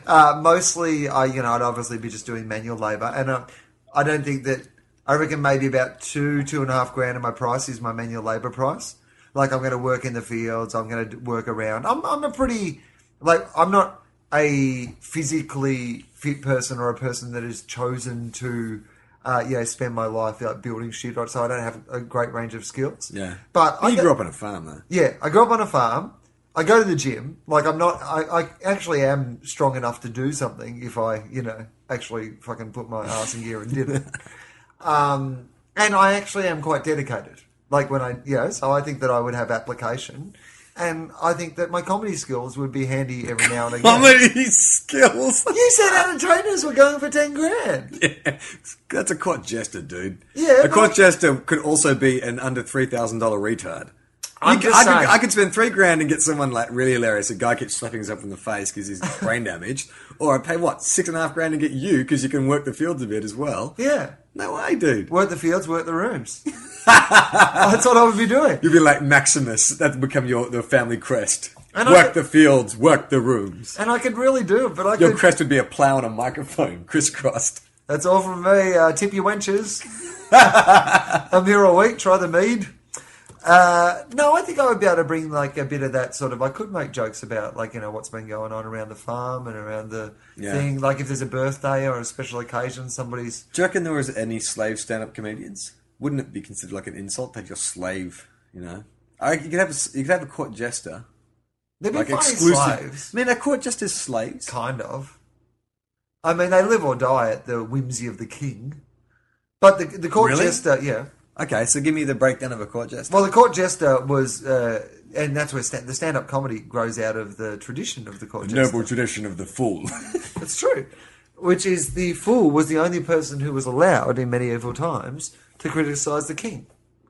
uh, mostly, I you know I'd obviously be just doing manual labour, and uh, I don't think that I reckon maybe about two two and a half grand of my price is my manual labour price. Like I'm going to work in the fields, I'm going to work around. I'm I'm a pretty like I'm not a physically fit person or a person that is chosen to
uh, you know, spend my life like building shit, right? So I don't have a great range of skills.
Yeah.
But I
you
get-
grew up on a farm, though.
Yeah, I grew up on a farm. I go to the gym. Like I'm not. I, I actually am strong enough to do something if I, you know, actually fucking put my ass in gear and
(laughs)
did it. Um, and I actually am quite dedicated. Like when I, you know, so I think that I would have application, and I think that my comedy skills would be handy every now and again.
Comedy (laughs) skills.
You said entertainers were going for ten grand.
That's a quite jester, dude. a
Yeah, but-
quite jester could also be an under three thousand dollar retard.
I'm
You could- I,
just
could,
saying.
I could spend three grand and get someone like really hilarious. A guy keeps slapping himself in the face because he's (laughs) brain damaged, or I pay what six and a half grand and get you because you can work the fields a bit as well.
Yeah,
No way, dude.
work the fields, work
(laughs)
the rooms. That's what I would be doing.
You'd be like Maximus. That's become your the family crest.
And I
work
could-
the fields, work the rooms.
And I could really do it, but I
Your
could.
crest would be a plow and a microphone, (laughs) crisscrossed.
That's all from me. Uh, tip
(laughs)
your wenches. I'm here all week. Try the mead. Uh, no, I think I would be able to bring like a bit of that sort of. I could make jokes about like you know what's been going on around the farm and around the
Yeah.
thing. Like if there's a birthday or a special occasion, somebody's.
Do you reckon there was any slave stand-up comedians? Wouldn't it be considered like an insult that you're slave? You know, I, you could have a, s- you could have a court jester,
They'd be
like
funny
exclusive.
slaves,
I mean, a court jester's slaves.
kind of. I mean, they live or die at the whimsy of the king. But the the court
Really?
jester, yeah.
Okay, so give me the breakdown of a court jester.
Well, the court jester was, uh, and that's where sta the stand-up comedy grows out of the tradition of the court jester.
tradition of the fool.
It's true. Which is the fool was the only person who was allowed in medieval times to criticize the king.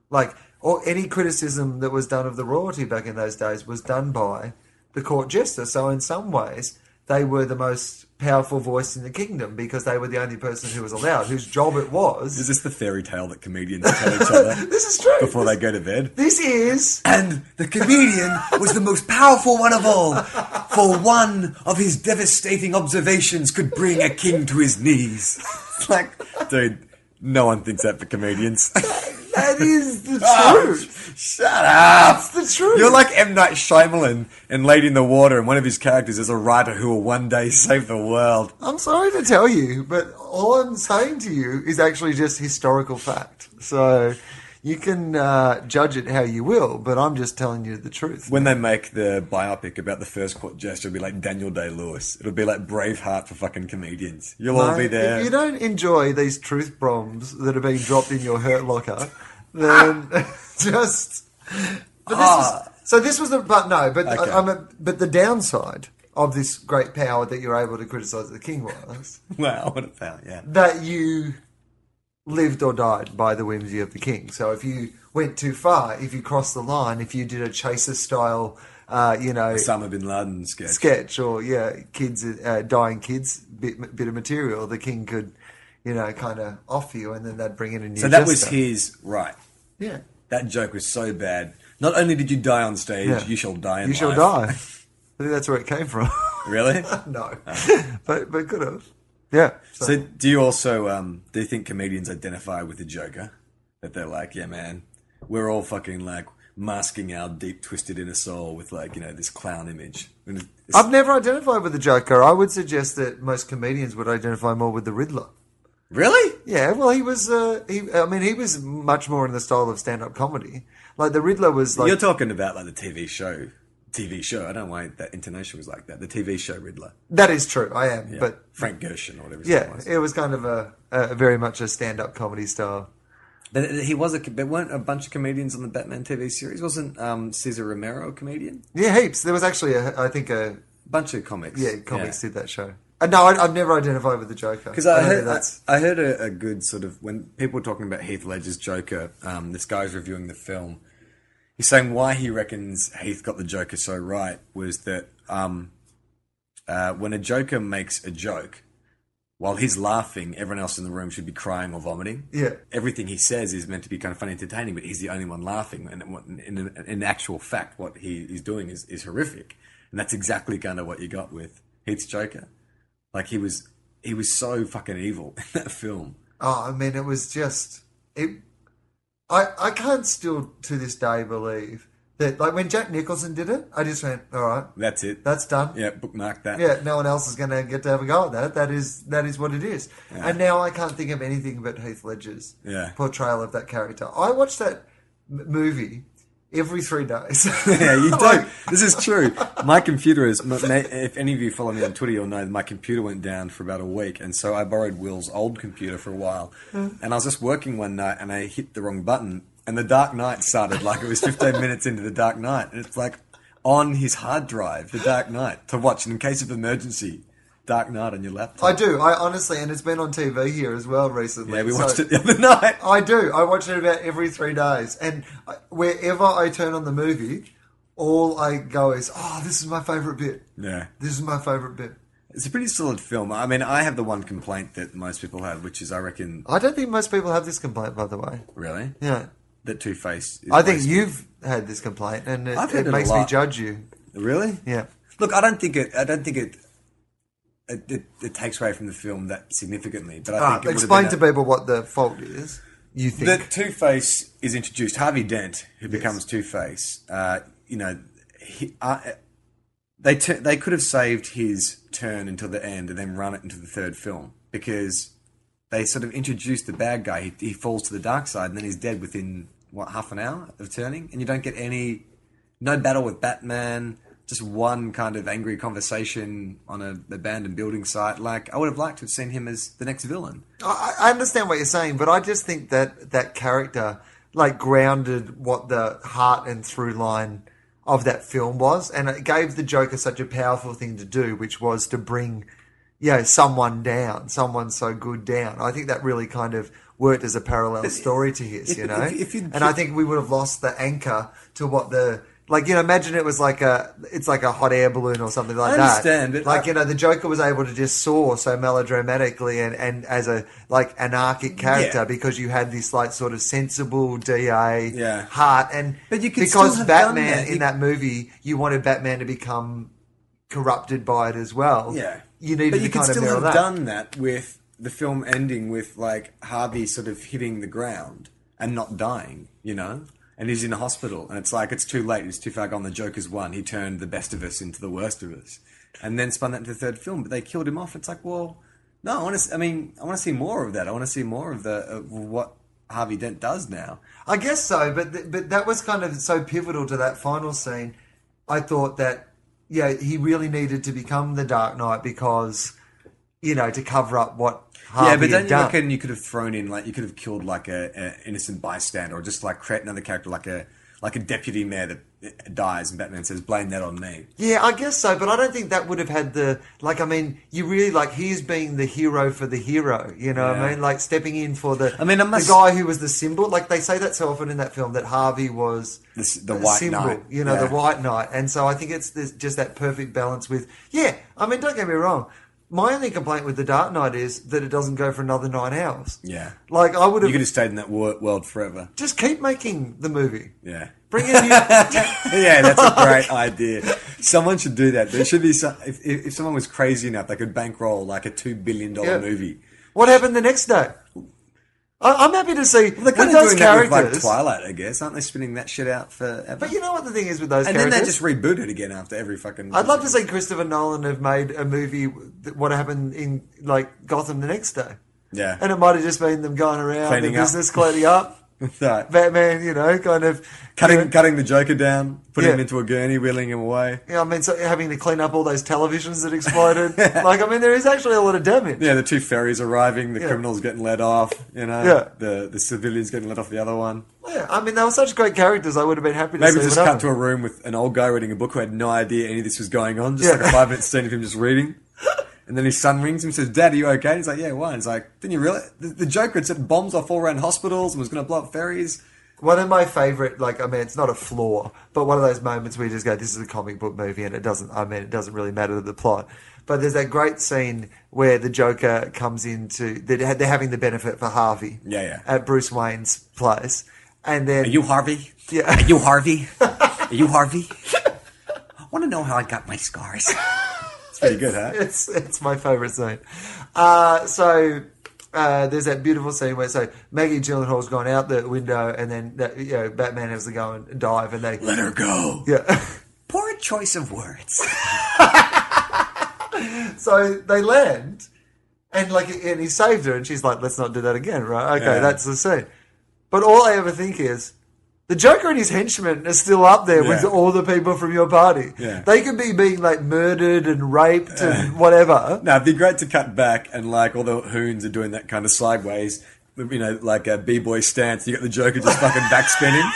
Like, or any criticism that was done of the royalty back in those days was done by the court jester. So, in some ways, they were the most powerful voice in the kingdom because they were the only person who was allowed, whose job it
(laughs) is
was.
this the fairy tale that comedians tell each
(laughs)
other
This is true.
before they go to bed?
This is.
And the comedian was the most powerful one of all, for one of his devastating observations could bring a king to his knees. (laughs) It's like, dude, no one thinks that for comedians. (laughs)
That is the
Oh,
truth.
sh- shut up!
That's the truth.
You're like M. Night Shyamalan in Lady in the Water, and one of his characters is a writer who will one day save the world.
I'm sorry to tell you, but all I'm saying to you is actually just historical fact. So you can uh, judge it how you will, but I'm just telling you the truth.
When they make the biopic about the first court gesture, it'll be like Daniel Day Lewis. It'll be like Braveheart for fucking comedians. You'll all be
Mate,
there.
If you don't enjoy these truth bombs that are being dropped in your hurt locker, then (laughs) just. But this was, so this was the but no, but
Ah. Okay.
I, am a, but the downside of this great power that you're able to criticize the king was
(laughs) wow, what a power, yeah.
that you lived or died by the whimsy of the king. So if you went too far, if you crossed the line, if you did a chaser style, uh, you know,
Osama bin Laden sketch.
sketch or yeah, kids uh, dying kids bit, bit of material, the king could, you know, kind of off you, and then they'd bring in a new.
so that was
jester.
his, right.
Yeah,
That joke was so bad. Not only did you die on stage,
yeah.
you shall die in
You shall die. (laughs)
life.
I think that's where it came from. (laughs)
Really?
no,
Uh-huh.
but but could have. Yeah. So,
So, do you also um, do you think comedians identify with the Joker? That they're like, yeah, man, we're all fucking like masking our deep twisted inner soul with like you know this clown image. And it's-
I've never identified with the Joker. I would suggest that most comedians would identify more with the Riddler.
really?
Yeah, well, he was. Uh, he, I mean, he was much more in the style of stand-up comedy. Like the Riddler was like
You're talking about like the TV show, TV show. I don't know why that intonation was like that. The TV show Riddler,
that is true. I am,
Yeah.
but
Frank Gershon or whatever. His name
yeah,
was.
it was kind of a, a very much a stand-up comedy style.
But it- he was a. There weren't a bunch of comedians on the Batman TV series. Wasn't um, Cesar Romero a comedian?
Yeah, heaps. There was actually, a, I think, a
Bunch of comics.
yeah, comics Oh, did that show. Uh, no, I, I've never identified with the Joker
Because I,
don't think
heard, I, I heard a, a good sort of when people were talking about Heath Ledger's Joker. Um, this guy's reviewing the film. He's saying why he reckons Heath got the Joker so right was that um, uh, when a Joker makes a joke, while he's laughing, everyone else in the room should be crying or vomiting.
Yeah.
everything he says is meant to be kind of funny, and entertaining, but he's the only one laughing. And what- in, in actual fact, what he is doing is, is horrific, and that's exactly kind of what you got with Heath's Joker. Like he was he was so fucking evil (laughs) in that film.
Oh, I mean, it was just it. I I can't still to this day believe That, like when Jack Nicholson did it, I just went, all right,
That's it.
that's done.
yeah, bookmark that.
Yeah, no one else is going to get to have a go at that. That is that is what it is.
Yeah.
And now I can't think of anything but Heath Ledger's
Yeah.
portrayal of that character. I watch that m- movie every three days.
(laughs) Yeah, you
Like,
don't. This is true. My computer is. my- ma- If any of you follow me on Twitter, you'll know that my computer went down for about a week, and so I borrowed Will's old computer for a while.
Mm.
And I was just working one night, and I hit the wrong button, and The Dark Knight started. Like it was 15
(laughs)
minutes into The Dark Knight, and it's like on his hard drive, The Dark Knight, to watch in case of emergency. Dark Knight on your laptop.
(laughs) I do. I honestly, and it's been on TV here as well recently.
Yeah, we
so-
watched it the other (laughs) night.
(laughs) I do. I watch it about every three days, and I- wherever I turn on the movie, all I go is, "Oh, this is my favorite bit.
Yeah.
This is my favorite bit."
It's a pretty solid film. I mean, I have the one complaint that most people have, which is I reckon,
I don't think most people have this complaint, by the way.
really,
Oh. Yeah,
that Two Face.
I think you've had this complaint, and it,
I've
it
had it a
makes me
lot.
judge you.
really.
Yeah.
Look, I don't think it. I don't think it. It, it, it takes away from the film that significantly, but I
Ah,
think it
explain
would
to
have been
people what the fault is. You
a-
think?
that Two Face is introduced. Harvey Dent, who becomes Two Face, uh, you know, he, I, they tu- they could have saved his turn until the end and then run it into the third film because they sort of introduce the bad guy. He, he falls to the dark side and then he's dead within what half an hour of turning, and you don't get any no battle with Batman. Just one kind of angry conversation on an abandoned building site. Like I would have liked to have seen him as the next villain.
I, I understand what you're saying, but I just think that that character like grounded what the heart and through line of that film was, and it gave the Joker such a powerful thing to do, which was to bring, you know, someone down, someone so good down. I think that really kind of worked as a parallel story to his,
if-
you know.
if- if you'd-
and I think we would have lost the anchor to what the like you know imagine it was like a it's like a hot air balloon or something like
I
that
understand, but
like
I-
you know the joker was able to just soar so melodramatically and, and as a like anarchic character
Yeah.
because you had this like sort of sensible da
Yeah.
heart and
But you could
because
still have done
batman
that.
in
You-
that movie you wanted batman to become corrupted by it as well
Yeah,
you needed
but
to
you could
kind
still
of mirror
have
that.
done that with the film ending with like Harvey sort of hitting the ground and not dying, you know. And he's in a hospital, and it's like it's too late. It's too far gone. The Joker's won. He turned the best of us into the worst of us, and then spun that into the third film. But they killed him off. It's like, well, no. I want to. I mean, I want to see more of that. I want to see more of the of what Harvey Dent does now.
I guess so, but th- but that was kind of so pivotal to that final scene. I thought that yeah, he really needed to become the Dark Knight because you know to cover up what Harvey
yeah, but
had
don't you
done.
reckon you could have thrown in like you could have killed like a, a innocent bystander or just like create another character like a like a deputy mayor that uh, dies and Batman says blame that on me.
Yeah, I guess so, but I don't think that would have had the like. I mean, you really like he's being the hero for the hero. You know what I
Yeah.
mean? Like stepping in for the.
I mean, I must-
the guy who was the symbol. Like they say that so often in that film that Harvey was
The s- the white knight,
You know,
yeah.
the white knight, and so I think it's this, just that perfect balance with. Yeah, I mean, don't get me wrong. My only complaint with the Dark Knight is that it doesn't go for another nine hours.
Yeah,
Like I would
you
have
could have stayed in that wor- world forever.
just keep making the movie.
Yeah.
Bring
(laughs)
in new,
yeah, that's
(laughs)
a great idea. Someone should do that. There should be some. If, if if someone was crazy enough, they could bankroll like a two billion dollar
Yeah.
movie.
What happened the next day? I, I'm happy to see
They're
with
kind
those
of doing
characters.
that with like Twilight, I guess. Aren't they spinning that shit out for?
but you know what the thing is with those
and then
characters.
they just reboot it again after every fucking.
I'd love to see Christopher Nolan have made a movie. That, what happened in like Gotham the next day,
Yeah. (laughs)
and it might have just been them going around
Cleaning
the
up.
business, cleaning up.
Right.
Batman, you know, kind of
cutting
You know,
cutting the Joker down, putting
Yeah.
him into a gurney, wheeling him away.
you know, I mean, so having to clean up all those televisions that
(laughs)
exploded. like, I mean, there is actually a lot of damage.
Yeah, the two ferries arriving, the
Yeah.
criminals getting let off. You know,
Yeah.
the the civilians getting let off the other one.
Yeah, I mean, they were such great characters. I would have been happy to
Maybe
see
just cut
what happened.
to a room with an old guy reading a book who had no idea any of this was going on. Just
Yeah.
like a five minute scene of him just
(laughs)
reading. And then his son rings him and says, Dad, are you okay? he's like, Yeah, why? And he's like, Didn't you realize? The, the Joker had set bombs off all around hospitals and was going to blow up ferries.
One of my favorite, like, I mean, it's not a flaw, but one of those moments where you just go, this is a comic book movie and it doesn't, I mean, it doesn't really matter to the plot. But there's that great scene where the Joker comes into, they're they're having the benefit for Harvey.
Yeah, yeah.
At Bruce Wayne's place. And then.
Are
(laughs)
you Harvey?
Yeah.
Are you
(laughs)
Harvey? Are you Harvey? I want to know how I got my scars. It's pretty good, huh?
It's, it's my favorite scene. Uh, so uh, there's that beautiful scene where so Maggie Gyllenhaal's gone out the window, and then that, you know Batman has to go and
(laughs)
dive, and they
Let her go.
Yeah.
Poor choice of (laughs) words.
so they land, and like, and he saved her, and she's like, "Let's not do that again, right? Okay,
Yeah.
that's the scene." But all I ever think is, the Joker and his henchmen are still up there with
Yeah.
all the people from your party.
Yeah.
They could be being like murdered and raped and whatever.
No, it'd be great to cut back and like all the hoons are doing that kind of sideways, you know, like a b boy stance. You got the Joker just fucking (laughs) backspinning,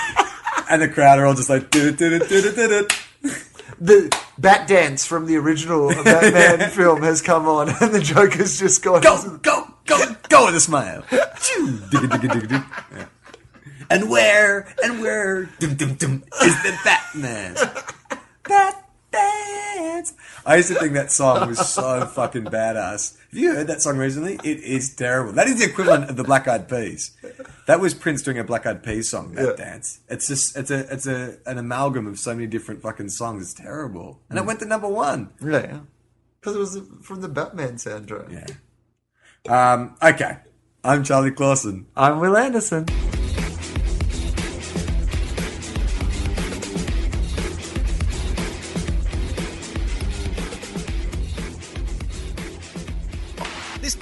and the crowd are all just like, "Do, do, do, do, do, do."
The bat dance from the
(laughs)
original Batman film has come on, and the Joker's just gone. Go,
go, go, go with a smile. Digga, digga, digga, digga. Yeah. And where and where dum, dum, dum, is the Batman? I used to think that song was so fucking badass. Have you heard that song recently? It is terrible. That is the equivalent of the Black Eyed Peas. That was Prince doing a Black Eyed Peas song. That dance. It's just it's a it's a an amalgam of so many different fucking songs. It's terrible. And it went to number one.
Yeah. Because it was from the Batman soundtrack.
Yeah. Um, okay. I'm Charlie Clausen.
I'm Will Anderson.
This